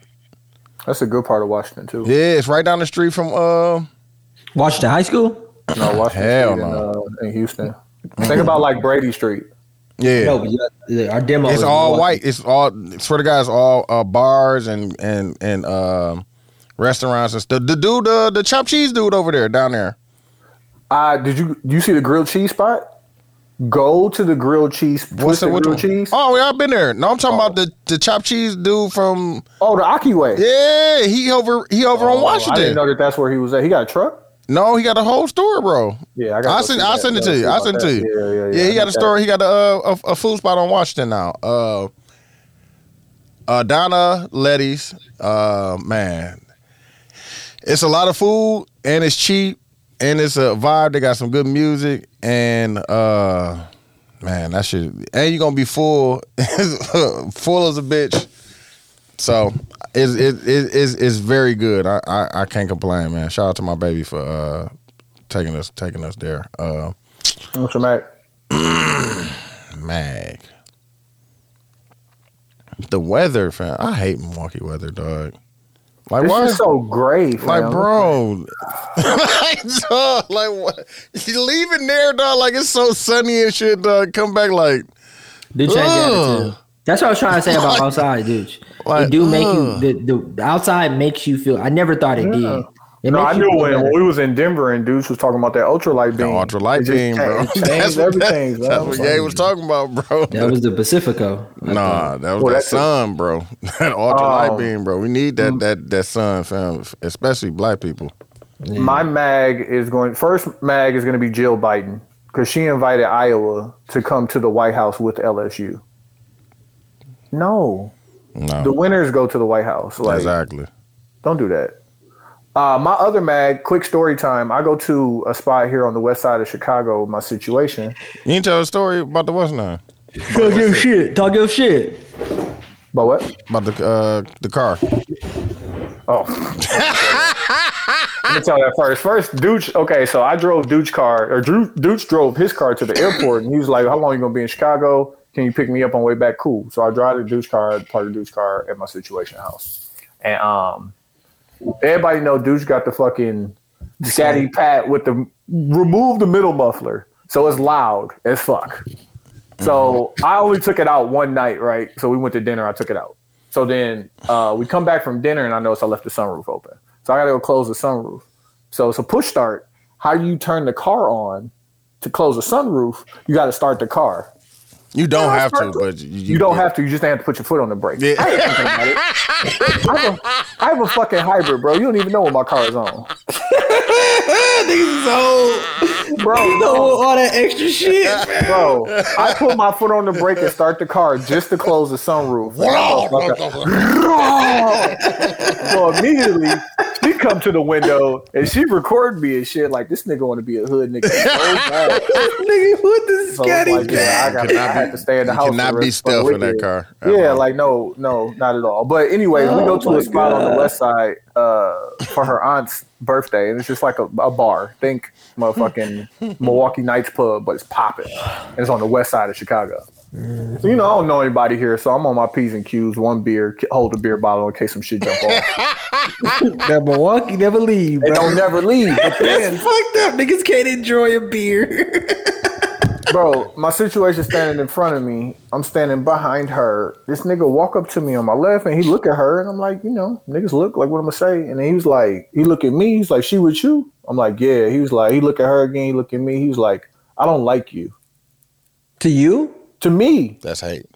Speaker 2: That's a good part of Washington too.
Speaker 8: yeah, it's right down the street from uh,
Speaker 3: Washington High School.
Speaker 2: No, Washington
Speaker 8: Hell
Speaker 2: Street
Speaker 8: no.
Speaker 2: in, uh, in Houston. Think about like Brady Street.
Speaker 8: yeah,
Speaker 3: No, but yeah, our demo.
Speaker 8: It's
Speaker 3: was
Speaker 8: all
Speaker 3: Milwaukee.
Speaker 8: white. It's all swear to God, it's all uh, bars and and and um restaurants and stuff. The dude, uh, the the chopped cheese dude over there down there.
Speaker 2: Uh, did you you see the grilled cheese spot? Go to the grilled cheese. What's the
Speaker 8: which
Speaker 2: grilled
Speaker 8: one?
Speaker 2: cheese? Oh,
Speaker 8: Oh, yeah, I've been there. No, I'm talking about the the chopped cheese dude from
Speaker 2: Oh, the Aki Way.
Speaker 8: yeah. He over he over on
Speaker 2: Oh, I didn't
Speaker 8: Washington.
Speaker 2: know that that's where he was at. He got a truck.
Speaker 8: No, he got a whole store, bro.
Speaker 2: Yeah, I got.
Speaker 8: I send I send it to you. I send it to you.
Speaker 2: Yeah, yeah, yeah.
Speaker 8: he got a store. He got a, uh, a a food spot on Washington now. Uh, uh Donna Letty's. Uh, man, it's a lot of food and it's cheap and it's a vibe. They got some good music and uh, man, that shit. And you're gonna be full, full as a bitch. So. It's, it, it, it's, it's very good. I, I, I can't complain, man. Shout out to my baby for uh, taking us taking us there. Uh,
Speaker 2: What's your Mac?
Speaker 8: Mag. The weather, fam. I hate Milwaukee weather, dog. Like
Speaker 2: This
Speaker 8: why?
Speaker 2: is so gray, fam.
Speaker 8: like bro, like dog, like what? You leaving there, dog? Like it's so sunny and shit, dog. Come back, like
Speaker 3: Did change
Speaker 8: Ugh.
Speaker 3: attitude. That's what I was trying to say about outside, dude.
Speaker 8: Like,
Speaker 3: it do make
Speaker 8: ugh.
Speaker 3: you the, the outside makes you feel. I never thought it did. It
Speaker 2: No,
Speaker 3: makes
Speaker 2: I
Speaker 3: you
Speaker 2: knew
Speaker 3: feel
Speaker 2: when,
Speaker 3: better.
Speaker 2: when we was in Denver and dudes was talking about that ultralight beam.
Speaker 8: ultralight
Speaker 2: It just
Speaker 8: beam, bro.
Speaker 2: changed-
Speaker 8: That's
Speaker 2: changed
Speaker 8: what-
Speaker 2: everything, bro.
Speaker 8: that's what Ye was talking about, bro.
Speaker 3: that was the Pacifico.
Speaker 8: nah, that was
Speaker 2: Well,
Speaker 8: that
Speaker 2: that's a-
Speaker 8: sun, bro. that ultralight
Speaker 2: Oh.
Speaker 8: beam, bro. We need that that that sun, fam. Especially black people.
Speaker 2: My mag is going first. Mag is going to be Jill Biden because she invited Iowa to come to the White House with LSU. No,
Speaker 8: No,
Speaker 2: the winners go to the White House. Like,
Speaker 8: exactly.
Speaker 2: don't do that. Uh, my other mag, quick story time. I go to a spot here on the west side of Chicago. with My situation.
Speaker 8: You didn't tell a story about the what's now
Speaker 3: Talk your shit. Talk your shit.
Speaker 2: But what?
Speaker 8: about the uh the car.
Speaker 2: Oh. Let me tell that first. First, Dooch. Okay, so I drove Dooch's car, or Drew, Dooch drove his car to the airport, and he was like, "How long you gonna be in Chicago? Can you pick me up on the way back?" Cool. So I drive the Dooch car, park the Dooch car at my situation house, and um, everybody know Dooch got the fucking scatty pat with the remove the middle muffler, so it's loud as fuck. So I only took it out one night, right? So we went to dinner. I took it out. So then uh, we come back from dinner, and I notice I left the sunroof open. So I got to go close the sunroof. So it's a push start. How do you turn the car on to close the sunroof? You got to start the car.
Speaker 8: You don't have to, but you,
Speaker 2: You don't have to. You just have to put your foot on the brake.
Speaker 8: Yeah.
Speaker 2: I, ain't thinking about it. I, have a, I have a fucking hybrid, bro. You don't even know what my car is on.
Speaker 3: That nigga's so
Speaker 2: bro,
Speaker 3: know Oh, all that extra shit. man.
Speaker 2: bro. I put my foot on the brake and start the car just to close the sunroof. so immediately she come to the window and she record me and shit like this nigga want to be a hood nigga. so bad.
Speaker 3: Nigga, what this
Speaker 2: So it's like, yeah, I, got, I had to stay in the
Speaker 8: you
Speaker 2: house.
Speaker 8: cannot
Speaker 2: for the
Speaker 8: be
Speaker 2: rest of the
Speaker 8: stealth in that
Speaker 2: weekend.
Speaker 8: car. at
Speaker 2: Yeah,
Speaker 8: all.
Speaker 2: like no, no, not at all. But anyway, we go to
Speaker 3: my
Speaker 2: a spot on the west side uh, for her aunt's birthday, and it's just like a, a bar. Think motherfucking Milwaukee Nights pub, but it's popping. And it's on the west side of Chicago. So, you know, I don't know anybody here, so I'm on my p's and q's. One beer, hold a beer bottle in case some shit jump off.
Speaker 3: That Milwaukee never leave,
Speaker 2: They
Speaker 3: bro.
Speaker 2: don't never leave. But then,
Speaker 3: fucked up. Niggas can't enjoy a beer.
Speaker 2: bro, my situation standing in front of me. I'm standing behind her. This nigga walk up to me on my left and he look at her and I'm like, you know, niggas look like what I'm gonna say. And then he was like, he look at me. He's like, she with you? I'm like, yeah. He was like, he look at her again. He look at me. He was like, I don't like you.
Speaker 3: to you?
Speaker 2: To me,
Speaker 8: That's hate.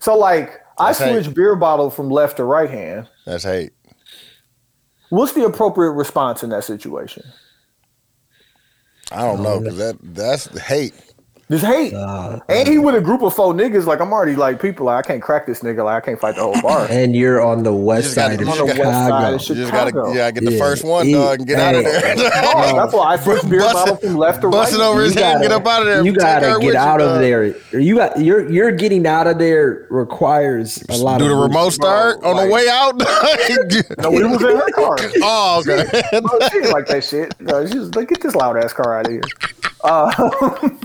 Speaker 2: so like I
Speaker 8: That's right.
Speaker 2: switch beer bottle from left to right hand.
Speaker 8: That's hate.
Speaker 2: What's the appropriate response in that situation?
Speaker 8: I don't know because that that's hate.
Speaker 2: Just hate.
Speaker 3: Uh,
Speaker 2: and he with a group of four niggas. Like I'm already like people. Like I can't crack this nigga. Like I can't fight the whole bar.
Speaker 3: And you're on the west
Speaker 8: just gotta-
Speaker 3: side of
Speaker 8: I'm on the west
Speaker 3: Chicago.
Speaker 2: side.
Speaker 8: You just gotta
Speaker 2: Chicago.
Speaker 8: yeah, get the
Speaker 3: Yeah.
Speaker 8: first one,
Speaker 3: Eat.
Speaker 8: dog, and get out of
Speaker 3: Hey.
Speaker 8: there.
Speaker 2: Oh, that's why I switch beer
Speaker 8: Bust it-
Speaker 2: bottle from left to
Speaker 8: bust
Speaker 2: right.
Speaker 8: it over his
Speaker 3: You
Speaker 8: head.
Speaker 3: gotta-
Speaker 8: Get up out of there.
Speaker 3: You
Speaker 8: Take her
Speaker 3: gotta
Speaker 8: with
Speaker 3: get
Speaker 8: you,
Speaker 3: out of
Speaker 8: dog.
Speaker 3: there. You got you're you're getting out of there requires a lot
Speaker 8: Do
Speaker 3: of
Speaker 8: the remote start on the
Speaker 2: like-
Speaker 8: way out. dog.
Speaker 2: No, it was in her car.
Speaker 8: oh, okay.
Speaker 2: Oh, she didn't like that shit. No, she was like, get this loud ass car out of here. Uh,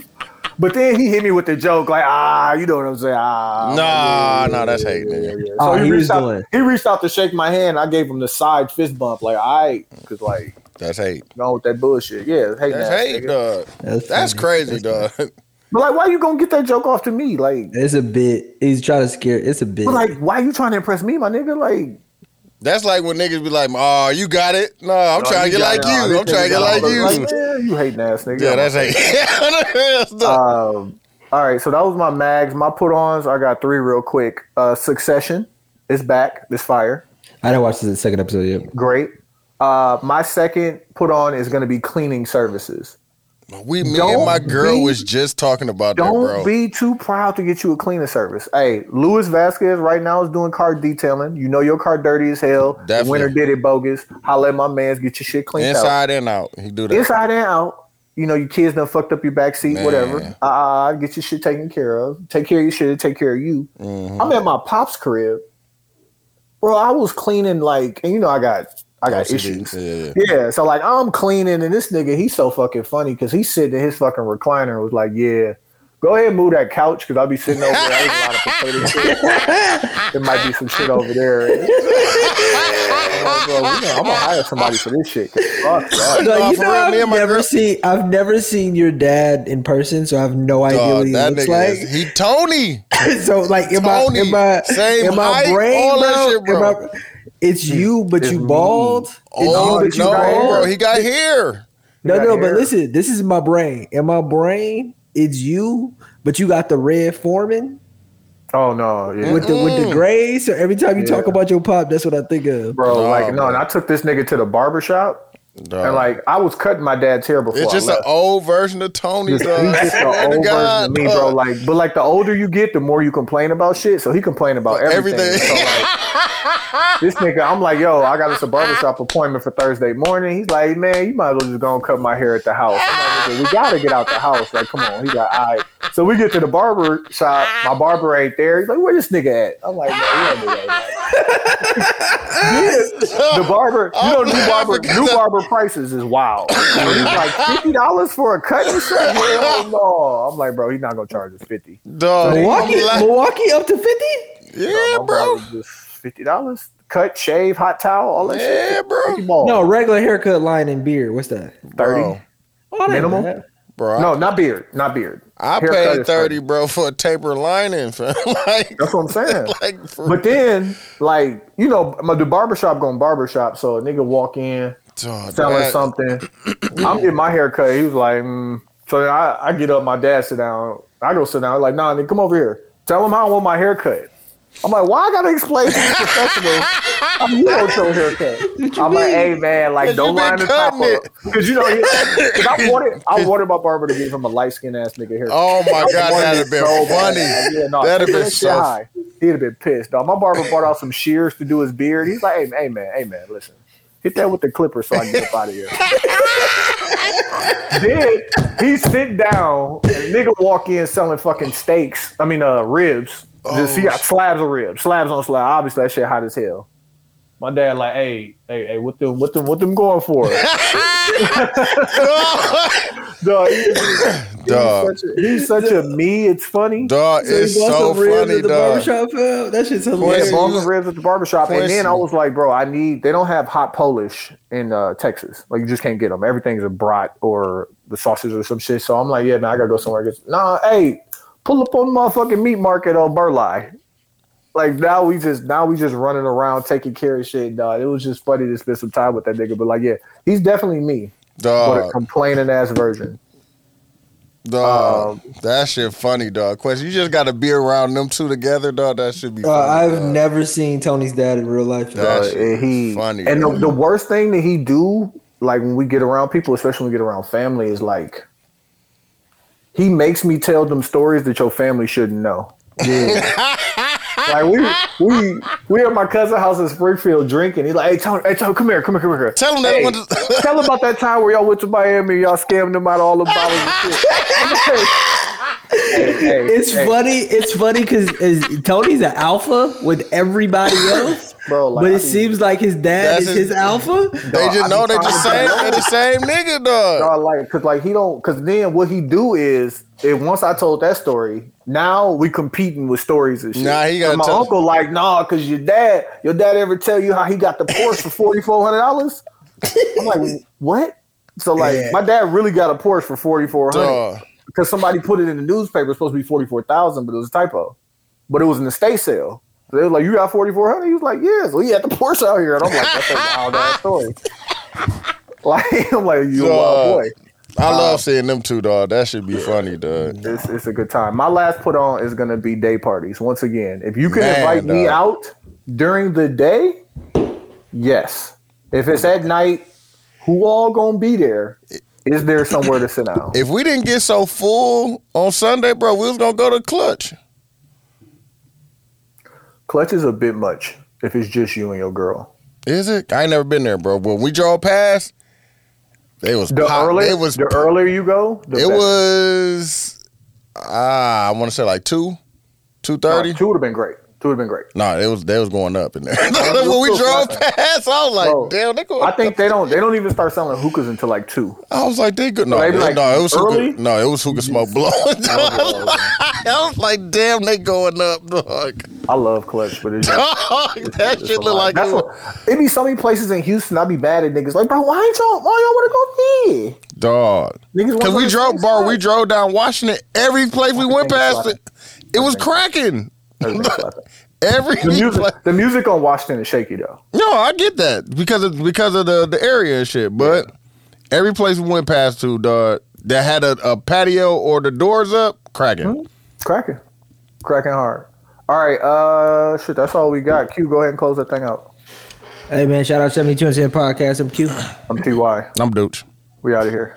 Speaker 2: but then he hit me with the joke, like, ah, you know what I'm saying? Ah.
Speaker 8: Nah, nah, that's hate, nigga.
Speaker 2: So
Speaker 3: Oh, he
Speaker 2: reached
Speaker 3: was
Speaker 2: out,
Speaker 3: doing-
Speaker 2: He reached out to shake my hand. I gave him the side fist bump, like, all right, because, like, you
Speaker 8: That's hate.
Speaker 2: know, with that bullshit. Yeah, hey,
Speaker 8: That's
Speaker 2: now,
Speaker 8: hate,
Speaker 2: nigga.
Speaker 8: dog.
Speaker 3: That's
Speaker 8: That's
Speaker 3: funny.
Speaker 8: crazy, dog.
Speaker 2: But, like, why you going to get that joke off to me? Like,
Speaker 3: It's a bit. He's trying to scare. It's a bit.
Speaker 2: but, like, why you trying to impress me, my nigga? Like,
Speaker 8: That's like when niggas be like, "Oh, you got it." No, I'm
Speaker 2: no,
Speaker 8: trying to get
Speaker 2: got-
Speaker 8: like
Speaker 2: nah,
Speaker 8: you.
Speaker 2: this
Speaker 8: I'm trying to
Speaker 2: nigga
Speaker 8: get like
Speaker 2: got all those-
Speaker 8: you.
Speaker 2: man, you hating ass nigga.
Speaker 8: Yeah, that's hate.
Speaker 2: Um, all right, so that was my mags, my put-ons. I got three real quick. Uh, Succession is back. This fire,
Speaker 3: I didn't watch the second episode yet.
Speaker 2: great. Uh, my second put-on is going to be cleaning services.
Speaker 8: We, me and
Speaker 2: Don't
Speaker 8: my girl
Speaker 2: be-
Speaker 8: was just talking about that,
Speaker 2: Don't
Speaker 8: bro.
Speaker 2: be too proud to get you a cleaning service. Hey, Luis Vasquez right now is doing car detailing. You know your car dirty as hell. The
Speaker 8: Definitely.
Speaker 2: Winter did it bogus. Holla at my man's get your shit cleaned out.
Speaker 8: Inside and out, he do that.
Speaker 2: inside and out. You know, your kids done fucked up your back seat,
Speaker 8: Man.
Speaker 2: whatever. Uh, get your shit taken care of. Take care of your shit. Take care of you.
Speaker 8: Mm-hmm,
Speaker 2: I'm at my pop's crib, bro. I was cleaning like, and you know, I got, I got
Speaker 8: OCD.
Speaker 2: issues.
Speaker 8: Yeah, yeah, yeah.
Speaker 2: Yeah, so like I'm cleaning, and this nigga, he's so fucking funny because he's sitting in his fucking recliner. and Was like, yeah, go ahead and move that couch because I'll be sitting over there. There's a lot of potato chips. there might be some shit over there. I'm like, bro, you know, I'm gonna hire somebody for this shit. 'cause Fuck that.
Speaker 3: Like,
Speaker 8: Nah,
Speaker 3: you
Speaker 8: for
Speaker 3: know,
Speaker 8: real,
Speaker 3: I've
Speaker 8: me and my
Speaker 3: never
Speaker 8: girl-
Speaker 3: seen. I've never seen your dad in person, so I have no idea
Speaker 8: Dog,
Speaker 3: what he
Speaker 8: that
Speaker 3: looks
Speaker 8: nigga
Speaker 3: like.
Speaker 8: is, he Tony.
Speaker 3: so like in my
Speaker 8: Tony,
Speaker 3: in my
Speaker 8: same
Speaker 3: in my
Speaker 8: height,
Speaker 3: brain,
Speaker 8: all that
Speaker 3: bro,
Speaker 8: shit, bro.
Speaker 3: in my- it's you, but
Speaker 2: It's
Speaker 3: you
Speaker 2: me.
Speaker 3: bald. It's
Speaker 8: Oh
Speaker 3: you, but you
Speaker 8: no,
Speaker 2: got
Speaker 8: bro,
Speaker 3: bald.
Speaker 8: he got hair.
Speaker 3: no,
Speaker 2: got
Speaker 3: no, but
Speaker 2: hair.
Speaker 3: listen, this is my brain. In my brain, it's you, but you got the red foreman
Speaker 2: Oh no, yeah.
Speaker 3: with the with the gray. So every time you talk
Speaker 2: Yeah.
Speaker 3: about your pop, that's what I think of.
Speaker 2: bro,
Speaker 8: Nah,
Speaker 2: like no,
Speaker 8: bro.
Speaker 2: and I took this nigga to the barber shop,
Speaker 8: Dog.
Speaker 2: and like I was cutting my dad's hair before.
Speaker 8: it's just
Speaker 2: I
Speaker 8: an
Speaker 2: left.
Speaker 8: old version of Tony,
Speaker 2: He's
Speaker 8: dog.
Speaker 2: just an
Speaker 8: I swear to
Speaker 2: old version
Speaker 8: God,
Speaker 2: of me, bro.
Speaker 8: dog.
Speaker 2: Like, but like the older you get, the more you complain about shit. So he complained about everything.
Speaker 8: Everything.
Speaker 2: So, like, this nigga, I'm like, yo, I got us a barbershop appointment for Thursday morning. He's like, man, you might as well just go and cut my hair at the house. I'm like, nigga, we gotta get out the house. Like, come on. He's like, all right. So we get to the barber shop. My barber ain't there. He's like, where this nigga at? I'm like, man, he on the way. The barber, you know,
Speaker 8: Oh,
Speaker 2: new
Speaker 8: I
Speaker 2: barber,
Speaker 8: forgot
Speaker 2: new
Speaker 8: that.
Speaker 2: barber prices is wild. He's like fifty dollars for a cut and shit. Hell no! I'm like, bro, he's not gonna charge us fifty.
Speaker 8: Dog,
Speaker 3: Milwaukee,
Speaker 8: I'm like-
Speaker 3: Milwaukee up to fifty.
Speaker 8: yeah,
Speaker 2: My
Speaker 8: bro.
Speaker 2: barber just Fifty dollars, cut, shave, hot towel, all that
Speaker 8: Yeah,
Speaker 2: shit.
Speaker 8: bro.
Speaker 2: Ball,
Speaker 3: No, regular haircut, line, and beard. What's that?
Speaker 2: thirty.
Speaker 8: Bro,
Speaker 3: Oh, that ain't
Speaker 2: Minimal?
Speaker 3: bad.
Speaker 8: bro.
Speaker 2: No, not beard, not beard.
Speaker 8: I
Speaker 2: Haircut
Speaker 8: paid
Speaker 2: is
Speaker 8: 30, bro, for a taper lining, fam. like,
Speaker 2: That's what I'm saying.
Speaker 8: like for,
Speaker 2: But then, like, you know, my the barbershop going barbershop, so a nigga walk in,
Speaker 8: dog,
Speaker 2: selling
Speaker 8: that-
Speaker 2: something. I'm getting my hair cut. He was like, mm. so then I, I get up, my dad sit down. I go sit down. Like, nah, nigga, come over here. Tell him how I want my hair cut. I'm like, why I gotta explain to these professionals I'm Ultro haircut. I'm like, hey man, like don't
Speaker 8: you been
Speaker 2: line the top
Speaker 8: cutting
Speaker 2: up because you know, he- 'cause I wanted, I wanted my barber to give him a light skinned ass nigga haircut.
Speaker 8: Oh my god,
Speaker 2: wanted it
Speaker 8: that'd have been
Speaker 2: so bad.
Speaker 8: funny.
Speaker 2: Like, yeah, no,
Speaker 8: that'd have
Speaker 2: that
Speaker 8: been
Speaker 2: shit
Speaker 8: so.
Speaker 2: high. He'd have been pissed. Dog. My barber brought out some shears to do his beard. He's like, hey, hey man, hey man, listen, hit that with the clipper so I can get up out of here. then he sit down and nigga walk in selling fucking steaks. I mean, uh, ribs. Just he
Speaker 8: Oh.
Speaker 2: got slabs of ribs, slabs on slabs. Obviously, that shit hot as hell. My dad like, hey, hey, hey, what them, what them, what them going for? Dog, he-
Speaker 8: Dog,
Speaker 2: he's such a me. It's funny.
Speaker 8: dog, it's so funny, dog.
Speaker 3: That shit's
Speaker 2: Yeah,
Speaker 3: hilarious.
Speaker 8: Quincy-
Speaker 2: balls and ribs at the barbershop. And then I
Speaker 8: Quincy.
Speaker 2: was like, bro, I need, they don't have hot Polish in uh, Texas. Like, you just can't get them. Everything's a brat or the sausage or some shit. So I'm like, yeah, nah, I gotta go somewhere. Just, nah, hey, pull up on the motherfucking meat market on Burleigh. Like now we just now we just running around taking care of shit, dog. It was just funny to spend some time with that nigga, but like, yeah, he's definitely me, but a
Speaker 8: Dog,
Speaker 2: complaining ass version.
Speaker 8: dog, Um, that shit funny, dog. Question, you just gotta be around them two together, dog. That should be.
Speaker 3: Uh,
Speaker 8: funny,
Speaker 3: I've
Speaker 8: dog.
Speaker 3: never seen Tony's dad in real life.
Speaker 8: That
Speaker 2: Uh,
Speaker 8: shit
Speaker 2: and he
Speaker 8: funny,
Speaker 2: and the,
Speaker 8: dog.
Speaker 2: the worst thing that he do, like when we get around people, especially when we get around family, is like he makes me tell them stories that your family shouldn't know. like we we we at my cousin's house in Springfield drinking. He's like, hey Tony, hey Tony, come here, come here, come here.
Speaker 8: Tell them that
Speaker 2: Hey,
Speaker 8: one. to-
Speaker 2: tell about that time where y'all went to Miami and y'all scammed them out of all the bottles and shit. Hey, hey,
Speaker 3: It's
Speaker 2: hey,
Speaker 3: funny. It's funny because Tony's an alpha with everybody else,
Speaker 2: bro, like,
Speaker 3: but
Speaker 2: I
Speaker 3: it
Speaker 2: be-
Speaker 3: seems like his dad
Speaker 8: That's
Speaker 3: is
Speaker 8: his-
Speaker 3: his alpha.
Speaker 8: they just know they just same. They the same nigga, dog.
Speaker 2: Y'all like, cause like he don't, cause then what he do is, if once I told that story, now we competing with stories and shit.
Speaker 8: Nah, he gotta
Speaker 2: And my
Speaker 8: tell-
Speaker 2: uncle like, nah, cause your dad, your dad ever tell you how he got the Porsche for forty four hundred dollars? I'm like, what? So like,
Speaker 3: Yeah.
Speaker 2: my dad really got a Porsche for forty four hundred
Speaker 8: Dog,
Speaker 2: because somebody put it in the newspaper. It's supposed to be forty four thousand, but it was a typo. But it was an estate sale. So they was like, you got forty four hundred. He was like, yeah. So he had the Porsche out here, and I'm like, that's a wild ass story. Like I'm like, you a wild
Speaker 8: Dog.
Speaker 2: boy.
Speaker 8: I love seeing them two, dog. That should be funny, dog.
Speaker 2: It's, it's a good time. My last put on is gonna be day parties. Once again, if you can
Speaker 8: Man,
Speaker 2: invite me
Speaker 8: dog.
Speaker 2: out during the day, yes. If it's at night, who all gonna be there? Is there somewhere to sit down?
Speaker 8: If we didn't get so full on Sunday, bro, we was gonna go to Clutch.
Speaker 2: Clutch is a bit much if it's just you and your girl.
Speaker 8: Is it? I ain't never been there, bro. When we drove past, they was
Speaker 2: The
Speaker 8: pop-
Speaker 2: earlier
Speaker 8: It was
Speaker 2: the earlier you go, the
Speaker 8: It
Speaker 2: better.
Speaker 8: was ah, I want to say like two, two
Speaker 2: No,
Speaker 8: thirty.
Speaker 2: two would have been great. Two would have been great.
Speaker 8: No, it was they was going up in there. when we drove past, I was like,
Speaker 2: Bro,
Speaker 8: damn, they going.
Speaker 2: I think they don't they don't even start selling hookahs until like two.
Speaker 8: I was like, they good. No,
Speaker 2: Maybe
Speaker 8: it-
Speaker 2: like
Speaker 8: no, it was
Speaker 2: early?
Speaker 8: Hookah, no, it was hookah smoke blowing. I was like, damn, they going up, dog.
Speaker 2: I love clutch, but it's just
Speaker 8: Dog, that
Speaker 2: It's
Speaker 8: shit
Speaker 2: a lot.
Speaker 8: look like
Speaker 2: that's
Speaker 8: it was-
Speaker 2: what it be so many places in Houston. I be bad at niggas like, bro, why ain't y'all? Why y'all want to go
Speaker 8: dog.
Speaker 2: there? Niggas,
Speaker 8: Cause
Speaker 2: wanna
Speaker 8: we
Speaker 2: go
Speaker 8: drove,
Speaker 2: to
Speaker 8: bro.
Speaker 2: Space
Speaker 8: We
Speaker 2: Mountain.
Speaker 8: drove down Washington. Every place we
Speaker 2: Everything's
Speaker 8: went past,
Speaker 2: flat.
Speaker 8: it, it was cracking.
Speaker 2: Everything's flat.
Speaker 8: Every
Speaker 2: The
Speaker 8: place.
Speaker 2: music, the music on Washington is shaky though.
Speaker 8: No, I get that because of because of the the area and shit. But every place we went past to, dog, that had a, a patio or the doors up,
Speaker 2: Hmm?
Speaker 8: cracking.
Speaker 2: Cracking, cracking hard. All right, uh, shit, that's all we got. Q, go ahead and close that thing out.
Speaker 3: Hey man, shout out seventy two and podcast. I'm cute.
Speaker 2: I'm Ty.
Speaker 8: I'm Dooch.
Speaker 2: We out of here.